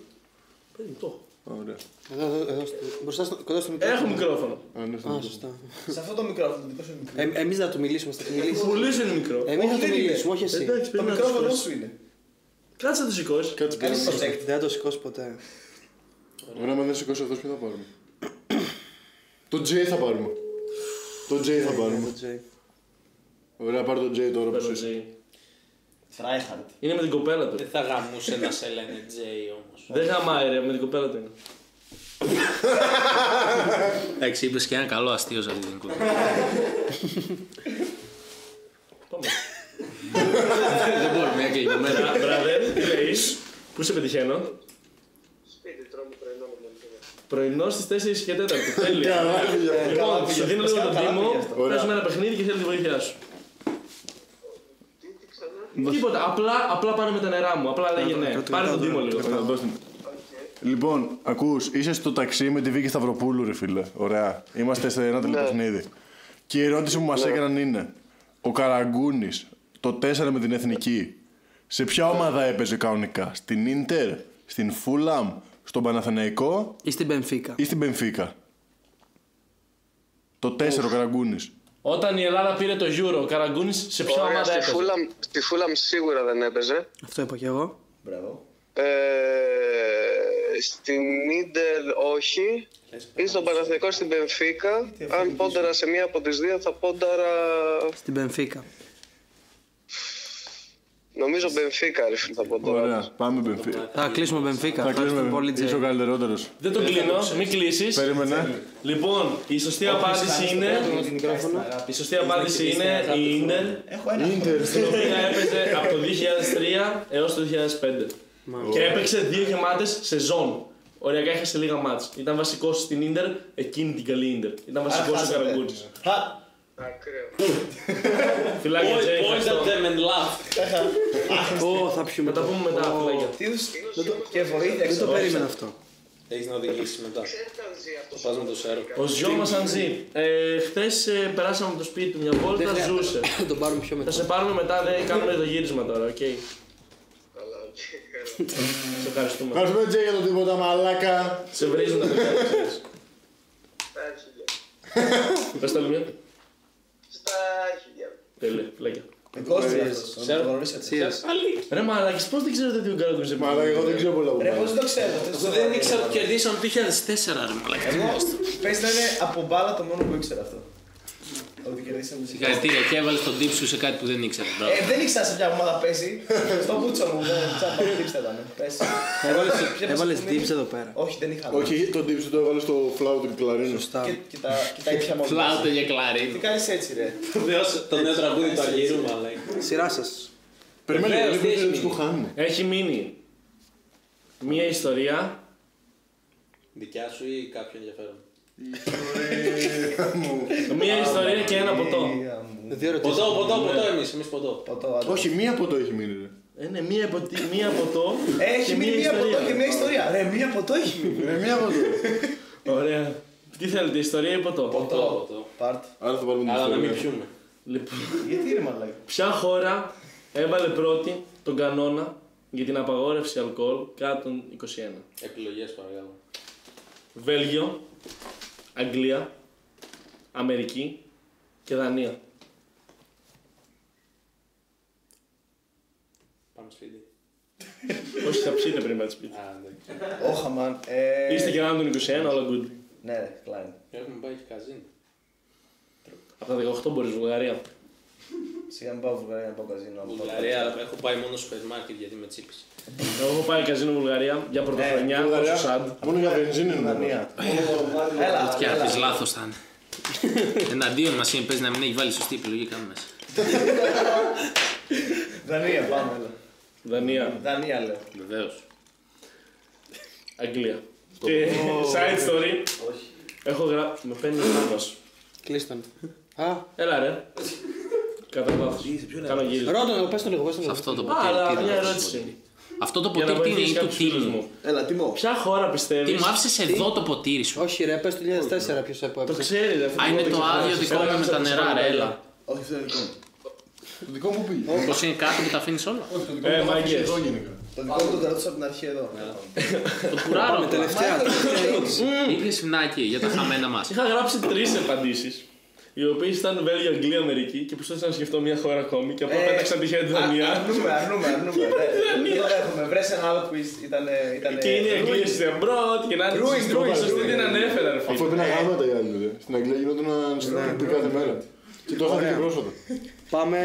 Speaker 2: Ωραία.
Speaker 3: Εδώ, εδώ, εδώ, στο- μπροστά στο, κοντά στο μικρό.
Speaker 5: Έχω μικρόφωνο.
Speaker 2: Α, ναι, θα
Speaker 3: Α,
Speaker 2: το
Speaker 3: σωστά.
Speaker 6: Σε αυτό το μικρόφωνο, το δικό σου μικρό.
Speaker 3: Ε, Εμείς να του μιλήσουμε, θα του μιλήσουμε.
Speaker 5: Πολύ σου είναι μικρό.
Speaker 3: Εμείς
Speaker 6: Όχι,
Speaker 3: να του
Speaker 6: δεν είναι.
Speaker 3: μιλήσουμε, όχι εσύ.
Speaker 5: Εντάξει,
Speaker 6: Το
Speaker 5: πρέπει να το
Speaker 6: μικρόφωνο
Speaker 5: σηκώσει.
Speaker 6: σου είναι.
Speaker 5: Κάτσε να το σηκώσει.
Speaker 2: πω. Κάτσε
Speaker 6: Κάνει
Speaker 2: πέρα.
Speaker 6: project.
Speaker 3: Δεν θα το σηκώσει ποτέ.
Speaker 2: Ωραία, άμα δεν σηκώσει αυτός, ποιο θα πάρουμε. το J θα πάρουμε. Το J θα πάρουμε.
Speaker 3: Ναι, το Jay.
Speaker 2: Ωραία, Ε, πάρε το J τώρα που
Speaker 5: Παίρνω
Speaker 2: σου είσαι.
Speaker 5: Jay.
Speaker 6: Τράιχαρτ.
Speaker 5: Είναι με την κοπέλα του.
Speaker 4: Δεν θα γαμούσε να σε λένε Τζέι όμως.
Speaker 5: Δεν γαμάει ρε, με την κοπέλα του είναι.
Speaker 4: Εντάξει, είπες και ένα καλό αστείο σε αυτή την κουβέντα.
Speaker 5: Πάμε.
Speaker 4: Δεν μπορεί μια κλειδωμένη.
Speaker 5: Μπρα- Μπράδερ, τι λέει, πού σε πετυχαίνω. Σπίτι, τρώμε πρωινό με Πρωινό στις 4 και 4. Τέλεια.
Speaker 2: Καλά, φίλε.
Speaker 5: Λοιπόν, σου δίνω λίγο τον
Speaker 6: Καλά πήγε
Speaker 5: Τίμο,
Speaker 6: αυτό.
Speaker 2: Ωραία.
Speaker 5: παίζουμε ένα παιχνίδι και θέλω τη βοήθειά σου. Τίποτα. Απλά, απλά πάνε με τα νερά μου. Απλά λέγε
Speaker 3: το-
Speaker 5: ναι.
Speaker 3: να το
Speaker 5: Πάρε τον
Speaker 3: κοιτάω
Speaker 5: Δήμο
Speaker 3: τώρα,
Speaker 5: λίγο.
Speaker 3: το κοιτάω.
Speaker 2: Λοιπόν, ακούς, είσαι στο ταξί με τη Βίκη Σταυροπούλου, ρε φίλε. Ωραία. Είμαστε σε ένα
Speaker 3: Ναι.
Speaker 2: τηλεπαιχνίδι. Και η ερώτηση που μας έκαναν είναι: Ο Καραγκούνης, το 4 με την εθνική, σε ποια ομάδα έπαιζε κανονικά, στην Ίντερ, στην Φούλαμ, στον Παναθηναϊκό
Speaker 3: Ή στην Μπενφίκα.
Speaker 2: ή στην Πενφίκα. Το 4 ο Καραγκούνης.
Speaker 5: Όταν η Ελλάδα πήρε το Euro, ο Καραγκούνης σε ποια
Speaker 9: Ωραία,
Speaker 5: ομάδα
Speaker 9: στη
Speaker 5: έπαιζε.
Speaker 9: Fulham- στη Φούλαμ σίγουρα δεν έπαιζε.
Speaker 3: Αυτό είπα και εγώ.
Speaker 9: Ε, στην Ίντερ όχι. Ή στον Παναθηναϊκό στην Πενφύκα. Αν πόνταρα σε μία από τις δύο θα πόνταρα...
Speaker 3: Στην Μπενφίκα.
Speaker 9: Νομίζω Μπενφίκα ρε φίλε θα πόνταρα.
Speaker 2: Ωραία, πάμε Μπενφίκα.
Speaker 3: Θα κλείσουμε Μπενφίκα.
Speaker 2: Θα
Speaker 3: Ευχαριστούμε
Speaker 2: κλείσουμε.
Speaker 3: πολύ, Τζέι.
Speaker 2: Είσαι ο καλύτερότερος.
Speaker 5: Δεν τον κλείνω, μην κλείσεις.
Speaker 2: Περίμενε.
Speaker 5: Λοιπόν, η σωστή απάντηση είναι. Η σωστή απάντηση είναι η Ίντερ,
Speaker 1: Έχω ένα.
Speaker 5: στην οποία έπαιζε από το 2003 έως το 2005. Και έπαιξε δύο γεμάτες σεζόν. Οριακά έχασε λίγα μάτς. Ήταν βασικός στην Ίντερ, εκείνη την καλή Ίντερ. Ήταν βασικός ο Καραγκούτης.
Speaker 9: Ακραίο.
Speaker 5: Φιλάκια Τζέι, ευχαριστώ.
Speaker 3: Ω, θα πιούμε.
Speaker 5: Θα τα πούμε μετά, φιλάκια.
Speaker 6: Τι είδους- Και βοήθεια.
Speaker 3: Δεν το περίμενα αυτό.
Speaker 7: Έχεις να οδηγήσεις μετά. Πας με το σέρο.
Speaker 5: Ο Ζιό μας Αντζή. Χθες ε, περάσαμε από το σπίτι του μια βόλτα, ζούσε.
Speaker 3: Θα τον πάρουμε πιο
Speaker 5: Θα
Speaker 3: μετά.
Speaker 5: σε πάρουμε μετά, δεν κάνουμε το γύρισμα τώρα, οκ.
Speaker 9: Καλά, οκ.
Speaker 5: Σε ευχαριστούμε.
Speaker 2: Ευχαριστούμε Τζέι για το τίποτα, μαλάκα.
Speaker 5: Σε βρίζουν τα παιδιά μας, ξέρεις.
Speaker 9: Στα αρχίδια.
Speaker 5: Πες το λίγο.
Speaker 9: Στα αρχίδια.
Speaker 5: Τέλεια, φιλάκια.
Speaker 6: Ε,
Speaker 3: Cheers.
Speaker 5: Ρε μαλάκες, πώς δεν ξέρετε τι ο Καραγκούνης έπαιζε.
Speaker 2: Μαλάκα, εγώ δεν ξέρω πολλά που πάει.
Speaker 6: Πώς το ξέρω. αυτό το
Speaker 7: Δεν ήξερα ότι κερδίσαμε το 2004 ρε μαλακά.
Speaker 6: Πες να είναι από μπάλα το μόνο που ήξερα αυτό. Ότι κερδίσαμε.
Speaker 7: Συγχαρητήρια και έβαλες τον τύψη σου σε κάτι που δεν ήξερα. Μπράβο.
Speaker 6: Ε, δεν ήξερα σε ποια ομάδα παίζει. Στο μπούτσο μου. ναι. Τσάπα, δεν ήξερα. ναι. Πες. Ποια
Speaker 3: Έβαλες
Speaker 6: παίζει,
Speaker 3: tips εδώ πέρα.
Speaker 6: Όχι, δεν είχα.
Speaker 2: Όχι, τον τύψη το έβαλες στο φλάου του κλαρίνου.
Speaker 3: Σωστά.
Speaker 6: Και- Και τα και τα ήπια μόνο.
Speaker 7: Φλάουτε για
Speaker 6: Τι
Speaker 7: κλαρί.
Speaker 6: κάνεις έτσι ρε.
Speaker 7: Το νέο τραγούδι του Αργύρου μαλακά.
Speaker 3: Σειρά σας.
Speaker 2: Περιμένουμε,
Speaker 7: Βεβαίως,
Speaker 2: δεν
Speaker 7: τι
Speaker 2: πρέπει
Speaker 7: έχει
Speaker 2: που χάνουμε.
Speaker 5: Έχει μείνει μία ιστορία.
Speaker 7: Δικιά σου ή κάποιο ενδιαφέρον.
Speaker 5: Μία ιστορία και ένα ποτό.
Speaker 6: Ωραία μου.
Speaker 3: Δύο ερωτήσεις.
Speaker 7: Ποτό, ποτό, ποτό εμείς, εμείς ποτό.
Speaker 6: Ποτό, άντε.
Speaker 2: Όχι, μία από το έχει μείνει. ρε.
Speaker 5: Ε, ναι, μία, ποτι- μία ποτό.
Speaker 6: Έχει
Speaker 5: και
Speaker 6: μείνει μία ποτό και
Speaker 5: ιστορία.
Speaker 6: μία ιστορία. Ρε, μία ποτό έχει μείνει.
Speaker 2: Ρε, Ναι, μία από το.
Speaker 5: Ωραία. Τι θέλετε, ιστορία ή ποτό.
Speaker 7: Ποτό, ποτό.
Speaker 6: Πάρτ.
Speaker 2: Άρα θα πάρουμε την
Speaker 7: Αλλά να μην
Speaker 2: ιστορία.
Speaker 7: πιούμε.
Speaker 5: Λοιπόν,
Speaker 6: Γιατί ρε μαλάκα.
Speaker 5: ποια χώρα έβαλε πρώτη τον κανόνα για την απαγόρευση αλκοόλ κάτω των 21.
Speaker 7: Επιλογές παρακαλώ.
Speaker 5: Βέλγιο, Αγγλία, Αμερική και Δανία.
Speaker 7: Πάμε σπίτι.
Speaker 5: Όχι, θα ψήνετε πριν πάτε σπίτι.
Speaker 7: Α, εντάξει.
Speaker 6: Όχα μαν. Ε,
Speaker 5: Είστε και έναν των 21, όλα good.
Speaker 6: Ναι, ρε, κλάιν.
Speaker 7: Έχουμε πάει και καζίνο.
Speaker 5: Από τα 18 μπορείς Βουλγαρία.
Speaker 6: Σιγά μην πάω Βουλγαρία να πάω καζίνο.
Speaker 7: Βουλγαρία, έχω πάει μόνο στο σούπερ μάρκετ γιατί με τσίπησε.
Speaker 5: Εγώ έχω πάει καζίνο Βουλγαρία για
Speaker 9: Ναι,
Speaker 5: πρωτοχρονιά, ως
Speaker 2: Βουλγαρία.
Speaker 5: το Σαντ.
Speaker 2: Μόνο για βενζίνη είναι.
Speaker 6: Βουλγαρία.
Speaker 7: Ό,τι και αν πεις λάθος θα είναι. Εναντίον μας είναι παίζει να μην έχει βάλει σωστή επιλογή καν μέσα.
Speaker 6: Δανία, πάμε. έλα.
Speaker 5: Δανία,
Speaker 6: Δανία λέω.
Speaker 7: Βεβαίως.
Speaker 5: Αγγλία. Και side story. Έχω γράψει. Με παίρνει ο Θάνος.
Speaker 3: Κλείστον. Α,
Speaker 5: Έλα ρε. Κατά λάθος. Κάνω γύρισμα.
Speaker 3: ρώτον, πες το λίγο, πες το λίγο.
Speaker 9: Αυτό το ποτήρι,
Speaker 5: Αλλά
Speaker 9: τι
Speaker 5: μια
Speaker 9: είναι αυτό.
Speaker 5: ερώτηση.
Speaker 9: Αυτό το
Speaker 5: Για να
Speaker 9: ποτήρι τι είναι ή
Speaker 5: βοηθήσει
Speaker 9: του
Speaker 5: κάποιους
Speaker 9: τι
Speaker 5: φίλους
Speaker 9: είναι.
Speaker 5: μου.
Speaker 6: Έλα, τιμό.
Speaker 5: Ποια χώρα
Speaker 9: Τι
Speaker 5: πιστεύεις.
Speaker 9: μου άφησες εδώ το ποτήρι σου.
Speaker 3: Όχι ρε, πες το 2004 ποιος
Speaker 5: Το
Speaker 3: έπαιξε.
Speaker 5: ξέρεις ρε.
Speaker 9: Α, είναι το άδειο δικό μου με τα νερά, ρε, έλα.
Speaker 2: Όχι, αυτό είναι δικό μου. Το δικό μου πήγε.
Speaker 9: Πως είναι κάτω που τα αφήνεις όλα.
Speaker 2: Όχι, το δικό
Speaker 5: Ε,
Speaker 2: μου το άφησε
Speaker 5: μάγκες.
Speaker 2: εδώ γενικά.
Speaker 6: Το δικό μου το κρατούσα από την αρχή εδώ.
Speaker 9: Το κουράρω. απλά.
Speaker 3: Τελευταία.
Speaker 9: Ήπιες φινάκι για τα χαμένα μας.
Speaker 5: Είχα γράψει τρεις απαντήσεις. Οι οποίε ήταν Βέλγιο, Αγγλία, Αμερική και προσπαθούσα να σκεφτώ μια χώρα ακόμη και απλά
Speaker 6: Ε,
Speaker 5: πέταξα τυχαία της
Speaker 6: Α,
Speaker 5: Δανία.
Speaker 6: Αρνούμε, αρνούμε, αρνούμε.
Speaker 5: Δανία.
Speaker 6: ναι. Δεν το έχουμε. Βρες ένα άλλο που ήταν.
Speaker 5: Και είναι η Αγγλία στην Μπρότ και να είναι
Speaker 6: Ruin,
Speaker 5: στην
Speaker 6: ruin,
Speaker 5: Σωστή
Speaker 6: ruin.
Speaker 5: την ανέφερα, ρε
Speaker 2: Αφού
Speaker 5: φίλε.
Speaker 2: έπαιρνα γάματα οι άλλοι. ρε. Στην Αγγλία γινόταν στραβή κάθε μέρα. Και το είχα δει και πρόσφατα.
Speaker 3: Πάμε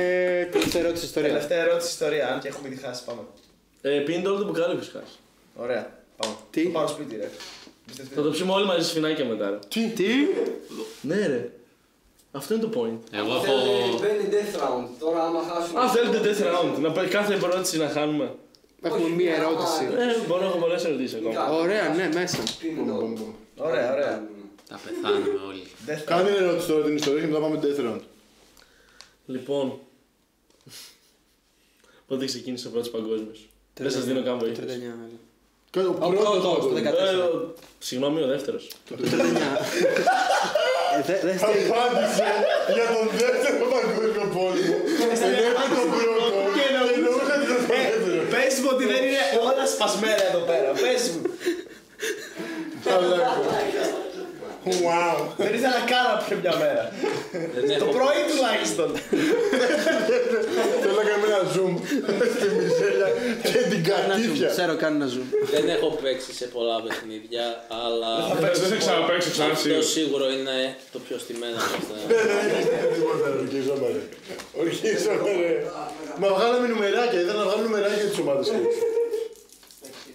Speaker 3: τελευταία ερώτηση ιστορία.
Speaker 6: Τελευταία ερώτηση ιστορία, αν και έχουμε τη χάσει, πάμε.
Speaker 5: Ε, Πίνετε όλο το μπουκάλι που έχεις χάσει.
Speaker 6: Ωραία, πάμε.
Speaker 3: Τι?
Speaker 6: Το πάω σπίτι, ρε. Πιστεύτε.
Speaker 5: Θα το ψήμω όλοι μαζί σφινάκια μετά, ρε.
Speaker 2: Τι, τι.
Speaker 5: Ναι, ρε. Αυτό είναι το point.
Speaker 9: Εγώ έχω...
Speaker 7: Μπαίνει death round. Τώρα άμα χάσουμε...
Speaker 5: Α, θέλετε death round. Να πα- κάθε ερώτηση να χάνουμε.
Speaker 3: Έχουμε μία ερώτηση.
Speaker 5: Ε, μπορώ να έχω πολλές ερωτήσεις ακόμα.
Speaker 3: Ωραία, ναι, μέσα.
Speaker 6: Ωραία, ωραία.
Speaker 9: Τα πεθάνουμε όλοι.
Speaker 6: Death
Speaker 2: Κάνε την ερώτηση τώρα την ιστορία και μετά πάμε death round.
Speaker 5: Λοιπόν. Πότε ξεκίνησε ο πρώτος παγκόσμιος. Δεν σας δίνω ε. καν
Speaker 3: Το 39
Speaker 5: βοήθεια.
Speaker 3: μεγάλο.
Speaker 2: Ο πρώτος.
Speaker 3: Το 14.
Speaker 5: Συγγνώμη, Ε, ο δεύτερο.
Speaker 3: Το 39. Ε, δε- δε στέγη.
Speaker 2: Απάντησε για τον δεύτερο παγκόσμιο πόλεμο. Εννοείται τον πρώτο. Και εννοούσε τον δεύτερο.
Speaker 6: Πες μου ότι δεν είναι όλα σπασμένα εδώ πέρα. Πες μου.
Speaker 2: Wow.
Speaker 6: Δεν ήθελα καν να πιω μια μέρα. Το πρωί τουλάχιστον.
Speaker 2: Θέλω να κάνουμε ένα zoom στη μιζέλια και την
Speaker 3: Κάνε ένα zoom.
Speaker 2: κατήφια.
Speaker 3: Ξέρω, κάνε ένα zoom.
Speaker 10: Δεν έχω παίξει σε πολλά παιχνίδια, αλλά
Speaker 11: Δεν σε ξαναπέξω ξανά
Speaker 10: αυτό
Speaker 11: σίγουρα.
Speaker 10: σίγουρο είναι το πιο στημένο από αυτά.
Speaker 2: Τίποτα, ρε, ορκίζομαι. ρε. Ορκίζομαι, ρε. Μα βγάλαμε νουμεράκια, ήθελα να βγάλω νουμεράκια της ομάδας του.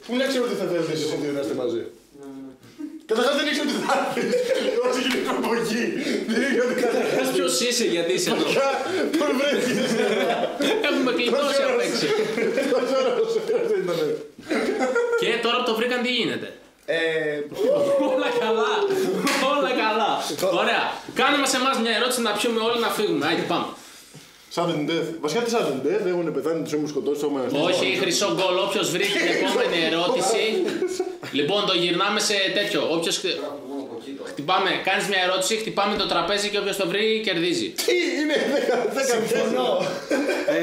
Speaker 2: Πού να ξέρω ότι θα θέλετε εσείς οι δύο να είστε μαζί. Καταρχάς δεν ήξερα ότι θα έρθεις. Όσοι γυρίζουν από εκεί. Δεν ήξερα ότι καταρχάς
Speaker 4: Ποιος είσαι, γιατί είσαι εδώ.
Speaker 2: πια τον βρέθηκες.
Speaker 4: Έχουμε κλειδώσει απ' έξω.
Speaker 2: Τόσο ωραίος ωραίος δεν ήταν.
Speaker 4: Και τώρα που το βρήκαν, τι γίνεται.
Speaker 6: Ε,
Speaker 4: Όλα καλά. Όλα καλά. Ωραία. Κάνε μας εμάς μια ερώτηση να πιούμε όλοι να φύγουμε. Άιτε, πάμε.
Speaker 2: Sudden death. Βασικά τι sudden death, έχουν πεθάνει, τους έχουν σκοτώσει, το έχουμε
Speaker 4: Όχι, χρυσό γκολ. Όποιος βρήκε την επόμενη ερώτηση. λοιπόν, το γυρνάμε σε τέτοιο. Όποιος. Χτυπάμε, κάνεις μια ερώτηση, χτυπάμε το τραπέζι και όποιος το βρει κερδίζει.
Speaker 2: Τι είναι, 10 Συμφωνώ.